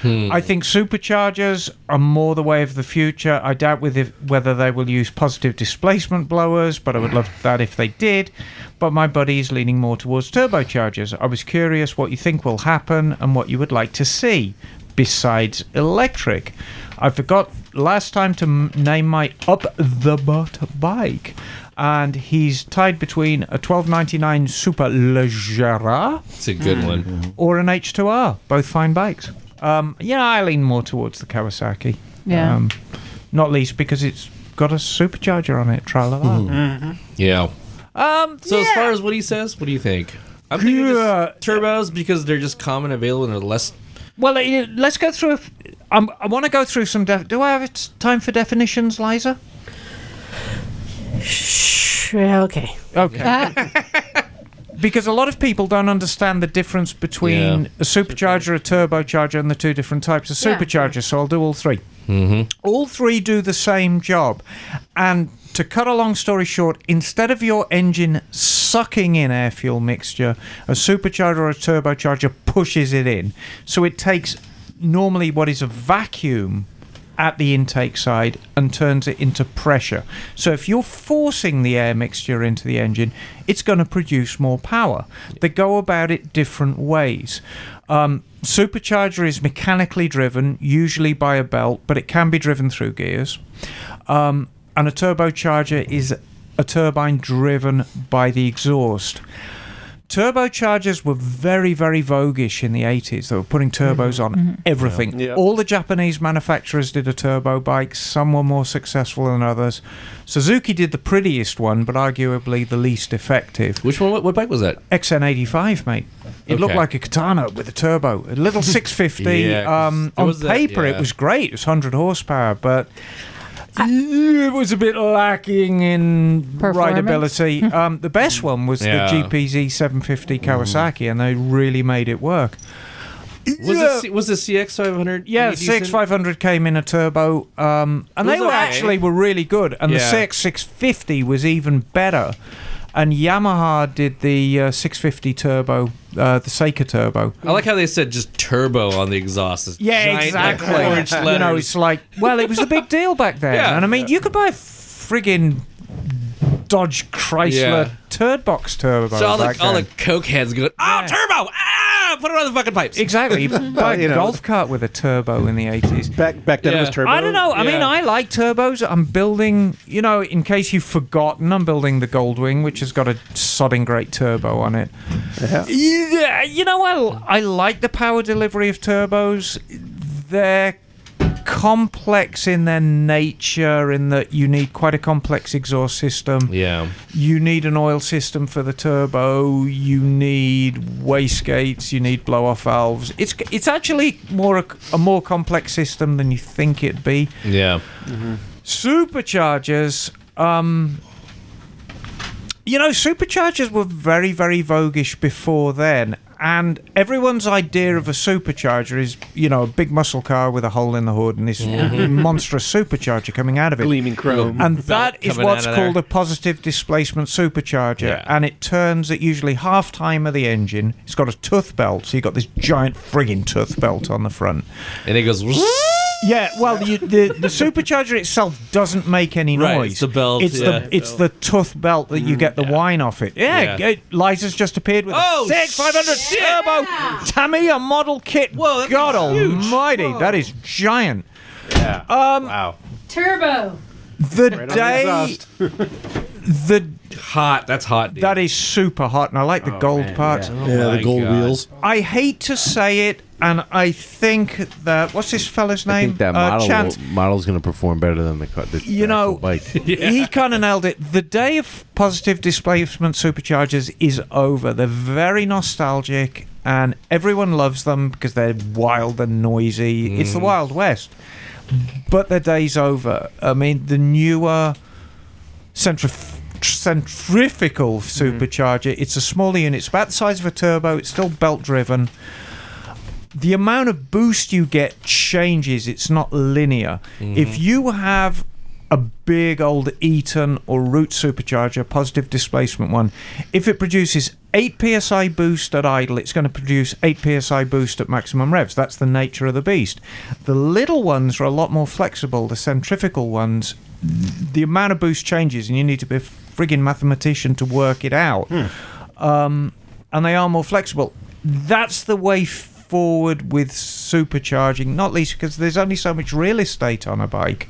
D: I think superchargers are more the way of the future. I doubt with if, whether they will use positive displacement blowers, but I would love that if they did. But my buddy is leaning more towards turbochargers. I was curious what you think will happen and what you would like to see besides electric. I forgot last time to m- name my up the butt bike, and he's tied between a 1299 Super Leggera. Mm-hmm.
L: It's a good one.
D: Or an H2R. Both fine bikes. Um, yeah, I lean more towards the Kawasaki.
J: Yeah.
D: Um, not least because it's got a supercharger on it. Tra la la.
L: Mm-hmm. Yeah.
D: Um,
L: so as far as what he says, what do you think? I'm thinking just turbos because they're just common available and they're less.
D: Well, uh, let's go through. If, um, I want to go through some. Def- Do I have t- time for definitions, Liza?
A: Shh, okay.
D: Okay. because a lot of people don't understand the difference between a supercharger, a turbocharger, and the two different types of
L: Yeah.
D: supercharger. So I'll do all three.
L: Mm-hmm.
D: All three do the same job. And to cut a long story short, instead of your engine sucking in air fuel mixture, a supercharger or a turbocharger pushes it in. So it takes normally what is a vacuum at the intake side and turns it into pressure. So if you're forcing the air mixture into the engine, it's going to produce more power. They go about it different ways. Um, supercharger is mechanically driven, usually by a belt, but it can be driven through gears. Um, and a turbocharger is a turbine driven by the exhaust. turbochargers were very, very voguish in the 80s. They were putting turbos on
J: Mhm.
D: everything.
J: Yeah. Yeah.
D: All the Japanese manufacturers did a turbo bike. Some were more successful than others. Suzuki did the prettiest one, but arguably the least effective.
M: Which one? What, what bike was that?
D: XN85, mate. It looked
M: Okay.
D: like a katana with a turbo. A little 650.
M: Yeah, 'cause
D: um,
M: there
D: on
M: was that-
D: paper,
M: yeah.
D: it was great. It was 100 horsepower, but it was a bit lacking in
J: Performance?
D: rideability. um, the best one was
M: Yeah.
D: the GPZ 750 Kawasaki, and they really made it work.
M: Was
D: Yeah.
M: it was the CX five hundred?
D: Yeah, the CX 500 came in a turbo, um, and
M: It
D: they
M: was
D: were
M: okay.
D: actually were really good. And
M: Yeah.
D: the CX 650 was even better. And Yamaha did the uh, 650 turbo, uh, the Seika turbo.
M: I like how they said just turbo on the exhaust. This
D: Yeah,
M: giant
D: exactly.
M: Orange
D: you know,
M: letters.
D: it's like, well, it was a big deal back then.
M: Yeah.
D: and I mean, you could buy a friggin' Dodge Chrysler
M: Yeah.
D: turd box turbo.
M: so all the
D: back
M: all the
D: then.
M: coke heads going, oh turbo, ah, put it on the fucking pipes.
D: Exactly. You buy a golf cart with a turbo in the 80s.
G: Back, back then it was turbo.
D: I don't know. I mean,
G: Yeah.
D: I like turbos. I'm building, you know, in case you've forgotten, I'm building the Goldwing, which has got a sodding great turbo on it.
G: Yeah.
D: Yeah, you know, I, I like the power delivery of turbos. They're complex in their nature, in that you need quite a complex exhaust system.
M: Yeah.
D: You need an oil system for the turbo. You need wastegates. You need blow-off valves. It's it's actually more a, a more complex system than you think it'd be.
M: Yeah.
D: Superchargers. Um, you know, superchargers were very, very voguish before then, and everyone's idea of a supercharger is, you know, a big muscle car with a hole in the hood and this
G: Mhm.
D: monstrous supercharger coming out of it,
G: Gleaming chrome.
D: and
G: Belt
D: that is
G: coming
D: what's
G: out of there.
D: called a positive displacement supercharger, and it turns at usually half time of the engine. It's got a tooth belt, so you have got this giant frigging tooth belt on the front.
M: And it goes.
D: Yeah, well, you, the the supercharger itself doesn't make any noise.
M: Right, it's the belt,
D: It's
M: yeah. Mm-hmm.
D: the it's the tooth belt that you get the wine off it. Yeah,
M: Yeah.
D: it- Liza's just appeared with
M: Oh,
D: a six five hundred turbo Tamiya model kit. Whoa, God Almighty, that is giant. Yeah. Um, wow.
J: Turbo.
D: The
J: Right on the
D: day,
J: exhaust.
D: the
M: hot. That's hot. Oh,
D: That is super hot, and I like the gold part.
C: yeah. Yeah, the My gold God. wheels.
D: I hate to say it, and I think that what's this fella's name?
F: I think that
D: Uh,
F: model
D: Chance.
F: will- model's going to perform better than the car. The
D: You know,
F: bike.
D: he kind of nailed it. The day of positive displacement superchargers is over. They're very nostalgic, and everyone loves them because they're wild and noisy. It's the
M: Mhm.
D: Wild West, but their day's over. I mean, the newer centrif- centrifugal supercharger. It's a smaller unit. It's about the size of a turbo. It's still belt driven. The amount of boost you get changes. It's not linear. If you have a big old Eaton or Root supercharger, positive displacement one, if it produces 8 psi boost at idle, it's going to produce 8 psi boost at maximum revs. That's the nature of the beast. The little ones are a lot more flexible. The centrifugal ones the amount of boost changes, and you need to be a friggin' mathematician to work it out. Um, and they are more flexible. That's the way forward with supercharging, not least because there's only so much real estate on a bike,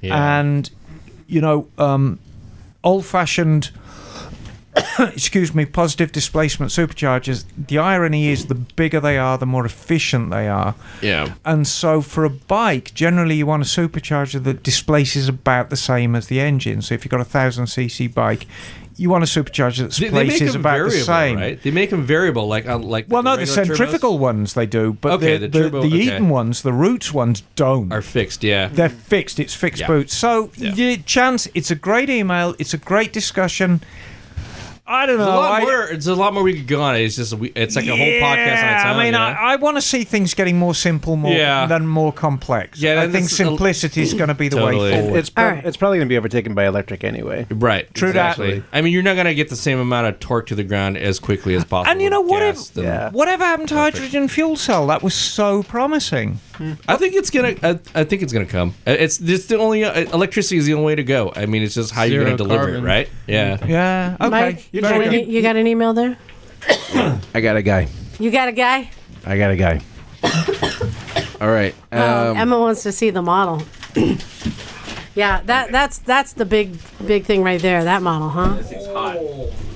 D: and you know, um, old-fashioned. excuse me, positive displacement superchargers. The irony is, the bigger they are, the more efficient they are.
M: Yeah.
D: And so for a bike, generally you want a supercharger that displaces about the same as the engine. So if you've got a thousand cc bike, you want a supercharger that
M: They, they make
D: displaces
M: them
D: about
M: variable,
D: the same.
M: right? They make them variable, like on like.
D: Well, no, the
M: regular turbos.
D: centrifugal ones they do, but
M: Okay,
D: the,
M: the
D: the,
M: turbo-
D: the
M: okay.
D: Eaton ones, the Roots ones, don't.
M: are fixed. Yeah.
D: They're fixed. It's fixed
M: Yeah.
D: boots. So, yeah, chance, it's a great email. It's a great discussion. I don't
M: There's
D: know.
M: a lot
D: I-
M: more. There's a lot more we could go on. It's just a, we- it's like a whole podcast on its
D: Yeah,
M: own.
D: I mean,
M: yeah.
D: I, I want to see things getting more simple, more
M: Yeah.
D: than more complex.
M: Yeah,
D: I
M: and
D: think
M: this is a-
D: simplicity is going to be the way forward.
G: It's, prob- it's probably going to be overtaken by electric anyway.
M: Right.
G: True that.
M: I mean, you're not going to get the same amount of torque to the ground as quickly as possible.
D: And you know what? If,
M: them.
D: Whatever happened to hydrogen fuel cell? That was so promising.
M: I think it's gonna. I, I think it's gonna come. Uh, It's just the only uh, electricity is the only way to go. I mean, it's just how you're
D: Zero
M: gonna deliver
D: carbon.
M: it, right? Yeah.
D: Mm-hmm. Yeah.
M: Okay.
A: Mike, you got,
M: Very
A: any, you got an email there?
F: I got a guy.
A: You got a guy?
F: I got a guy. All right. Um,
A: Oh, Emma wants to see the model. yeah, that that's that's the big big thing right there. That model, huh?
F: hot.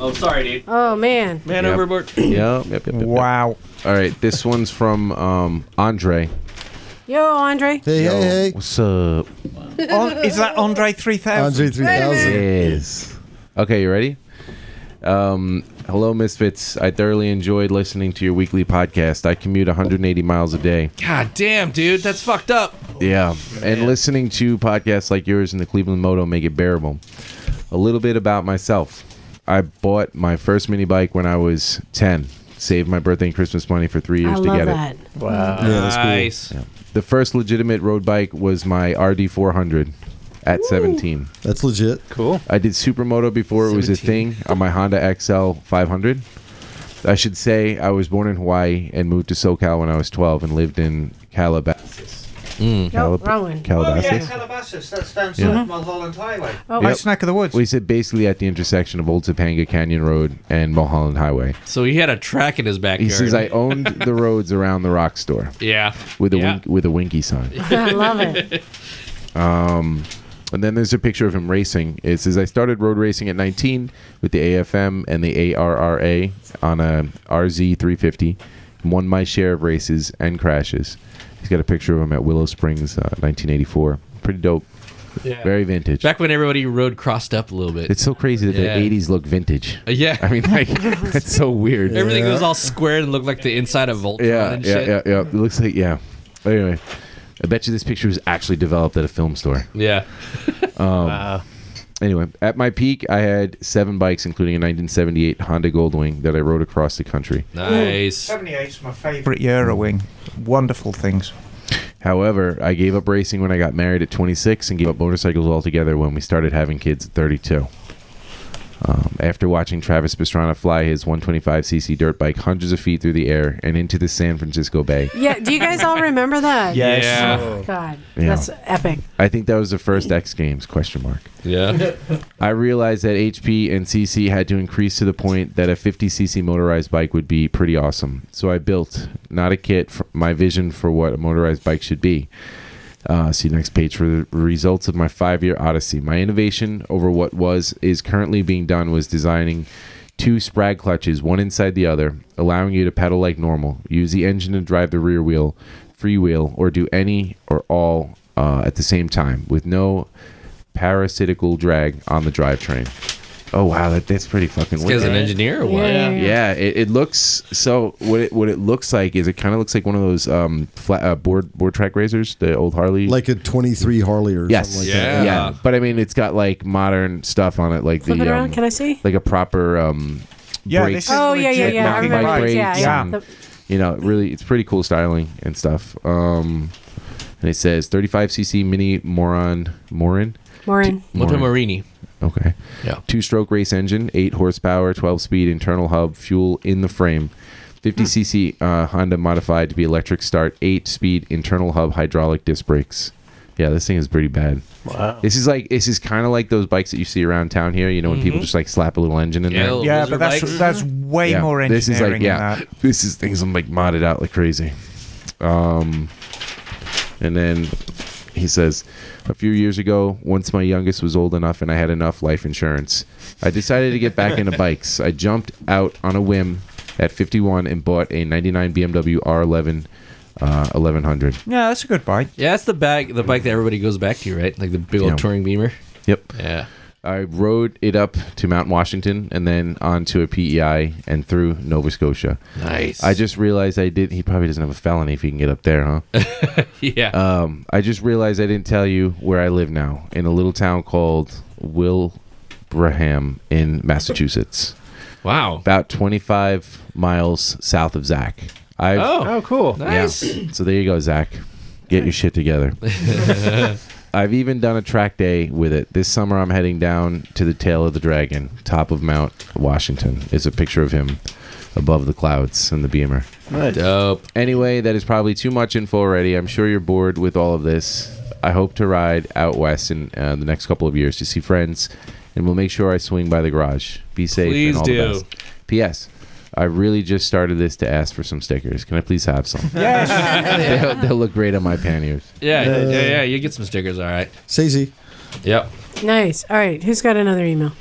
M: Oh, sorry, dude.
A: Oh man.
M: Man
F: Yep.
M: overboard.
F: um, yep, yep, yep, Wow. All right, this one's from um, Andre.
A: Yo, Andre.
F: Yo, What's up?
D: On- is that Andre 3000?
F: Yes. Okay, you ready? Um, hello, Misfits. I thoroughly enjoyed listening to your weekly podcast. I commute 180 miles a day.
M: God damn, dude, that's fucked up.
F: Yeah, and listening to podcasts like yours and the Cleveland Moto make it bearable. A little bit about myself. I bought my first mini bike when I was 10. Saved my birthday and Christmas money for three
A: I
F: years to
A: love
F: get
A: that.
F: it.
A: Wow.
F: Yeah, that's cool.
M: Nice.
F: Yeah. The first legitimate road bike was my RD400 at 17.
C: That's legit.
F: Cool. I did supermoto before it was a
C: 17.
F: thing on my Honda XL 500. I should say I was born in Hawaii and moved to SoCal when I was 12 and lived in Calabasas. Mm.
D: Nope, wrong one.
F: Calabasas.
D: Oh, yeah, Calabasas. That's down
F: Yeah.
D: south Mulholland Highway. Oh,
F: Yep.
D: my snack of the woods.
F: We sit basically at the intersection of Old Topanga Canyon Road and Mulholland Highway.
M: So he had a track in his backyard.
F: He says I owned the roads around the rock store.
M: Yeah.
F: With a
M: Yeah.
F: wink, with a winky sign.
A: I love it.
F: Um, and then there's a picture of him racing. It says, I started road racing at 19 with the AFM and the ARRA on a RZ350. Won my share of races and crashes. He's got a picture of him at Willow Springs, uh, 1984. Pretty dope.
M: Yeah.
F: Very vintage.
M: Back when everybody rode crossed up a little bit.
F: It's so crazy that
M: Yeah.
F: the 80s look vintage.
M: Uh, yeah.
F: I mean, like, that's so weird.
M: Everything was all squared and looked like the inside of Voltron
F: Yeah,
M: and
F: Uh, yeah,
M: shit.
F: yeah, yeah. It looks like, yeah. Anyway, I bet you this picture was actually developed at a film store.
M: Yeah.
F: Um, Anyway, at my peak, I had seven bikes, including a 1978 Honda Goldwing that I rode across the country.
M: Nice.
D: 78's my favorite Eurowing. Wonderful things.
F: However, I gave up racing when I got married at 26 and gave up motorcycles altogether when we started having kids at 32. Um, after watching Travis Pastrana fly his 125cc dirt bike hundreds of feet through the air and into the San Francisco Bay,
A: Yeah. Do you guys all remember that?
F: Yes.
D: Oh,
F: Yeah.
A: God,
F: Yeah.
A: that's epic.
F: I think that was the first X Games question mark.
M: Yeah.
F: I realized that HP and CC had to increase to the point that a 50cc motorized bike would be pretty awesome. So I built, not a kit, f my vision for what a motorized bike should be. Uh, see next page for the results of my five year odyssey. My innovation over what was is currently being done was designing two sprag clutches, one inside the other, allowing you to pedal like normal, use the engine to drive the rear wheel, freewheel, or do any or all uh, at the same time with no parasitical drag on the drivetrain. Oh wow, that, that's pretty fucking.
M: This guy's
F: wicked.
M: an engineer or what? Yeah.
F: Yeah, it, it looks so. What it what it looks like is it kind of looks like one of those um flat uh, board board track razors, the old Harley.
C: Like a 23 Harley or
F: yes,
C: something like
F: yeah.
C: that.
F: yeah. But I mean, it's got like modern stuff on it, like
A: Flip
F: the
A: it around.
F: um,
A: Can I see?
F: like a proper um
A: Yeah,
F: brakes.
A: this is Oh, yeah, yeah,
F: like
A: yeah. I
F: mountain
A: remember
F: bike
A: these.
F: brakes.
A: Yeah, yeah.
F: and,
A: The-
F: You know, really, it's pretty cool styling and stuff. Um, and it says 35cc mini Moron Morin.
A: Morin.
M: Motorini.
F: Okay. Yeah. Two stroke race engine, 8 horsepower, 12 speed internal hub, fuel in the frame. 50cc uh, Honda modified to be electric start, 8 speed internal hub, hydraulic disc brakes. Yeah, this thing is pretty bad. Wow. This is like this is kind of like those bikes that you see around town here, you know, when people
D: Mhm.
F: just like slap a little engine in
D: Yeah,
F: there.
D: little Yeah, but that's- lizard bikes. that's way more
F: This is like
D: engineering
F: yeah.
D: than
F: This is things I'm like modded out like crazy. Um and then he says, a few years ago, once my youngest was old enough and I had enough life insurance, I decided to get back into bikes. I jumped out on a whim at 51 and bought a 99 BMW R11 uh, 1100.
D: Yeah, that's a good bike.
M: Yeah, that's the bag, the bike that everybody goes back to, right? Like the big old
F: Yeah.
M: touring beamer.
F: Yep.
M: Yeah.
F: I rode it up to Mount Washington and then onto a PEI and through Nova Scotia.
M: Nice.
F: I just realized I did. He probably doesn't have a felony if he can get up there, huh?
M: Yeah.
F: Um, I just realized I didn't tell you where I live now in a little town called Wilbraham in Massachusetts.
M: Wow.
F: About 25 miles south of Zach. I've,
G: oh, cool.
F: yeah. So there you go, Zach. Get your shit together. I've even done a track day with it. This summer, I'm heading down to the tail of the dragon, top of Mount Washington. Is a picture of him above the clouds in the beamer.
G: Nice.
M: Dope.
F: Anyway, that is probably too much info already. I'm sure you're bored with all of this. I hope to ride out west in uh, the next couple of years to see friends, and we'll make sure I swing by the garage. Be safe
M: Please
F: and all
M: do.
F: the best. P.S. I really just started this to ask for some stickers. Can I please have some?
M: Yes.
F: they'll, they'll look great on my panniers.
M: Yeah,
F: Uh,
M: yeah, yeah. You get some stickers, all right.
C: Sazy.
M: Yep.
A: Nice. All right. Who's got another email?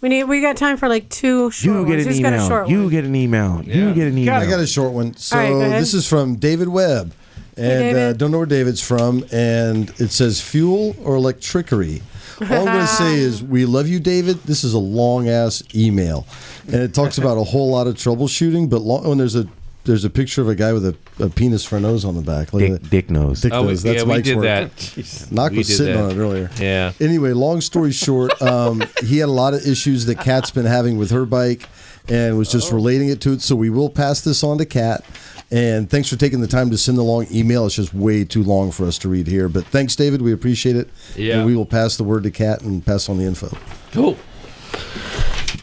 A: We need. We got time for like two short
F: You
A: ones.
F: get an
A: Who's got a
F: email.
A: short
F: You get an email. You get an email.
C: I got a short one. So
A: All right, go ahead.
C: this is from David Webb, and uh,
A: David.
C: don't know where David's from. And it says fuel or electricery. All I'm going to say is we love you, David. This is a long ass email, and it talks about a whole lot of troubleshooting. But long, when there's a there's a picture of a guy with a, a penis for a nose on the back. Look at that.
F: Dick nose.
C: Dick
M: Oh, we-
C: nose. That's
M: yeah, we
C: Mike's
M: did
C: work.
M: that.
C: Knock
M: We
C: was
M: did
C: sitting
M: that.
C: on it earlier.
M: Yeah.
C: Anyway, long story short, um, he had a lot of issues that Kat's been having with her bike and was just relating it to it. So we will pass this on to Kat. And thanks for taking the time to send the long email. It's just way too long for us to read here. But thanks, David. We appreciate it.
M: Yeah.
C: And we will pass the word to Kat and pass on the info.
M: Cool.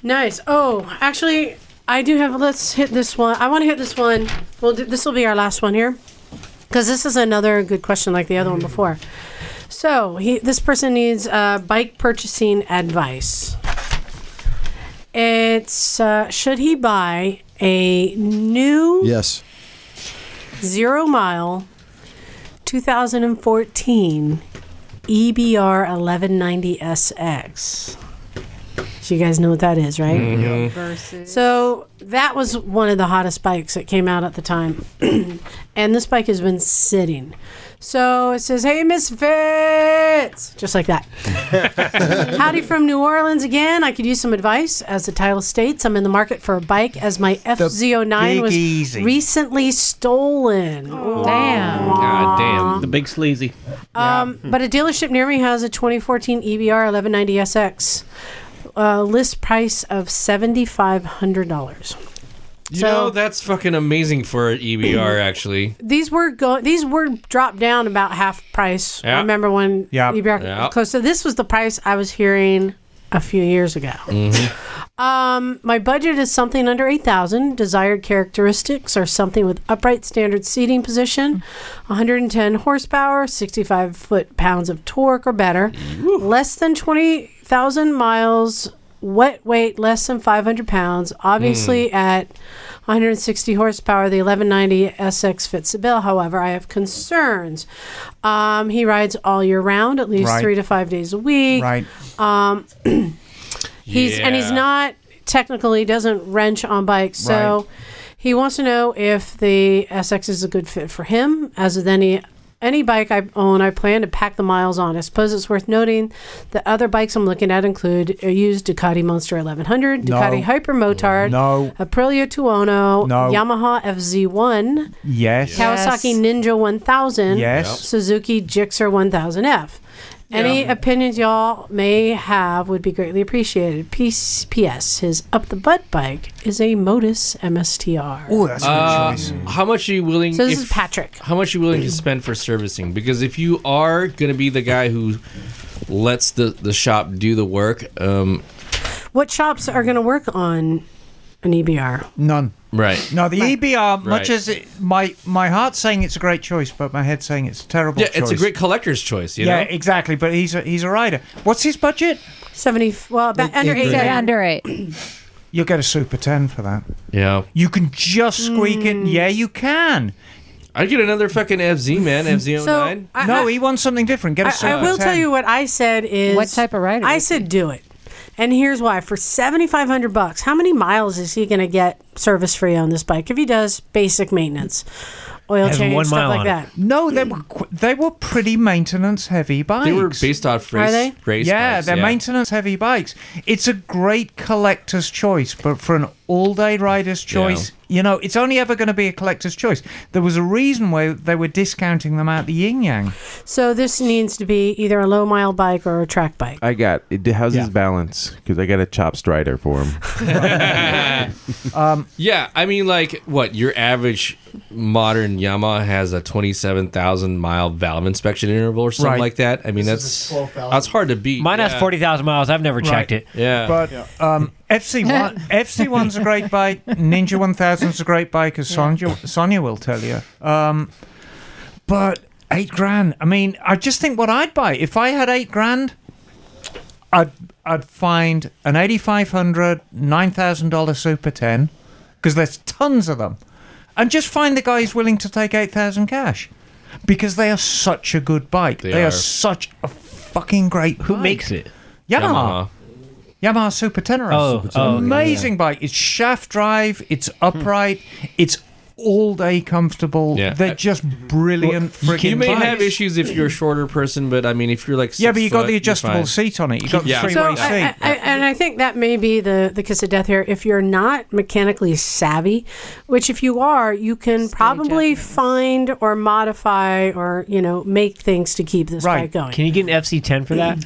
A: Nice. Oh, actually, I do have. Let's hit this one. I want to hit this one. Well, do, this will be our last one here, because this is another good question, like the other one before. So, he, this person needs uh, bike purchasing advice. It's uh, should he buy a new
C: Yes.
A: zero mile 2014 E EBR 1190 SX. So you guys know what that is, right?
B: Mm-hmm.
N: Mhm.
C: Mm-hmm.
A: So that was one of the hottest bikes that came out at the time. and this bike has been sitting. So it says, Hey, Misfits! Just like that. Howdy from New Orleans again. I could use some advice. As the title states, I'm in the market for a bike as my FZ09
B: big
A: was
B: easy.
A: recently stolen. Damn.
B: God damn. The big sleazy.
A: Um, But a dealership near me has a E 2014 EBR 1190SX, uh, list price of $7,500.
L: You know, that's fucking amazing for an EBR, actually.
A: These were go- these were dropped down about half price.
L: Yeah.
A: I remember when
L: Yeah.
A: EBR
L: Yeah.
A: closed. So this was the price I was hearing a few years ago.
L: Mm-hmm.
A: Um, my budget is something under 8,000. Desired characteristics are something with upright standard seating position, 110 horsepower, 65 foot-pounds of torque or better, less than 20,000 miles, wet weight less than 500 pounds. Obviously
D: Hmm.
A: at 160 horsepower, the 1190 SX fits the bill. However, I have concerns. Um, he rides all year round, at least
D: Right.
A: 3 to 5 days a week.
D: Right.
A: Um, He's and he's
D: Yeah.
A: not technically doesn't wrench on bikes, so
D: Right.
A: he wants to know if the SX is a good fit for him. As with any any bike I own, I plan to pack the miles on. I suppose it's worth noting that other bikes I'm looking at include a used Ducati Monster 1100,
D: No.
A: Ducati Hyper Motard,
D: No.
A: Aprilia Tuono,
D: No.
A: Yamaha FZ1,
D: Yes.
A: Kawasaki Ninja 1000,
D: Yes. Yep.
A: Suzuki Gixxer 1000F. Any
D: Yeah.
A: opinions y'all may have would be greatly appreciated. Peace- P.S. His up the butt bike is a Modus MSTR.
D: Oh, that's
L: Uh, How much are you willing?
A: So this
L: if-
A: is Patrick.
L: How much are you willing to spend for servicing? Because if you are going to be the guy who lets the, the shop do the work, um,
A: What shops are going to work on an E EBR?
D: None.
L: right?
D: No, the EBR, much
L: Right.
D: as it, my my heart's saying it's a great choice, but my head's saying it's a terrible
L: Yeah,
D: choice.
L: it's a great collector's choice. You
D: yeah,
L: know.
D: exactly. But he's a, he's a rider. What's his budget?
A: Seventy. Well, about under eight.
J: under eight.
D: You'll get a super ten for that.
L: Yeah.
D: You can just squeak
A: Hmm.
D: it. Yeah, you can.
L: I'd get another fucking FZ man, FZ09.
A: So, I-
D: no,
A: I-
D: he wants something different. Get a
A: I,
D: super
A: I will
D: 10.
A: tell you what I said is what type of rider? I said do it, and here's why. For seventy five hundred bucks, how many miles is he going to get service free on this bike if he does basic maintenance, oil
D: Has
A: change,
D: one
A: stuff
D: mile
A: like
D: on it. Mm.
A: that?
D: No, they were qu- they were pretty maintenance heavy bikes.
L: They were based off race-
D: Are they?
L: race
D: yeah,
L: bikes,
D: they're
L: yeah.
D: maintenance heavy bikes. It's a great collector's choice, but for an all day rider's choice, you know, it's only ever going to be a collector's choice. There was a reason why they were discounting them out the yin yang.
A: So this needs to be either a low mile bike or a track bike.
F: I got. It, how's his balance? Because I got a chop strider for him.
D: Um,
L: Yeah, I mean, like, what your average modern Yamaha has a twenty-seven thousand mile valve inspection interval or something
I: Right.
L: like that. I mean,
I: This
L: that's that's hard to beat.
I: Mine has
L: Yeah.
I: forty thousand miles. I've never checked
L: Right.
I: it.
L: Yeah.
D: But um, FC one, FC one's a great bike. Ninja one thousand's a great bike, as Sonia, Sonia will tell you. Um, but eight grand. I mean, I just think what I'd buy if I had eight grand, I'd I'd find an 8500 $9,000 dollar Super Ten, because there's tons of them, and just find the guy who's willing to take eight thousand cash, because they are such a good bike. They,
L: They
D: are.
L: are.
D: such a fucking great. Who
I: makes it?
D: Yeah.
L: Yamaha.
D: Yamaha Super Tenere.
I: Oh, Super Tenere, oh, okay.
D: amazing bike. It's shaft drive. It's
C: Hmm.
D: upright. It's all day comfortable.
L: Yeah.
D: They're just brilliant. friggin'
L: Uh, you may
D: bikes.
L: have issues if you're a shorter person, but I mean, if you're like six
D: Yeah, but you got
L: foot,
D: the
L: you're
D: adjustable
L: fine.
D: seat on it. You got the
L: Yeah.
D: three-way
L: So,
D: seat.
L: I-
A: I, I, and I think that may be the, the kiss of death here. If you're not mechanically savvy, which if you are, you can probably find or modify or you know make things to keep this bike going.
I: Can you get an FC10 for that?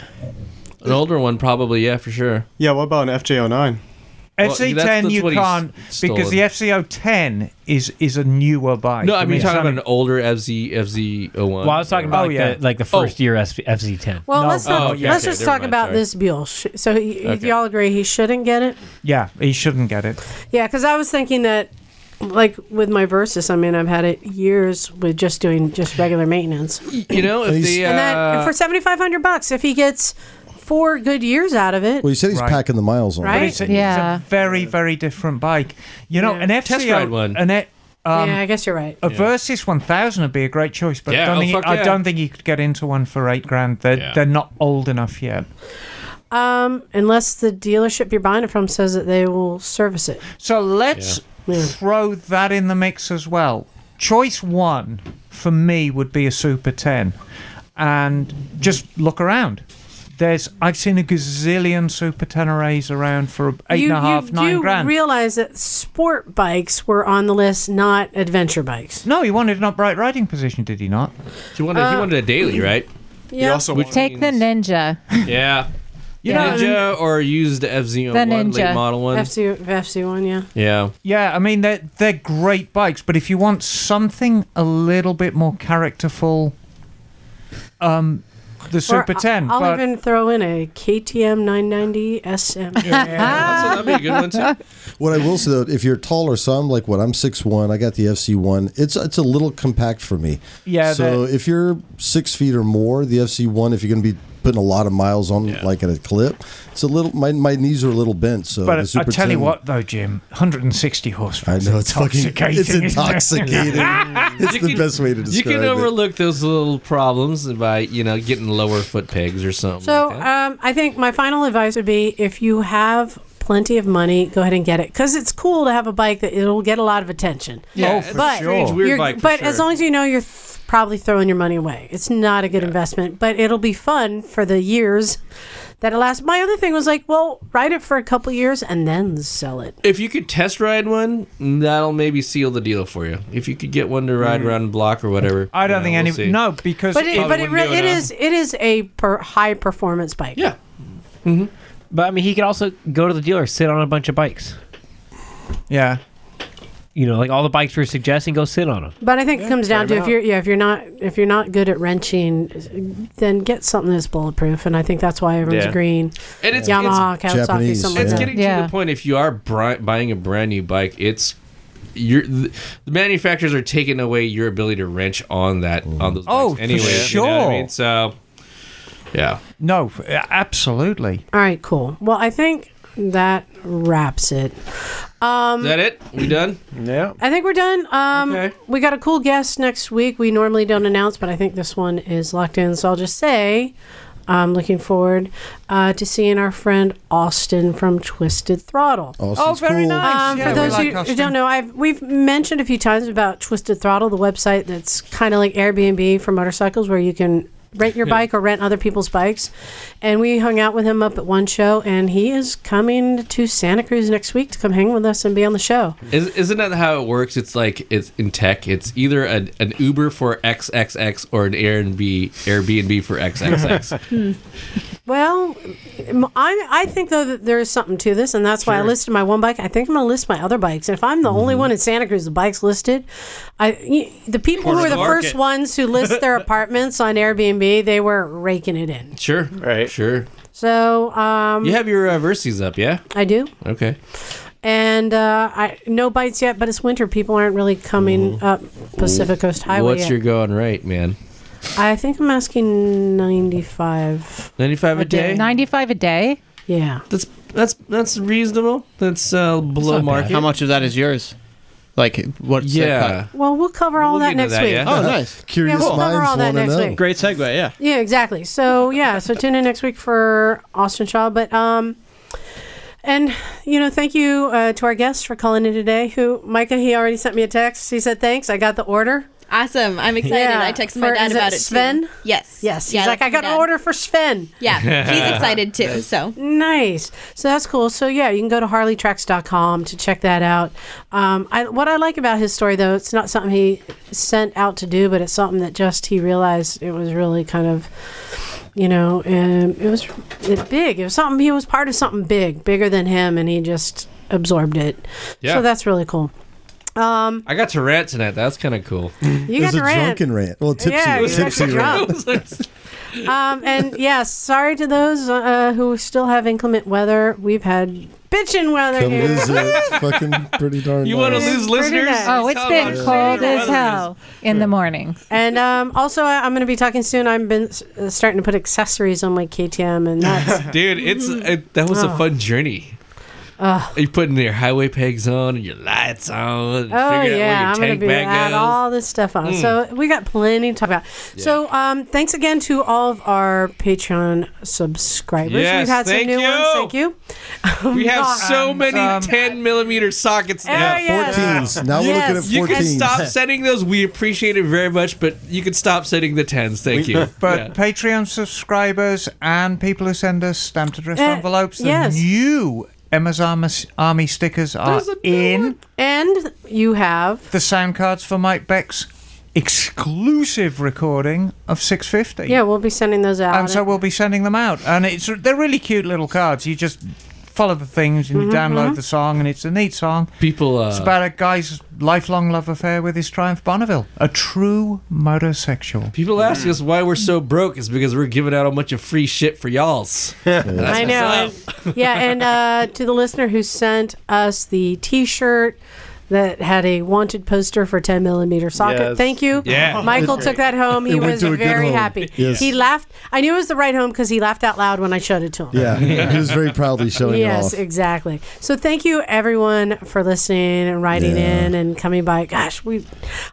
L: An older one, probably, yeah, for sure.
N: Yeah, what about an FJ09?
L: Well,
D: FC10
L: that's- that's
D: you
L: what he's
D: can't because
L: stolen.
D: the FCO10 is is a newer bike.
L: No, I mean,
D: it's
L: talking about
D: only-
L: an older FZ FZ01.
I: Well, I was talking about
L: Oh,
I: like,
L: yeah.
I: the, like the first year S- FC10.
A: Well, let's
L: Oh,
A: not,
L: okay,
A: let's
L: okay,
A: just
L: never
A: talk
L: mind,
A: about
L: sorry.
A: this Beal. Sh- So y- if
D: Okay.
A: y'all agree, he shouldn't get it.
D: yeah, he shouldn't get it.
A: Yeah, because I was thinking that, like with my Versus, I mean, I've had it years with just doing just regular maintenance.
L: You know, if the,
A: and that
L: uh,
A: and for seventy five hundred bucks, if he gets four good years out of it,
C: Well, you said he's
D: Right.
C: packing the miles on.
A: Right?
D: But it's a,
A: Yeah.
D: it's a very very different bike. You know, an FCO
A: Test ride one.
D: An, e- um,
A: yeah, I guess you're right.
D: A Versus 1000 would be a great choice, but
A: Yeah,
D: I don't
A: oh,
D: think-
A: fuck
D: I
A: yeah.
D: don't think you could get into one for eight grand. They're,
A: Yeah.
D: they're not old enough yet.
A: Um, unless the dealership you're buying it from says that they will service it.
D: So let's throw that in the mix as well. Choice one for me would be a Super 10. And just look around. There's I've seen a gazillion Super 10 arrays around for eight
A: you,
D: and a half,
A: you
D: nine
A: do
D: grand.
A: realize that sport bikes were on the list, not adventure bikes.
D: no, he wanted an upright riding position, did he not?
L: He
A: wanted- he Uh,
L: a
A: wanted
L: daily, right?
A: Yeah.
J: Take the ninja.
L: Yeah.
J: You
L: Yeah.
J: know-
L: Ninja or used FZ01 late model one.
A: FC, FC one, yeah.
L: Yeah.
D: Yeah, I mean they're they're great bikes, but if you want something a little bit more characterful, um, the Super
A: or, I-
D: 10.
A: I'll
D: but
A: even throw in a KTM 990 SM.
L: that'd be a good one too.
C: What I will say though, if you're taller, so I'm like what I'm six one. I got the FC one. It's it's a little compact for me.
D: Yeah,
C: So if you're six feet or more, the FC one, if you're going to be putting a lot of miles on, like at a clip, it's a little. My, my knees are a little bent. So
D: but
C: the
D: I
C: Super
D: tell you
C: 10
D: what though, Jim, 160 horsepower.
C: I know it's fucking.
D: intoxicating,
C: It's
D: isn't it?
C: intoxicating. it's the best way to
L: You
C: describe
L: can
C: it.
L: overlook those little problems by, you know, getting lower foot pegs or something.
A: So um, I think my final advice would be if you have plenty of money, go ahead and get it because it's cool to have a bike that it'll get a lot of attention.
L: Yeah, Oh, for
A: but
L: sure.
A: you're-
L: Weird bike for
A: but
L: sure.
A: as long as you know you're th- probably throwing your money away, it's not a good investment. But it'll be fun for the years that it lasts. My other thing was like, well, ride it for a couple years and then sell it.
L: If you could test ride one, that'll maybe seal the deal for you. If you could get one to ride around the block or whatever.
D: Hmm. I don't think any- no, because
A: But it, but it, re- it is it is a per- high performance bike.
L: Yeah. Mm-hmm.
I: But I mean, he could also go to the dealer, sit on a bunch of bikes.
D: Yeah.
I: You know, like all the bikes we're suggesting, go sit on them.
A: But I think it comes
I: try
A: down to
I: them
A: if
I: out.
A: you're yeah if you're not if you're not good at wrenching, then get something that's bulletproof, and I think that's why everyone's
L: Yeah.
A: green.
L: And it's,
A: Yamaha,
L: it's,
A: Kawasaki, something
L: It's
A: like
L: getting
A: that.
L: to the point if you are bri- buying a brand new bike, it's you're the the manufacturers are taking away your ability to wrench on that on those.
D: Oh,
L: bikes
D: for
L: anyway, You know what
D: sure.
L: I mean? So, yeah.
D: No, f- absolutely.
A: All right, cool. Well, I think that wraps it. Um,
L: Is that it? We done?
G: Yeah.
A: I think we're done. Um, We got a cool guest next week. We normally don't announce, but I think this one is locked in. So I'll just say I'm looking forward uh, to seeing our friend Austin from Twisted Throttle.
C: Austin's
D: Oh, very cool. nice.
A: Um,
D: Yeah,
A: for
D: we
A: those
D: like
A: who, who
D: Austin.
A: don't know, I've we've mentioned a few times about Twisted Throttle, the website that's kind of like Airbnb for motorcycles, where you can rent your
K: Yeah.
A: bike or rent other people's bikes. And we hung out with him up at one show, and he is coming to Santa Cruz next week to come hang with us and be on the show.
L: Is, isn't that how it works? It's like it's in tech. It's either an, an Uber for XXX or an Airbnb Airbnb for XXX.
A: Hmm. Well, m- I, I think though that there is something to this, and that's why I
L: Sure. Mm-hmm.
A: listed my one bike. I think I'm going to list my other bikes. And if I'm the only one in Santa Cruz, the bike's listed. I y- the people who
L: Corner
A: were the
L: the
A: first
L: market.
A: ones who list their apartments on Airbnb, they were raking it in.
L: sure. Right. Sure.
A: So um,
L: you have your uh, Versys up, yeah?
A: I do,
L: Okay.
A: and uh, I no bites yet, but it's winter. People aren't really coming up Pacific Coast Highway.
L: What's
A: yet.
L: your going rate, man?
A: I think I'm asking ninety five.
L: 95 a day?
J: 95 a day?
A: Yeah.
L: That's that's that's reasonable. That's uh, below
B: not bad.
L: market.
B: How much of that is yours? Like what's the
L: Yeah.
B: cut?
A: Well, we'll cover all
B: get
A: that
B: into
A: next
B: that,
A: week.
B: yeah. Oh, nice. Curious
A: yeah, we'll cover all that next week.
B: Great segue, yeah.
A: Yeah, exactly. So yeah, so tune in next week for Austin Shaw. But um, And, you know, thank you uh, to our guests for calling in today. Who, Micah, he already sent me a text. He said, thanks. I got the order.
E: Awesome. I'm excited.
A: Yeah,
E: I texted my
A: for-
E: dad
A: is
E: about
A: it
E: it. too.
A: Sven?
E: Yes.
A: Yes.
E: Yeah,
A: he's like,
E: that's
A: I got
E: my
A: an
E: dad."
A: order for Sven.
E: Yeah. He's excited too. So
A: Nice. So that's cool. So yeah, you can go to harleytracks.com to check that out. Um, I, what I like about his story, though, it's not something he sent out to do, but it's something that just he realized it was really kind of, you know, um, it was it big. It was something he was part of something big, bigger than him, and he just absorbed it.
L: Yeah.
A: So that's really cool. Um,
L: I got to rant tonight. That's kind of cool.
A: You got to rant.
C: rant. Well, tipsy,
A: Yeah, you got
C: tipsy
A: to
C: rant.
A: um, and yes, sorry to those uh, who still have inclement weather. We've had bitchin' weather
C: Come
A: here.
C: visit. It's fucking pretty darn.
L: You wanna
C: nice.
L: lose listeners?
J: Oh, it's
L: Tell
J: been
L: us.
J: cold
L: Yeah.
J: as hell in the morning.
A: And um, also, I, I'm going to be talking soon. I've been s- uh, starting to put accessories on my KTM, and that's
L: Dude, it's it, that was
A: Oh.
L: a fun journey.
A: uh,
L: You're putting your highway pegs on and your lights on. And
A: oh
L: figuring
A: yeah,
L: out
A: I'm
L: where your tank
A: going to be
L: bag
A: add
L: goes.
A: all this stuff on.
L: Mm.
A: So we got plenty to talk about. So um, thanks again to all of our Patreon subscribers.
L: Yes,
A: We've had some
L: thank
A: new ones.
L: you.
A: Thank you.
L: we have
A: God.
L: so many
A: Um, Oh,
L: 10 millimeter sockets now.
A: yeah. 14s. Now we're looking Yes. at
L: You can
A: 14s.
L: stop sending those. We appreciate it very much, but you can stop sending the 10s. Thank you.
D: But
L: Yeah.
D: Patreon subscribers and people who send us stamped address
A: Eh,
D: envelopes, the
A: yes.
D: new Emma's Army, Army stickers are
A: There's a
D: in.
A: And you have
D: the sound cards for Mike Beck's exclusive recording of 650.
A: Yeah, we'll be sending those out.
D: And so we'll be sending them out. And it's they're really cute little cards. You just follow the things and you
A: Mhm,
D: download
A: mhm.
D: the song, and it's a neat song.
L: People, uh,
D: It's about a guy's lifelong love affair with his Triumph Bonneville, a true motorsexual.
L: People ask
A: Mm.
L: us why we're so broke. It's because we're giving out a bunch of free shit for y'all's.
A: I know. and- yeah, and uh, to the listener who sent us the T-shirt that had a wanted poster for 10 millimeter socket.
L: Yes.
A: Thank you.
L: Yeah.
A: Michael
L: It-
A: took that home.
L: it
A: He
L: went
A: was
L: to a good
A: very
L: home.
A: happy.
C: Yes.
A: He laughed. I knew it was the right home because he laughed out loud when I showed it to him.
C: Yeah, he was very proudly showing
A: yes,
C: it off.
A: exactly. So thank you everyone for listening and writing in and coming by. Gosh, we,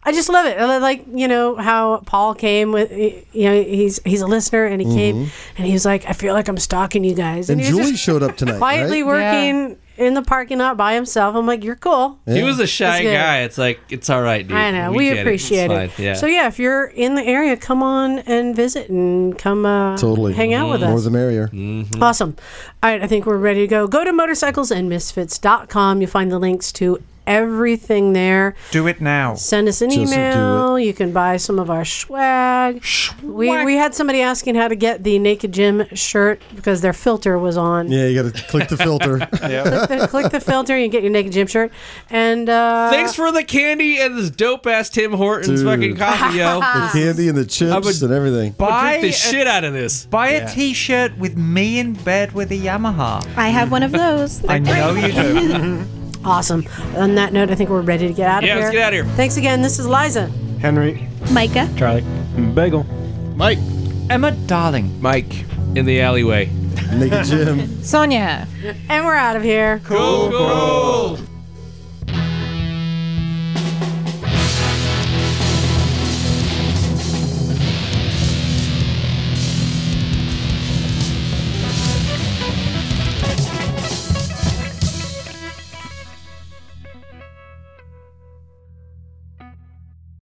A: I just love it. I li- Like you know how Paul came with, you know, he's he's a listener and he came
C: Mhm.
A: and he was like, I feel like I'm stalking you guys.
C: And
A: he was
C: Julie
A: just
C: showed up tonight.
A: quietly
C: right?
A: working in the parking lot by himself. I'm like, you're cool.
L: He was a shy
A: That's good.
L: guy. It's like, it's all right, dude.
A: I know. We,
L: get it. It's
A: appreciate it.
L: fine. Yeah.
A: So yeah, if you're in the area, come on and visit and come uh,
C: Totally.
A: hang out with us.
C: More the merrier.
L: Mm-hmm.
A: Awesome. All right, I think we're ready to go. Go to motorcyclesandmisfits.com. You'll find the links to everything there.
D: Do it now.
A: Send us an
D: Just do
A: email. You can buy some of our swag. We, we had somebody asking how to get the Naked Gym shirt because their filter was on.
C: Yeah, you got to click the filter.
A: click, the, click the filter and you get your Naked Gym shirt. And uh,
L: Thanks for the candy and this dope ass Tim Hortons fucking
C: Dude.
L: coffee, yo.
C: the candy and the chips and everything.
L: Buy the
D: a-
L: shit out of this.
D: Buy
L: Yeah.
D: a T-shirt with me in bed with a Yamaha.
E: I have one of those.
D: I know you do.
A: awesome. On that note, I think we're ready to get out
G: Yeah,
A: of here.
G: let's get outta here.
A: Thanks again. This is Liza.
G: Henry.
E: Micah.
G: Charlie. Bagel.
L: Mike.
D: Emma, darling.
L: Mike. In the alleyway.
C: Naked Jim.
J: Sonia.
A: And we're out of here.
L: Cool, cool.